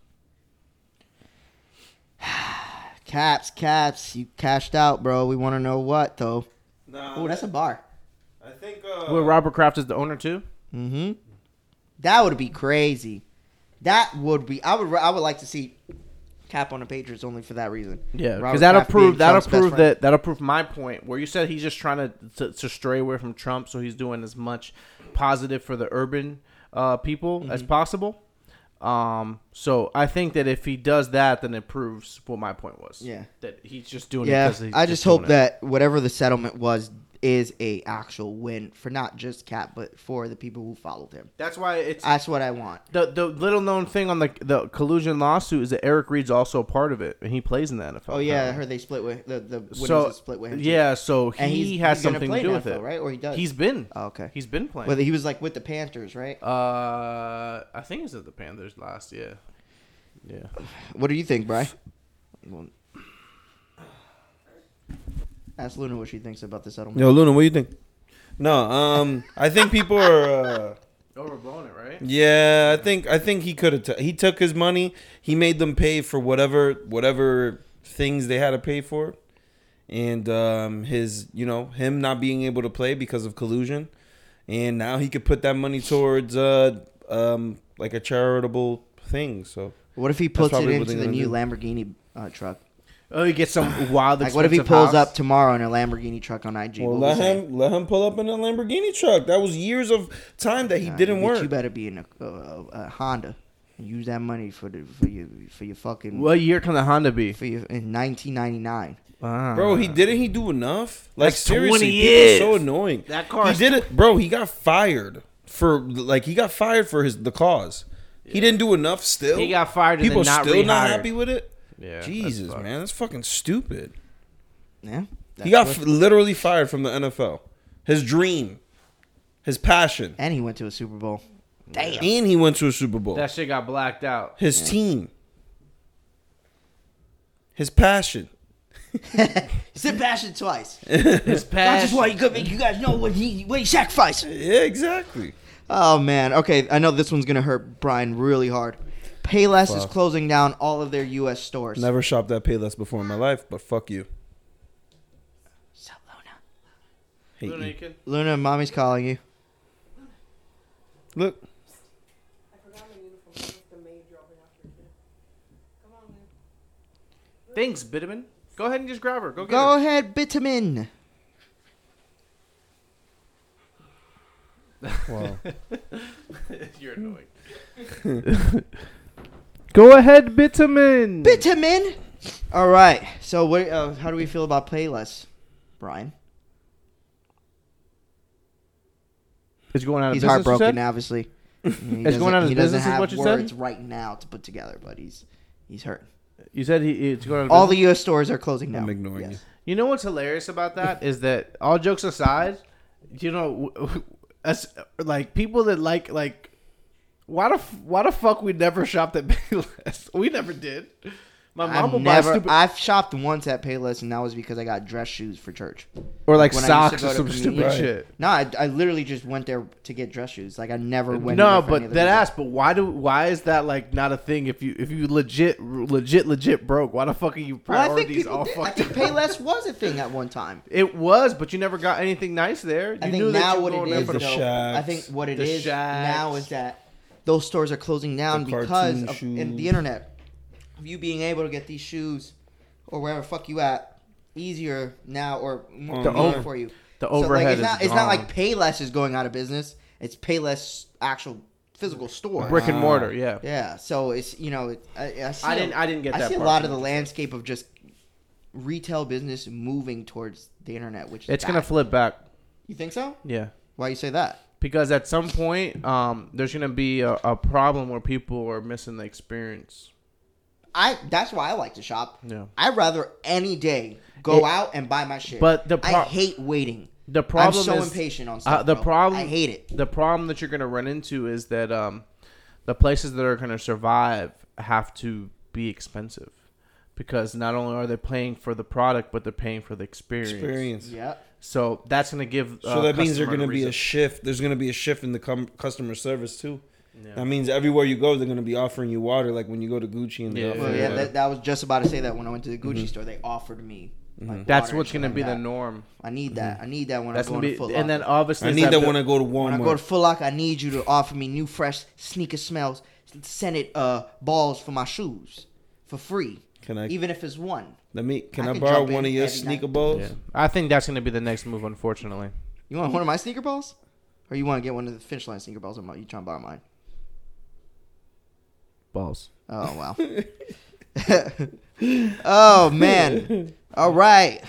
A: Caps, caps, you cashed out, bro. We want to know what though.
C: Nah,
A: Oh, that's a bar.
C: I think. Uh,
B: well robert kraft is the owner too
A: Mm-hmm. That would be crazy. That would be. I would. I would like to see Cap on the Patriots only for that reason.
B: Yeah,
A: Robert
B: because that'll
A: Kraft being
B: prove that'll
A: Trump's best
B: prove
A: friend.
B: that that'll prove my point where you said he's just trying to, to to stray away from Trump, so he's doing as much positive for the urban uh, people
A: Mm-hmm.
B: as possible. Um, so I think that if he does that, then it proves what my point was.
A: Yeah.
B: that he's just doing. it
A: Yeah,
B: 'cause he's
A: I just
B: doing
A: hope
B: it.
A: that whatever the settlement was is a actual win for not just Cap, but for the people who followed him.
B: that's why it's
A: That's what I want.
B: the the little known thing on the the collusion lawsuit is that Eric Reed's also a part of it, and he plays in the NFL.
A: Oh yeah, I
B: apparently.
A: heard they split with the the Windows
B: Uh-huh. so
A: split with him. too.
B: yeah, so
A: and
B: he
A: he's,
B: has
A: he's gonna
B: something
A: play
B: to do
A: in
B: with
A: NFL,
B: it,
A: right? Or he does.
B: He's been
A: Oh, okay.
B: he's been playing.
A: Well, he was like with the Panthers, right?
B: Uh, I think it was at the Panthers last year. Yeah.
A: What do you think, Bry? Well, ask Luna what she thinks about the settlement.
C: Yo, Luna, what do you think? No, um, I think people are. Uh,
B: Overblown Oh, it, right?
C: yeah, I think I think he could have. T- he took his money. He made them pay for whatever whatever things they had to pay for, and um, his you know him not being able to play because of collusion, and now he could put that money towards uh um like a charitable thing. So
A: What if he puts it
C: probably what
A: into
C: they're
A: the
C: gonna
A: new
C: do.
A: Lamborghini uh, truck?
B: Oh, he gets *laughs* some wild.
A: Like, what if he
B: expensive
A: pulls
B: house?
A: up tomorrow in a Lamborghini truck on IG?
C: well,
A: What we
C: let
A: say?
C: him let him pull up in a Lamborghini truck. That was years of time that he
A: Nah,
C: didn't
A: Uh, bitch,
C: work.
A: You better be in a, a, a, a Honda and use that money for the for your for your fucking
B: What year can the Honda be?
A: for your in 1999.
B: Ah.
C: Bro, he didn't he do enough? Like
B: That's
C: seriously,
B: 20
C: people are so
B: years.
C: annoying.
B: That car
C: He
B: is-
C: did it, bro. He got fired for like he got fired for his the cause. He didn't do enough. Still,
B: He got fired and
C: People
B: then not
C: still not
B: rehired.
C: happy with it.
B: Yeah, that's
C: Jesus,
B: fucked.
C: man, that's fucking stupid.
A: Yeah,
C: he
A: That's
C: got
A: what-
C: f- literally fired from the NFL. His dream, his passion,
A: and he went to a Super Bowl. *laughs* Damn.
C: and he went to a Super Bowl.
B: That shit got blacked out.
C: his team, his passion.
A: Sit passion twice.
B: His
A: That's
B: past.
A: just why you could make you guys know what he what he sacrificed.
C: Yeah, exactly.
A: Oh man. Okay, I know this one's gonna hurt Brian really hard. Payless is
C: Fuck.
A: closing down all of their U.S. stores.
C: Never shopped at Payless before in my life, but fuck you.
A: So, Luna.
C: Hate you.
A: Luna, mommy's calling you.
C: Look.
B: Thanks, Bitterman. Go ahead and just grab her. Go get
A: Go
B: her.
A: ahead, Hmm. Bitumen.
C: *laughs*
D: Wow.
B: You're annoying. *laughs* Go ahead, Bitterman.
A: Bitumen. All right. So, what? Uh, how do we feel about Payless, Brian?
B: It's going out of
A: He's
B: Uh, business. you said? *laughs*
A: heartbroken, obviously. He doesn't-
B: going out of
A: He
B: business
A: doesn't
B: is
A: have
B: what you said?
A: words right now to put together, but he's he's hurt.
B: You said he, it's going out of
A: All the
B: business?
A: U.S. stores are closing now.
C: I'm ignoring
A: Yes.
B: You know what's hilarious about that is that all jokes aside, you know, us like people that like like why the f- why the fuck we never shopped at *laughs* Payless? We never did. My mom
A: I've
B: would buy
A: never.
B: stupid
A: I've shopped once at Payless, and that was because I got dress shoes for church.
B: or like
A: when I used to
B: socks
A: go
B: or
A: to
B: some
A: communion.
B: stupid
C: Right.
B: shit.
A: No, I, I literally just went there to get dress shoes. Like I never went.
B: no,
A: there for any
B: but
A: other
B: that
A: reason.
B: ass. But why do why is that like not a thing? If you if you legit legit legit broke, why the fuck are you
A: Well, I think
B: priorities
A: people
B: all
A: did- I
B: fucked
A: think
B: up?
A: Payless was a thing at one time.
B: It was, but you never got anything nice there. You
A: I
B: knew
A: think
B: that
A: now
B: you
A: what
B: going
A: it
B: there
A: is,
B: for
A: though,
B: the
C: sh-
A: I
C: shacks.
A: think what it
B: The
A: is now
B: shacks.
A: is that those stores are closing down
C: The
A: because of
C: cartoon
A: in the
C: shoes.
A: internet. Of you being able to get these shoes or wherever the fuck you at easier now or more
C: The
A: convenient
B: over-
A: for you.
B: the
A: So, like,
B: overhead
A: it's
B: is
A: not, It's not
B: gone.
A: like Payless is going out of business. It's Payless actual physical store.
B: brick and
C: Wow.
B: mortar. Yeah,
A: Yeah, so it's you know it- I, I, see
B: I didn't- I didn't get
A: I
B: that
A: see
B: part.
A: a lot of the landscape of just retail business moving towards the internet, which is
B: it's gonna
A: bad.
B: flip back.
A: you think so?
B: Yeah.
A: Why you say that?
B: because at some point um, there's gonna be a, a problem where people are missing the experience
A: I that's why I like to shop.
B: Yeah.
A: I'd rather any day go
B: It-
A: out and buy my shit.
B: but the pro-
A: I hate waiting.
B: the problem
A: I'm so
B: is
A: impatient on stuff.
B: uh, the
A: bro.
B: problem
A: I hate it.
B: the problem that you're gonna run into is that um, the places that are gonna survive have to be expensive because not only are they paying for the product but they're paying for the experience,
C: Experience.
A: Yeah.
B: so that's gonna give uh,
C: So that means there's
B: going
C: gonna
B: to
C: be a shift. There's gonna be a shift in the com- customer service too.
B: Yeah.
C: That means everywhere you go, they're gonna be offering you water, like when you go to Gucci and they
B: Yeah.
C: offer
A: Well,
C: you
A: yeah,
C: water.
A: that, that was just about to say that when I went to the Gucci store, they offered me.
C: Mm-hmm.
A: Like,
B: Mm-hmm. that's
A: water and
B: what's
A: shit
B: gonna
A: like
B: be the
A: that.
B: norm
A: I need that. I need that when
B: that's
A: I'm
B: gonna
A: going
B: be
A: to Foot
B: and then uh,
A: Locker.
B: obviously
C: I
B: it's
C: need that
B: bit-
C: when I go to
A: When I go to
C: Walmart.
A: Foot Locker, I need you to offer me new, fresh sneaker smells, scented uh, balls for my shoes for free.
C: Can I-
A: Even if it's one.
C: Let me. Can
A: I
C: I,
A: could
C: borrow
A: jump in
C: one of your
A: every night.
C: sneaker balls?
B: yeah. I think that's gonna be the next move unfortunately
A: You want one of my sneaker balls? Or you want to get one of the finish line sneaker balls? I'm not, you trying to borrow mine.
B: balls
A: Oh, wow. oh, man. All right.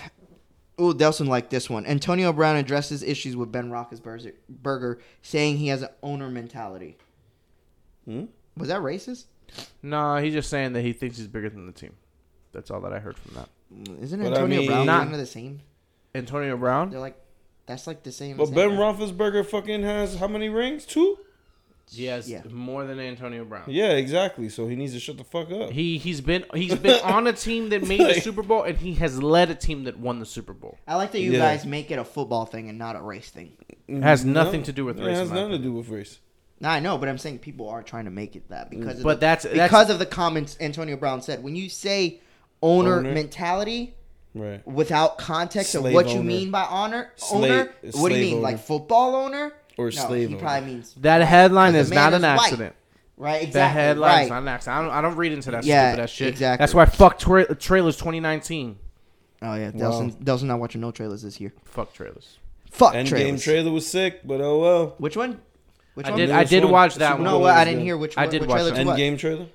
A: Ooh, Delson liked this one. Antonio Brown addresses issues with Ben Roethlisberger, saying he has an owner mentality.
C: Hmm?
A: Was that racist?
B: No, he's just saying that he thinks he's bigger than the team. That's all that I heard from that.
A: Isn't
C: But I
A: Antonio
C: mean-
A: Brown
B: Not-
A: kind of the same?
B: Antonio Brown?
A: They're like, that's like the same.
C: But
A: same
C: Ben
A: guy.
C: Roethlisberger fucking has how many rings? Two.
B: He has
A: Yeah.
B: more than Antonio Brown.
C: Yeah, exactly. So he needs to shut the fuck up.
B: He he's been he's been on a team that made the Super Bowl and he has led a team that won the Super Bowl.
A: I like that you
C: Yeah.
A: guys make it a football thing and not a race thing.
C: It
B: has nothing to do with race,
C: Mm-hmm. It has
B: in my
C: nothing to do with race.
A: No, I know, but I'm saying people are trying to make it that because of
B: But
A: the-
B: that's- that's-
A: because of the comments Antonio Brown said. When you say owner,
C: Owner.
A: mentality
C: Right.
A: without context of
C: Slave
A: what you
C: owner.
A: mean by honor,
C: Slave-
A: owner, what do you
C: slave
A: mean,
C: owner.
A: like football owner
C: Or
A: no,
C: slave
A: He
C: owner.
A: probably means
B: That headline
A: the
B: is
A: man
B: not
A: is
B: an
A: white.
B: accident.
A: right. Exactly.
B: That headline
A: right.
B: is not an accident. I don't, I don't read into that
A: Yeah,
B: stupid ass shit.
A: exactly.
B: That's why fuck tra- trailers 2019.
A: Oh yeah, Delson. Delson not watching no trailers this year.
B: Fuck trailers.
A: Fuck
C: Endgame
A: trailers.
C: trailer was sick, but oh well.
A: Which one? Which
B: I
A: one?
B: did
C: Nearest
B: I did
C: one.
B: watch
C: Super
B: that
C: Bowl
A: no,
B: one.
A: well, I
C: was
A: didn't
C: the
A: hear which.
B: I
A: one-
B: did
A: which
B: watch
A: trailer
B: that.
A: to what?
C: Endgame trailer.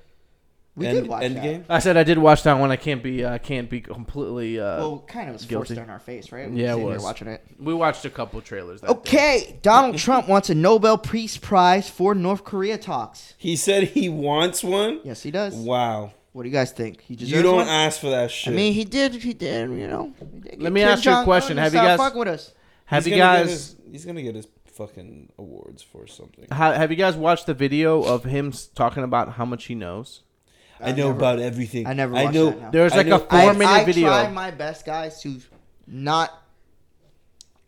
A: We
C: End-
A: did watch
C: Endgame.
A: That.
B: I said I did watch that one. I can't be I can't be completely uh
A: Well, kind of was
B: Guilty.
A: forced on our face,
B: Yeah, it
A: right? were sitting there
B: was.
A: watching it.
B: We watched a couple trailers that day.
A: Okay,
B: *laughs*
A: Donald Trump wants a Nobel Peace Prize for North Korea talks.
C: He said he wants one.
A: Yes, he does.
C: Wow.
A: What do you guys think? He deserves
C: You don't
A: one?
C: ask for that shit.
A: I mean, he did. He did. You know. He did get
B: me
A: Kim
B: ask you a
A: Jong-un
B: question.
A: to
B: Have you
A: stop
B: guys-
A: fucking with us?
B: Have
C: He's
B: you
C: gonna get
B: guys
C: his- he's gonna get his fucking awards for something.
B: How, have you guys watched the video of him s- talking about how much he knows?
C: I know
A: never-
C: about everything.
A: I never
C: I
A: watched
C: know.
A: that, no.
B: There's
C: I
B: like
C: know-
B: a four
A: I,
B: minute
A: I
B: video.
A: try my best, guys, to not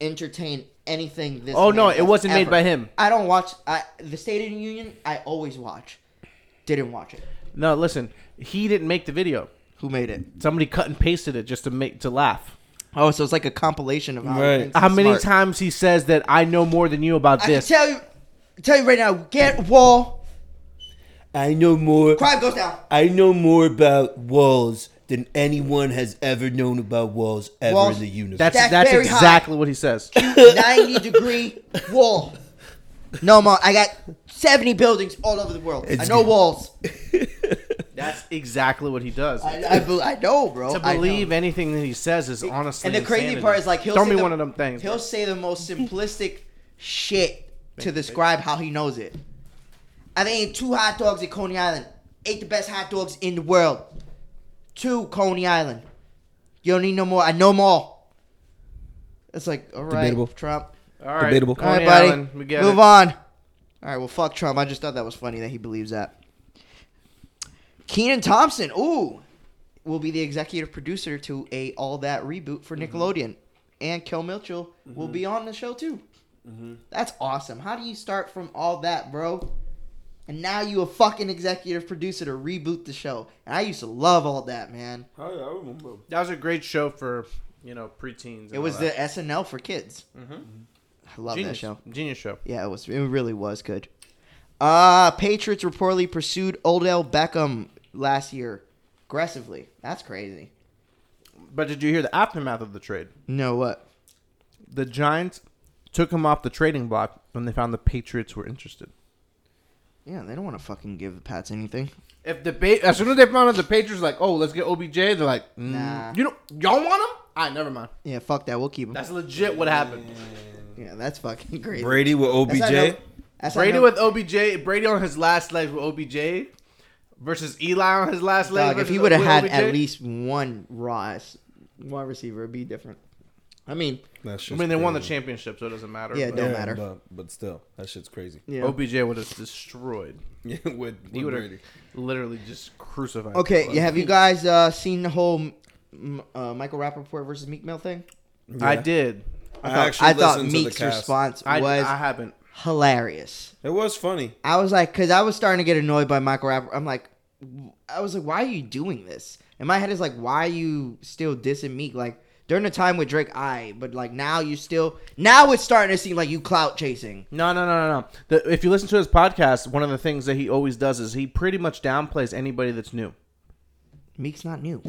A: entertain anything. This
B: Oh, no,
A: man
B: it
A: does
B: wasn't made
A: ever.
B: by him.
A: I don't watch. I the State of the Union. I always watch. Didn't watch it.
B: no, listen, he didn't make the video.
A: Who made it?
B: Somebody cut and pasted it just to make to laugh.
A: Oh, so it's like a compilation of how, he
C: Right.
A: thinks
B: How
A: he's
B: many
A: smart.
B: times he says that I know more than you about
A: I
B: this?
A: can tell you, tell you right now. Get wall.
C: I know
B: *laughs*
C: more.
A: Crime goes down.
C: I know more about walls than anyone has ever known about walls ever
A: Walls-
C: in the universe. *laughs*
B: That's
A: Stacked
B: that's
A: very high.
B: exactly what he
A: *laughs*
B: says.
A: 90 degree wall. No more. I got 70 buildings all over the world. I
C: It's
A: know
C: good.
A: walls.
B: That's exactly what he does.
A: I, I, be- I know, bro.
B: to
A: I know.
B: believe anything that he says is honestly.
A: And the crazy
B: insanity.
A: part is like he'll
B: throw
A: say
B: me
A: the-
B: one of them things.
A: He'll say the most simplistic shit to describe how he knows it. I ate two hot dogs at Coney Island. Ate the best hot dogs in the world. Two Coney Island. You don't need no more. I know them all. It's like all right,
C: Debatable.
A: Trump.
B: All right,
C: Debatable.
B: Coney
A: All right, buddy.
B: Island, we get
A: Move
B: it.
A: on. All right, well, fuck Trump. I just thought that was funny that he believes that. Keenan Thompson, ooh, will be the executive producer to a All That reboot for
B: Mm-hmm.
A: Nickelodeon, and Kel Mitchell will be on the show too.
B: Mm-hmm.
A: That's awesome. How do you start from all that, bro? And now you a fucking executive producer to reboot the show. And I used to love all that, man.
C: Oh, yeah, I remember.
B: That was a great show for you know preteens. and
A: It
B: all
A: was the
B: that.
A: SNL for kids.
B: Mhm.
A: I love
B: genius
A: that show.
B: Genius show.
A: Yeah, it was. It really was good. Uh Patriots reportedly pursued Odell Beckham last year aggressively. That's crazy.
B: But did you hear the aftermath of the trade?
A: No, what?
B: The Giants took him off the trading block when they found the Patriots were interested.
A: Yeah, they don't want to fucking give the Pats anything.
B: If the ba- as soon as they found out the Patriots like, oh, let's get OBJ, they're like, mm,
A: Nah.
B: you know, y'all want him? I never mind.
A: Yeah, fuck that. We'll keep him.
B: That's legit what happened.
A: yeah, that's fucking crazy.
C: Brady with
A: That's how I know-
C: OBJ.
A: that's how I
B: Brady
A: know-
B: with OBJ, Brady on his last leg with OBJ versus Eli on his last leg.
A: Dog, if
B: versus
A: he would have
B: with
A: had
B: OBJ.
A: at least one raw ass wide receiver, it'd be different. I mean,
C: That's
B: I mean, they won the championship, so it doesn't matter.
A: Yeah, it
B: but-
A: don't matter.
C: But, but still, that shit's crazy.
A: yeah.
B: OBJ would have destroyed.
C: Yeah, *laughs* with, with
B: He would have
C: Brady.
B: literally just crucified.
A: Okay, yeah, have you guys uh, seen the whole mm, uh, Michael Rappaport versus Meek Mill thing?
B: I
C: Yeah.
B: did.
C: I,
A: thought-
C: actually
A: I thought
C: listened to the
A: Meek's
C: cast.
A: response
B: I,
A: was
B: I haven't.
A: hilarious.
C: It was funny.
A: I was like, because I was starting to get annoyed by Michael Rapper. I'm like, I was like, why are you doing this? And my head is like, why are you still dissing Meek? Like during the time with Drake, I, but like now you still, now it's starting to seem like you clout chasing.
B: No, no, no, no, no. The, if you listen to his podcast, one of the things that he always does is he pretty much downplays anybody that's new.
A: Meek's not new.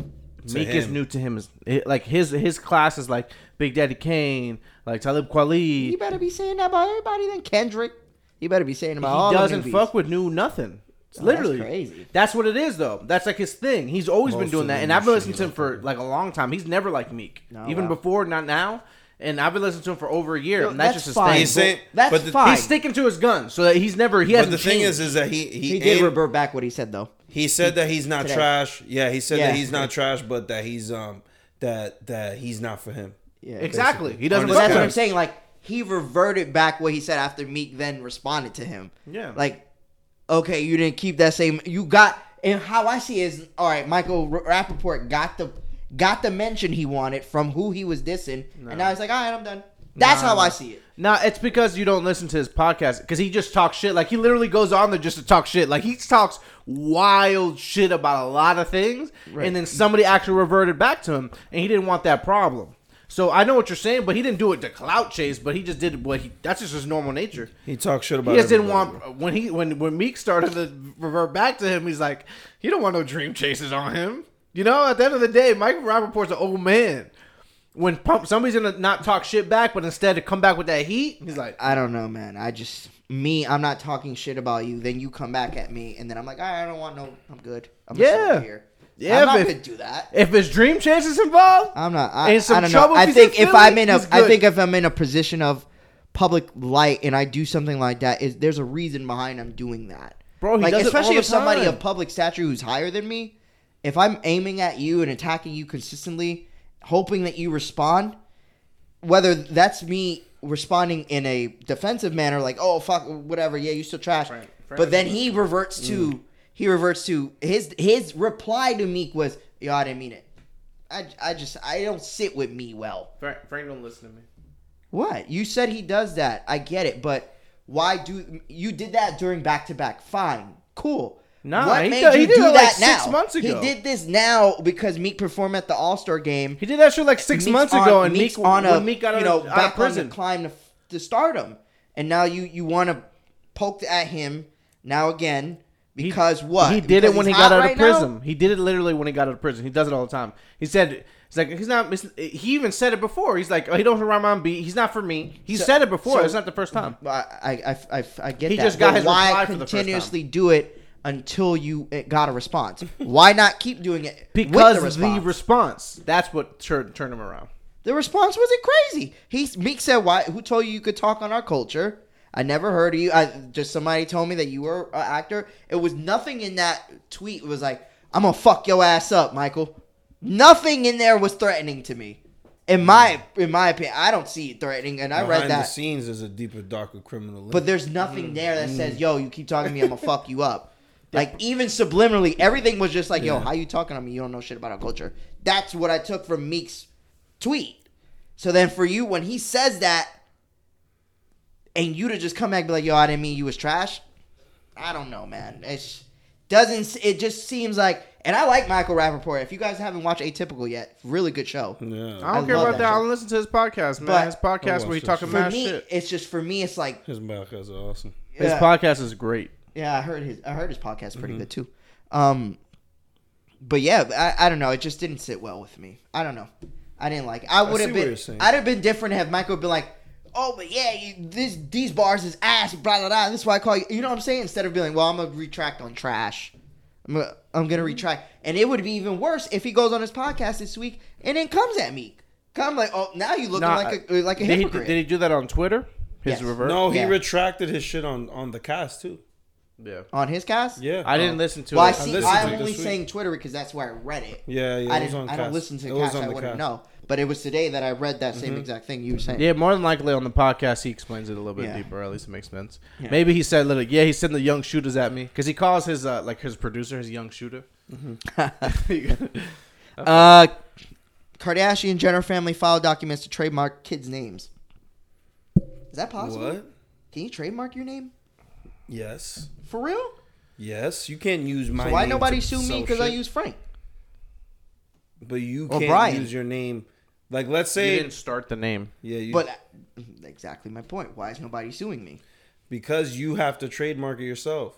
B: Meek is
C: him.
B: new to him. Is it- like his his class is like Big Daddy Kane, like Talib Kweli.
A: You
B: He
A: better be saying that about everybody than Kendrick. You better be saying about all the
B: doesn't
A: newbies.
B: fuck with new nothing. It's
A: that's
B: literally
A: crazy.
B: That's what it is though. That's like his thing. He's always been
C: Most
B: doing
C: of
B: that,
C: the
B: and I've
C: new
B: been listening
C: shit
B: to
C: he
B: him for like a long time. He's never like Meek,
A: No,
B: even
A: wow.
B: before, not now. And I've been listening to him for over a year,
A: Yo,
B: and that's,
A: that's
B: just his
A: fine.
B: thing.
C: He's saying,
A: That's
C: but the,
A: fine.
B: He's sticking to his guns, so that he's never. He
C: But
B: hasn't.
C: the thing
B: changed.
C: is, is that he he,
A: He did
C: aimed-
A: revert back what he said though.
C: He said that he's not
A: today.
C: trash. Yeah, he said
A: Yeah.
C: that he's not trash, but that he's um that that he's not for him.
A: Yeah,
B: exactly.
C: basically.
B: He doesn't.
A: But
C: On his
B: fuck
A: that's what
B: with
A: I'm
B: him.
A: saying. Like he reverted back what he said after Meek then responded to him.
B: Yeah.
A: Like, okay, you didn't keep that same. You got and how I see it is all right. Michael R- Rappaport got the got the mention he wanted from who he was dissing, and now he's like, all right, I'm done. That's
B: Nah.
A: how I see it.
B: No, it's because you don't listen to his podcast because he just talks shit. Like he literally goes on there just to talk shit. Like he talks wild shit about a lot of things, and then somebody actually reverted back to him, and he didn't want that problem. So I know what you're saying, but he didn't do it to clout chase. But he just did what he. That's just his normal nature.
C: He talks shit about.
B: He just didn't
C: everybody.
B: want when he when when Meek started to revert back to him. He's like, he don't want no dream chasers on him. You know, at the end of the day, Michael Rappaport's an old man. When pump, somebody's gonna not talk shit back, but instead to come back with that heat, he's like,
A: I don't know, man. I just me. I'm not talking shit about you. Then you come back at me, and then I'm like, all right, I don't want no. I'm good. I'm gonna sit
B: Yeah.
A: over here.
B: Yeah,
A: I'm not
B: but-
A: gonna do that.
B: if it's dream chasers involved,
A: I'm not. I,
B: In some
A: I don't
B: trouble
A: know. I
B: if he's
A: think
B: in
A: if I'm
B: Philly,
A: in a,
B: he's
A: I
B: good.
A: think if I'm in a position of public light and I do something like that, is there's a reason behind I'm doing that,
B: Bro, he
A: like
B: does it
A: especially
B: all the
A: if somebody
B: time.
A: of public stature who's higher than me, if I'm aiming at you and attacking you consistently, hoping that you respond, whether that's me responding in a defensive manner, like oh fuck whatever, yeah you still trash,
B: Frank-
A: but then he reverts to he reverts to his his reply to Meek was yo I didn't mean it. I, I just I don't sit with me well.
B: Frank, Frank don't listen to me.
A: What you said he does that I get it, but why do you did that during back to back? Fine, cool.
B: Nah,
A: what
B: he
A: made
B: did-
A: you
B: he did
A: do
B: it, like,
A: that now?
B: six months ago.
A: He did this now because Meek performed at the All Star game.
B: He did that shit like six
A: Meek's
B: months
A: on-
B: ago, and
A: Meek's
B: Meek
A: on a
B: when Meek got out,
A: you know
B: of,
A: back
B: out of
A: on
B: prison.
A: the climb to, to stardom, and now you you want to poke at him now again Because what?
B: He did
A: Because
B: it when he
A: he's
B: got out
A: hot right
B: of
A: now?
B: prison. He did it literally when he got out of prison. He does it all the time. He said it's like he's not. it's- He even said it before. He's like, oh, he don't run my beat. He's not for me. He
A: So-
B: said it before.
A: so-
B: it's not the first time.
A: Well, I, I, I- I, I get
B: He
A: that.
B: just got
A: but
B: his
A: why
B: reply for the first time.
A: continuously do it until you it got a response? why not keep
B: *laughs*
A: doing it
B: Because
A: with the response?
B: the response. That's what turned turned him around.
A: The response wasn't crazy. He Meek said, "Why? Who told you you could talk on our culture? I never heard of you. I just somebody told me that you were an actor. It was nothing in that tweet was like, I'm gonna fuck your ass up, Michael. Nothing in there was threatening to me. In my in my opinion, I don't see it threatening, and I read
C: Behind the
A: that.
C: scenes is a deeper, darker criminal.
A: But there's nothing there that says, "Yo, you keep talking to me, I'm gonna fuck you up." Like even subliminally, everything was just like, "Yo,
C: Yeah.
A: how you talking to me? You don't know shit about our culture." That's what I took from Meek's tweet. So then, for you, when he says that, and you to just come back and be like, "Yo, I didn't mean you was trash," I don't know, man. It doesn't. s- It just seems like, and I like Michael Rappaport. If you guys haven't watched Atypical yet, really good show.
C: yeah,
B: I don't
A: I
B: care
A: love
B: about that.
A: that shit.
B: I don't listen to his podcast, man.
A: But-
B: his podcast
C: Oh,
B: where he
C: so-
B: talking
A: For
B: mad
A: me,
B: shit.
A: it's just for me, it's like
C: his podcasts are awesome.
B: His
A: yeah.
B: podcast is great.
A: Yeah, I heard his. I heard his podcast is pretty
C: Mm-hmm.
A: good too. Um, but yeah, I, I don't know. It just didn't sit well with me. I don't know. I didn't like. It. I would
C: see
A: have
C: what
A: been.
C: you're saying.
A: I'd have been different. Have Michael been like, oh, but yeah, you, this these bars is ass. Blah blah blah. This is why I call you. You know what I'm saying? Instead of being like, well, I'm gonna retract on trash. I'm gonna, I'm
C: Mm-hmm.
A: gonna retract. And it would be even worse if he goes on his podcast this week and then comes at me. Come like, oh, now you looking
B: Nah,
A: like a like a
B: Did he,
A: hypocrite.
B: did he do that on Twitter? His
A: Yes.
B: reverse.
C: No, he
A: Yeah.
C: retracted his shit on on the cast too.
B: Yeah.
A: on his cast?
C: Yeah, Uh,
B: I didn't listen to
A: Well, I
B: it.
A: see.
C: listened to
A: I'm
C: it
A: only
C: this week.
A: saying Twitter because that's where I read it.
C: Yeah, yeah.
A: I
C: it was
A: didn't.
C: on
A: I don't
C: Cast.
A: listen to
C: It
A: the
C: was
A: cast.
C: on
A: I
C: the
A: wouldn't
C: Cast. Mm-hmm.
A: know. But it was today that I read that same exact thing you were saying. *laughs*
B: Yeah, more than likely on the podcast he explains it a little bit
A: Yeah.
B: deeper. At least it makes sense.
A: Yeah.
B: Maybe he said, "Little, yeah, he's sending the young shooters at me," because he calls his uh, like his producer his young shooter.
A: Uh, Kardashian Jenner family filed documents to trademark kids' names. Is that possible?
C: What?
A: Can you trademark your name
C: Yes,
A: for real?
C: yes. You can't use my.
A: So why
C: name
A: nobody
C: to
A: sue me
C: sell
A: because I
C: shit,
A: use Frank?
C: But you
A: or
C: can't
A: Brian.
C: use your name. Like, let's
B: He
C: say,
B: didn't start the name.
C: yeah, you,
A: But uh, exactly my point. Why is nobody suing me?
C: because you have to trademark it yourself.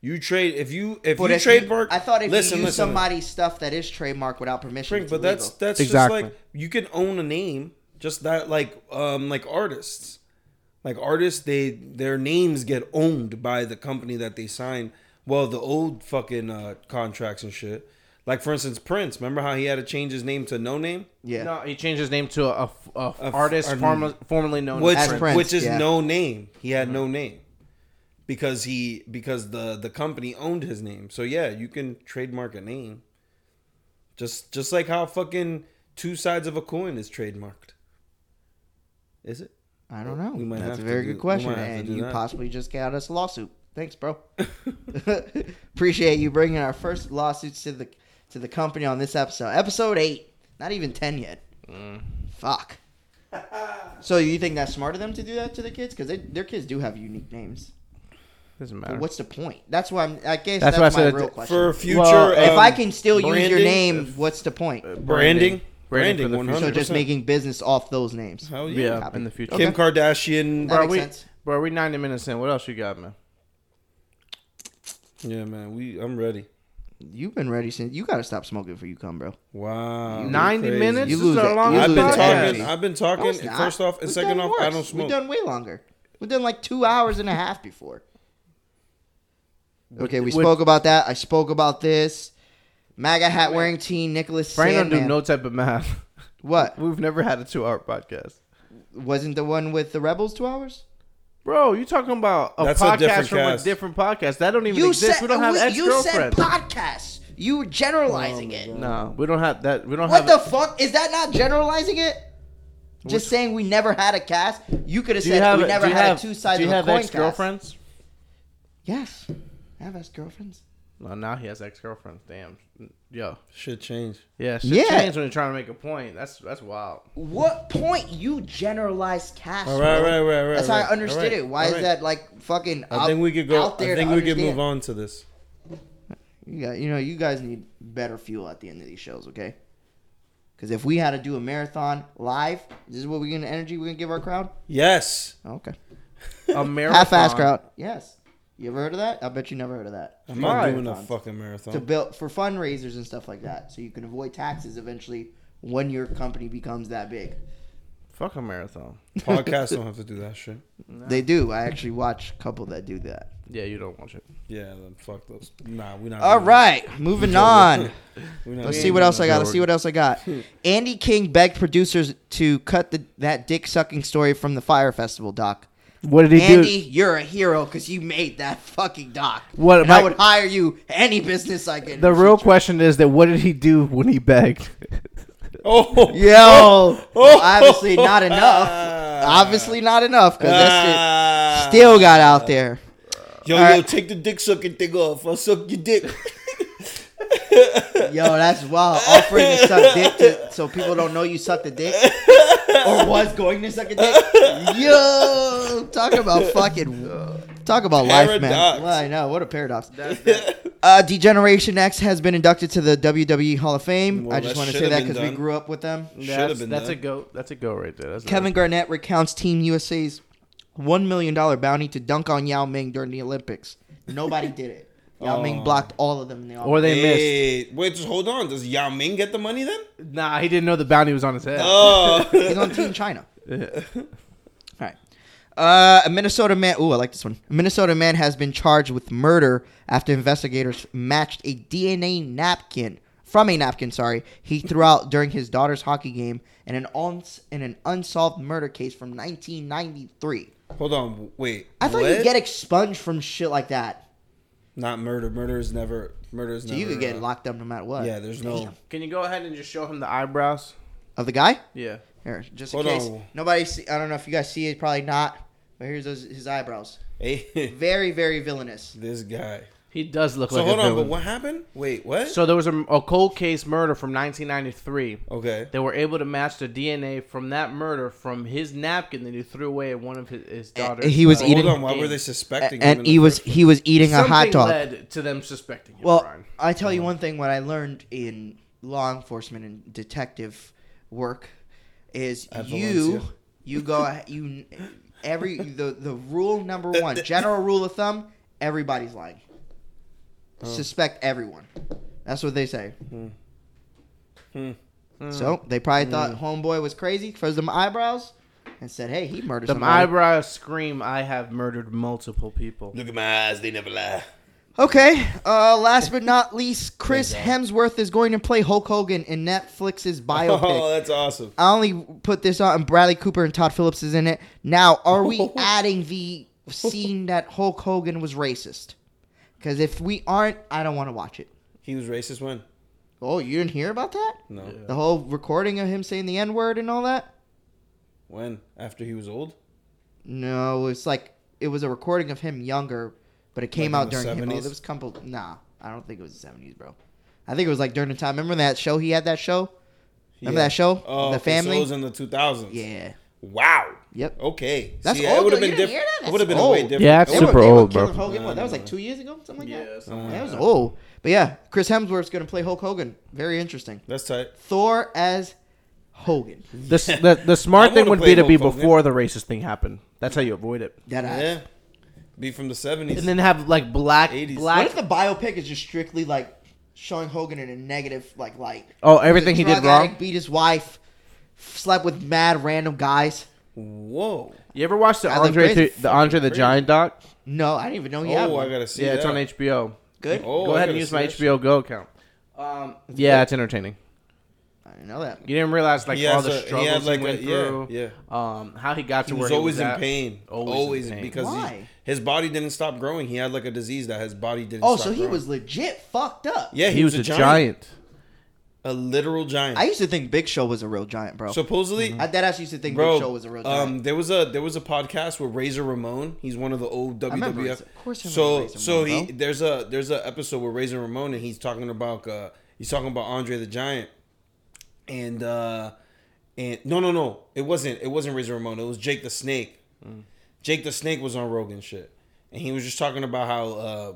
C: You trade if you if
A: But
C: you
A: if
C: trademark.
A: I thought if
C: listen,
A: you use
C: listen,
A: somebody's stuff that is trademarked without permission,
C: Frank,
A: it's
C: but that's
A: illegal.
C: that's
B: Exactly.
C: just like you can own a name, just that like um like artists, like artists they their names get owned by the company that they sign. Well, the old fucking uh, contracts and shit. Like for instance, Prince. Remember how he had to change his name to No Name,
A: yeah.
B: No, he changed his name to a, a- a
C: f-
B: artist
C: an-
B: former- formerly known
C: which
A: As
B: as Prince. Mm-hmm.
A: Prince,
C: which is
A: yeah.
C: No Name. He had no name because he because the the company owned his name. So yeah, you can trademark a name. Just just like how fucking two sides of a coin is trademarked. Is it?
A: I don't know.
C: We might
A: That's
C: have
A: a
C: to
A: very
C: do- we
A: good question,
C: might have to
A: and
C: do
A: you
C: that.
A: possibly just got us a lawsuit. Thanks,
C: *laughs*
A: bro. *laughs* Appreciate you bringing our first lawsuits to the to the company on this episode. Episode eight, not even ten yet.
C: Mm. *laughs*
A: Fuck. so you think that's smart of them to do that to the kids because their kids do have unique names?
B: Doesn't
A: But
B: matter.
A: what's the point? That's why I'm. I guess that's,
B: That's why I
A: my
B: said
A: real
B: it-
A: question.
C: for future.
B: Well,
A: if
C: um,
A: I can still use your
C: branding,
A: name, what's the point?
C: branding,
B: Branding
C: branding,
B: for the
C: one
B: future.
A: So
C: hundred.
A: just making business off those names.
C: Hell yeah.
B: yeah,
A: Copy.
B: in the future.
A: Okay.
C: Kim
A: That
C: Kardashian.
B: Bro,
A: makes
B: we,
A: sense.
B: bro, we ninety minutes in. What else you got, man?
C: Yeah, man. We. I'm ready.
A: You've been ready since you got to stop smoking for you come, bro.
C: Wow.
B: Ninety
C: crazy.
B: minutes.
A: You
B: This
A: lose
B: is our
A: it.
B: longest
C: I've been
B: podcast.
C: talking.
A: Yeah.
C: I've been
A: No, it's
C: talking.
A: not.
C: First off, and
A: We've
C: second
A: done
C: off, I
A: worse.
C: don't smoke.
A: We've done way longer. We've done like two hours and a half before. Okay, we
B: with-
A: spoke about that. I spoke about this. MAGA hat wearing teen Nicholas
B: Frank don't do
A: Sandman.
B: no type of math. *laughs*
A: what
B: We've never had a two-hour podcast.
A: wasn't the one with the rebels two hours?
B: Bro, you talking about a
C: That's a
B: podcast
C: different
B: from
C: cast.
B: a different podcast that don't even
A: You
B: exist.
A: said
B: we don't have
A: we-
B: ex
A: you said
B: girlfriend.
A: podcasts. You were
C: Oh
A: generalizing it.
B: no, we don't have that. We don't
A: What
B: have.
A: the fuck is that? Not generalizing it. Just saying we never had a cast. You could have
B: do you
A: said
B: have?
A: we never
B: do you
A: had
B: have,
A: a two sides
B: Do you
A: of
B: have
A: a coin
B: ex girlfriends?
A: cast. Yes, I have ex girlfriends.
B: Well, now he has ex girlfriends. Damn. Yo.
C: Shit changed.
B: Yeah. Shit
A: Yeah.
B: changed when you're trying to make a point. That's that's wild.
A: What point you generalized cast?
C: All right,
A: bro.
C: right, right, right.
A: That's
C: right.
A: how I understood
C: All right,
A: it. Why
C: all
A: is
C: right.
A: that like fucking?
C: I think we could go.
A: out there.
C: I think we could move on to this.
A: You, got, you know, you guys need better fuel at the end of these shows, okay? Because if we had to do a marathon live, this is what we gonna energy we gonna give our crowd.
C: Yes.
A: Okay, *laughs*
B: A marathon.
A: half ass crowd. Yes, You ever heard of that? I bet you never heard of that.
C: I'm not
B: Five
C: doing a
B: times.
C: fucking
A: To
C: marathon.
A: build for fundraisers and stuff like that, so you can avoid taxes eventually when your company becomes that big.
B: Fuck a marathon.
C: Podcasts don't have to do that shit.
A: They do. I actually watch a couple that do that.
B: Yeah, you don't watch it.
C: Yeah, then fuck those. Nah, we're not.
A: All
C: doing that.
B: *laughs*
A: right, moving on.
C: We're not
A: Let's
C: doing
A: see what
C: that.
A: else I got. Let's see what else I got. Andy King begged producers to cut the, that dick sucking story from the Fire Festival doc.
B: What did he
A: Andy,
B: do?
A: you're a hero because you made that *laughs* fucking doc.
B: What
A: And
B: am
A: I
B: I-
A: would hire you any business I can.
B: The real question is that what did he do when he *laughs* begged?
A: *laughs*
C: Oh,
B: *laughs*
A: Yo,
B: Oh.
A: obviously not enough. Obviously not enough because that
C: Ah.
B: *laughs*
A: shit still got out there.
C: Yo,
A: All
C: yo,
A: right.
C: take the dick sucking thing off. I'll suck your
A: *laughs*
C: dick.
A: Yo, that's wild. Offering to suck dick to, so people don't know you sucked a dick or was going to suck a dick. Yo, talk about fucking. Talk about life,
C: Paradox.
A: man. Well, I know. What a paradox. Uh, Degeneration X has been inducted to the WWE Hall of Fame.
C: Well,
A: I just
C: that
A: want to say
C: should have
A: that
C: been
A: because we
C: done.
A: grew up with them.
B: that's
C: been
B: that's a
C: done.
B: go. That's a go right there. That's a-
A: Kevin Garnett recounts Team USA's $1 million bounty to dunk on Yao Ming during the Olympics. Nobody did it. Yao
C: Oh.
A: Ming blocked all of them. They all
B: or they missed.
C: Hey, wait, just hold on. Does Yao Ming get the money then?
B: Nah, he didn't know the bounty was on his head.
C: Oh,
A: He's on Team China.
B: Yeah.
A: All right. Uh, a Minnesota man. Ooh, I like this one. A Minnesota man has been charged with murder after investigators matched a DNA napkin from a napkin. Sorry, he threw out during his daughter's hockey game in an uns- in an unsolved murder case from 1993.
C: hold on. Wait.
A: I thought
C: what?
A: you'd get expunged from shit like that.
C: Not murder. Murder is never. Murder is
A: So
C: never.
A: you could get
C: uh,
A: locked up no matter what.
C: Yeah, there's no.
A: Damn.
B: Can you go ahead and just show him the eyebrows?
A: Of the guy?
B: Yeah.
A: Here, just
C: Hold
A: in case
C: on.
A: nobody. See, I don't know if you guys see it. Probably not. But here's those, his eyebrows.
C: *laughs* Hey,
A: Very, very villainous.
C: this guy.
B: He does look
C: So
B: like
C: hold
B: a
C: on,
B: villain.
C: but what happened? Wait, what?
B: So there was a, a cold case murder from 1993.
C: okay.
B: They were able to match the DNA from that murder from his napkin that he threw away at one of his, his daughter's.
A: he was
C: But
B: uh,
A: eating-
C: hold on. Why were they
B: games.
C: suspecting? him in
A: and
C: the
A: he was
C: first place?
A: he was eating a
B: Something
A: hot dog.
B: led to them suspecting him.
A: Well,
B: Brian.
A: I tell you one thing: what I learned in law enforcement and detective work is
C: At
A: you
C: Valencia.
A: you go *laughs* you every the the rule number *laughs* one general rule of thumb: everybody's lying. Oh. Suspect everyone. That's what they say. So they probably thought homeboy was crazy for them eyebrows, and said, "Hey, he murdered
B: the
A: somebody."
B: eyebrows Hmm. scream, "I have murdered multiple people."
C: Look at my eyes. They never lie.
A: Okay. Uh, last but not least, Chris
C: Thank
A: Hemsworth is going to play Hulk Hogan in Netflix's *laughs* biopic.
C: *laughs* Oh, that's awesome.
A: I only put this on. Bradley Cooper and Todd Phillips is in it. Now, are *laughs* we adding the scene that Hulk Hogan was racist? Because if we aren't, I don't want to watch it.
C: He was racist when?
A: Oh, you didn't hear about that?
C: No.
A: The whole recording of him saying the N word and all that?
C: When? After he was old?
A: No, it's like it was a recording of him younger, but it came
C: Like in
A: out
C: the
A: during him. Oh,
C: 70s?
A: it was couple. Nah, I don't think it was the seventies, bro. I think it was like during the time. Remember that show he had that show? Remember
C: Yeah.
A: that show?
C: Oh,
A: the
C: okay, So
A: family.
C: it was in the 2000s.
A: Yeah.
C: Wow.
A: Yep.
C: Okay.
A: That's
C: See, it would
A: old, though.
C: have been
A: You didn't hear
C: different.
A: that?
C: It would have been
A: That's
C: a way
A: old.
C: different.
B: Yeah, it's
A: They
B: super
A: they
B: old,
A: killing
B: bro.
A: Hogan, what, that was
C: No,
A: like two years ago, something like that.
B: something
A: That
B: like
A: was old, but yeah, Chris Hemsworth's gonna play Hulk Hogan. Very interesting.
C: That's tight.
A: Thor as Hogan.
B: The, s- the, the smart
C: *laughs* I
B: thing
C: wanna
B: would be
C: play
B: to be
C: Hulk Hogan.
B: before the racist thing happened. That's how you avoid it.
A: That I.
C: Yeah. Be from the 70s.
B: And then have like black,
C: 80s.
A: What
B: black.
A: if the biopic is just strictly like showing Hogan in a negative like light?
B: oh, everything he
A: Drug
B: did wrong.
A: addict, beat his wife, slept with mad random guys.
C: Whoa.
B: You ever watched the
A: I like
B: Andre
A: crazy.
B: the, the Andre the
C: Crazy.
B: Giant doc?
A: No, I didn't even know he had
C: oh, I
A: one.
C: got to see
B: yeah,
C: that.
B: it's on HBO.
A: Good.
C: Oh,
B: Go
C: I
B: ahead
C: gotta
B: and use
C: see
B: my
C: that
B: HBO Go account. Um, yeah, it's entertaining.
A: I didn't know that.
B: You didn't realize like
C: He
B: all
C: has
B: the
C: a- he
B: struggles he,
C: had, like,
B: went
C: a- yeah,
B: through.
C: yeah.
B: Um, how he got to
C: He
B: where
C: was
B: he
C: always
B: was
C: in
B: at.
C: pain.
B: Always
C: Always,
B: in pain.
C: because he-
A: Why?
C: his body didn't stop growing. He had like a disease that his body didn't.
A: Oh,
C: stop
A: so he
C: growing.
A: was legit fucked up.
C: Yeah,
B: He was a giant.
C: a literal giant.
A: I used to think Big Show was a real giant, bro.
C: Supposedly,
A: I dead ass used to think
C: bro.
A: Big Show was a real giant.
C: um, there was a there was a podcast with Razor Ramon. He's one of the old WWF.
A: remember Razor- of course I remember
C: so
A: Razor
C: so
A: Ramon,
C: he there's a there's a episode with Razor Ramon and he's talking about uh he's talking about Andre the Giant, and uh and no no no it wasn't it wasn't Razor Ramon it was Jake the Snake.
A: Mm.
C: Jake the Snake was on Rogan shit, and he was just talking about how uh,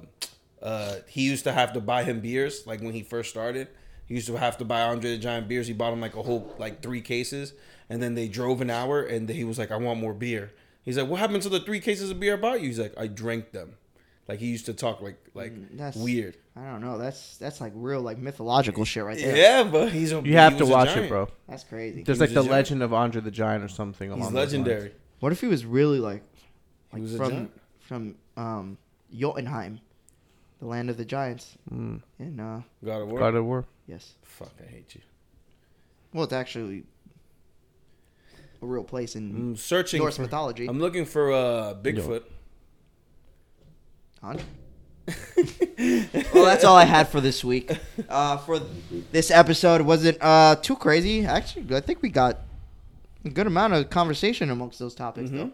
C: uh, he used to have to buy him beers, like when he first started. He used to have to buy Andre the Giant beers. He bought him like a whole like three cases, and then they drove an hour, and he was like, "I want more beer." He's like, "What happened to the three cases of beer I bought you?" He's like, "I drank them." Like he used to talk like like
A: Mm, that's-
C: weird.
A: I don't know. That's that's like real like mythological shit right there.
C: Yeah, but he's a
B: You have
C: he
B: to
C: was a
B: watch it,
C: giant.
B: bro.
A: That's crazy.
B: There's
C: He
B: like
C: was a
B: the
C: giant.
B: legend of Andre the Giant or something. Along
C: He's
B: those
C: legendary.
A: What if he was really like,
C: He
A: like
C: was a
A: from
C: giant.
A: from um Jotunheim, the land of the giants?
B: lines.
A: And uh,
C: God of
B: Mm.
C: War.
B: God of War.
A: yes,
C: Fuck, I hate you.
A: well, it's actually a real place in
C: I'm searching.
A: Norse
C: for-
A: mythology.
C: I'm looking for uh Bigfoot.
A: Hon- *laughs* well,
C: *laughs*
A: that's all I had for this *laughs* week. Uh, for this episode, it wasn't uh, too crazy. Actually, I think we got a good amount of conversation amongst those topics,
C: Mhm.
A: though.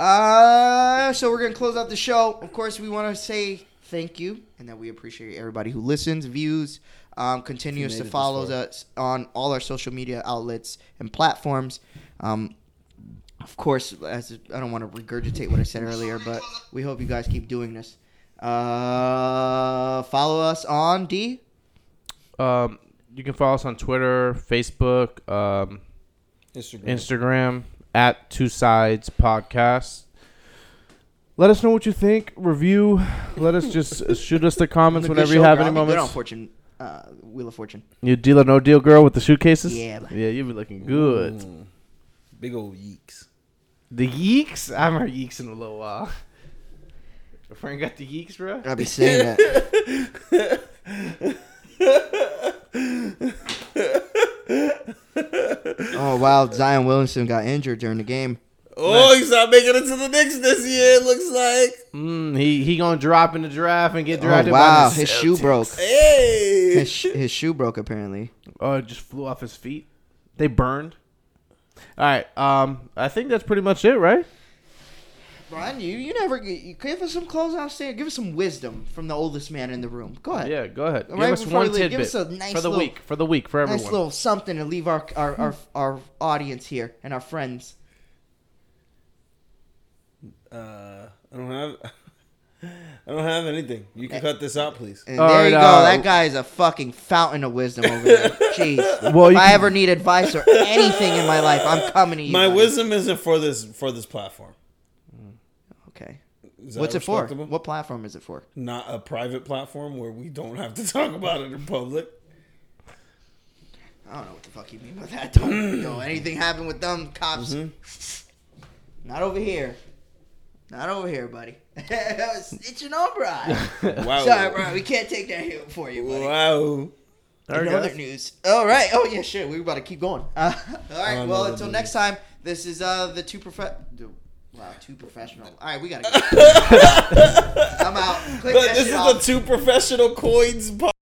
A: Uh, so we're gonna close out the show. Of course, we want to say thank you and that we appreciate everybody who listens, views, um, continues
C: made
A: to
C: it this
A: follow
C: far.
A: us on all our social media outlets and platforms. Um, of course, as I don't want to regurgitate what I said earlier, but we hope you guys keep doing this. Uh, follow us on D.
B: Um, you can follow us on Twitter, Facebook, um,
C: Instagram.
B: Instagram at Two Sides Podcast. Let us know what you think. Review. Let us
A: *laughs*
B: just shoot us the comments
A: Good
B: whenever you
A: show,
B: have
A: bro.
B: any
A: I'll be Good on
B: moments.
A: Fortune, uh, Wheel of Fortune.
B: You deal or no deal, girl, with the shoe cases.
A: Yeah, bro.
B: yeah, you be looking good.
C: Mm. Big old
A: *laughs*
C: yeeks.
B: The yeeks. I haven't heard yeeks in a little while. *laughs* Your friend got the yeeks, bro.
A: I'll be saying that. *laughs* oh wow, Zion Williamson got injured during the game.
C: Oh, he's not making it to the Knicks this year. It looks like.
B: Mm, he he gonna drop in the draft and get drafted.
A: Oh
B: by
A: wow,
B: the
A: his shoe
B: Celtics.
A: broke.
C: Hey.
A: His, sh- his shoe broke apparently.
B: Oh, it just flew off his feet. They burned. All right. Um, I think that's pretty much it, right?
A: Brian, you, you never g- you give us some closeout stand. Give us some wisdom from the oldest man in the room. Go ahead.
B: Yeah. Go ahead.
A: All
B: give
A: right,
B: us
A: before
B: one
A: we leave,
B: tidbit
A: give us a nice
B: for the
A: little-
B: week. For the week. For everyone.
A: Nice little something to leave our our, our our audience here and our friends.
C: Uh, I don't have. *laughs* I don't have anything. You can cut this out, please.
A: Eh. And
B: All
A: there you
B: right,
A: go.
B: uh,
A: that guy is a fucking fountain of wisdom over *laughs* there. Jeez.
B: Well,
A: if
B: Oh, you
A: I
B: can-
A: ever need advice or anything in my life, I'm coming to you.
C: My
A: buddy.
C: wisdom isn't for this for this platform.
A: Okay.
C: Is that
A: What's it for?
C: respectable?
A: What platform is it for?
C: Not a private platform where we don't have to *laughs* talk about it in public.
A: I don't know what the fuck you mean by that. *laughs* Don't know anything happened with them cops.
C: Mm-hmm.
A: Not over here. Not over here, buddy. *laughs* Snitching on
C: *laughs*
A: Brian. *laughs*
C: Wow.
A: Sorry, Brian. We can't take that hit for you, buddy.
C: Wow.
B: All right,
A: In
B: guys.
A: other news. All right. Oh yeah, shit. We were about to keep going. *laughs* Uh, all right.
C: On
A: well,
C: other
A: until
C: news.
A: next time. This is uh the two prof. Wow, two professional. All right, we gotta. Go. I'm out. Click
C: *laughs* Look,
A: that
C: this
A: shit
C: is
A: off.
C: the two professional coins podcast.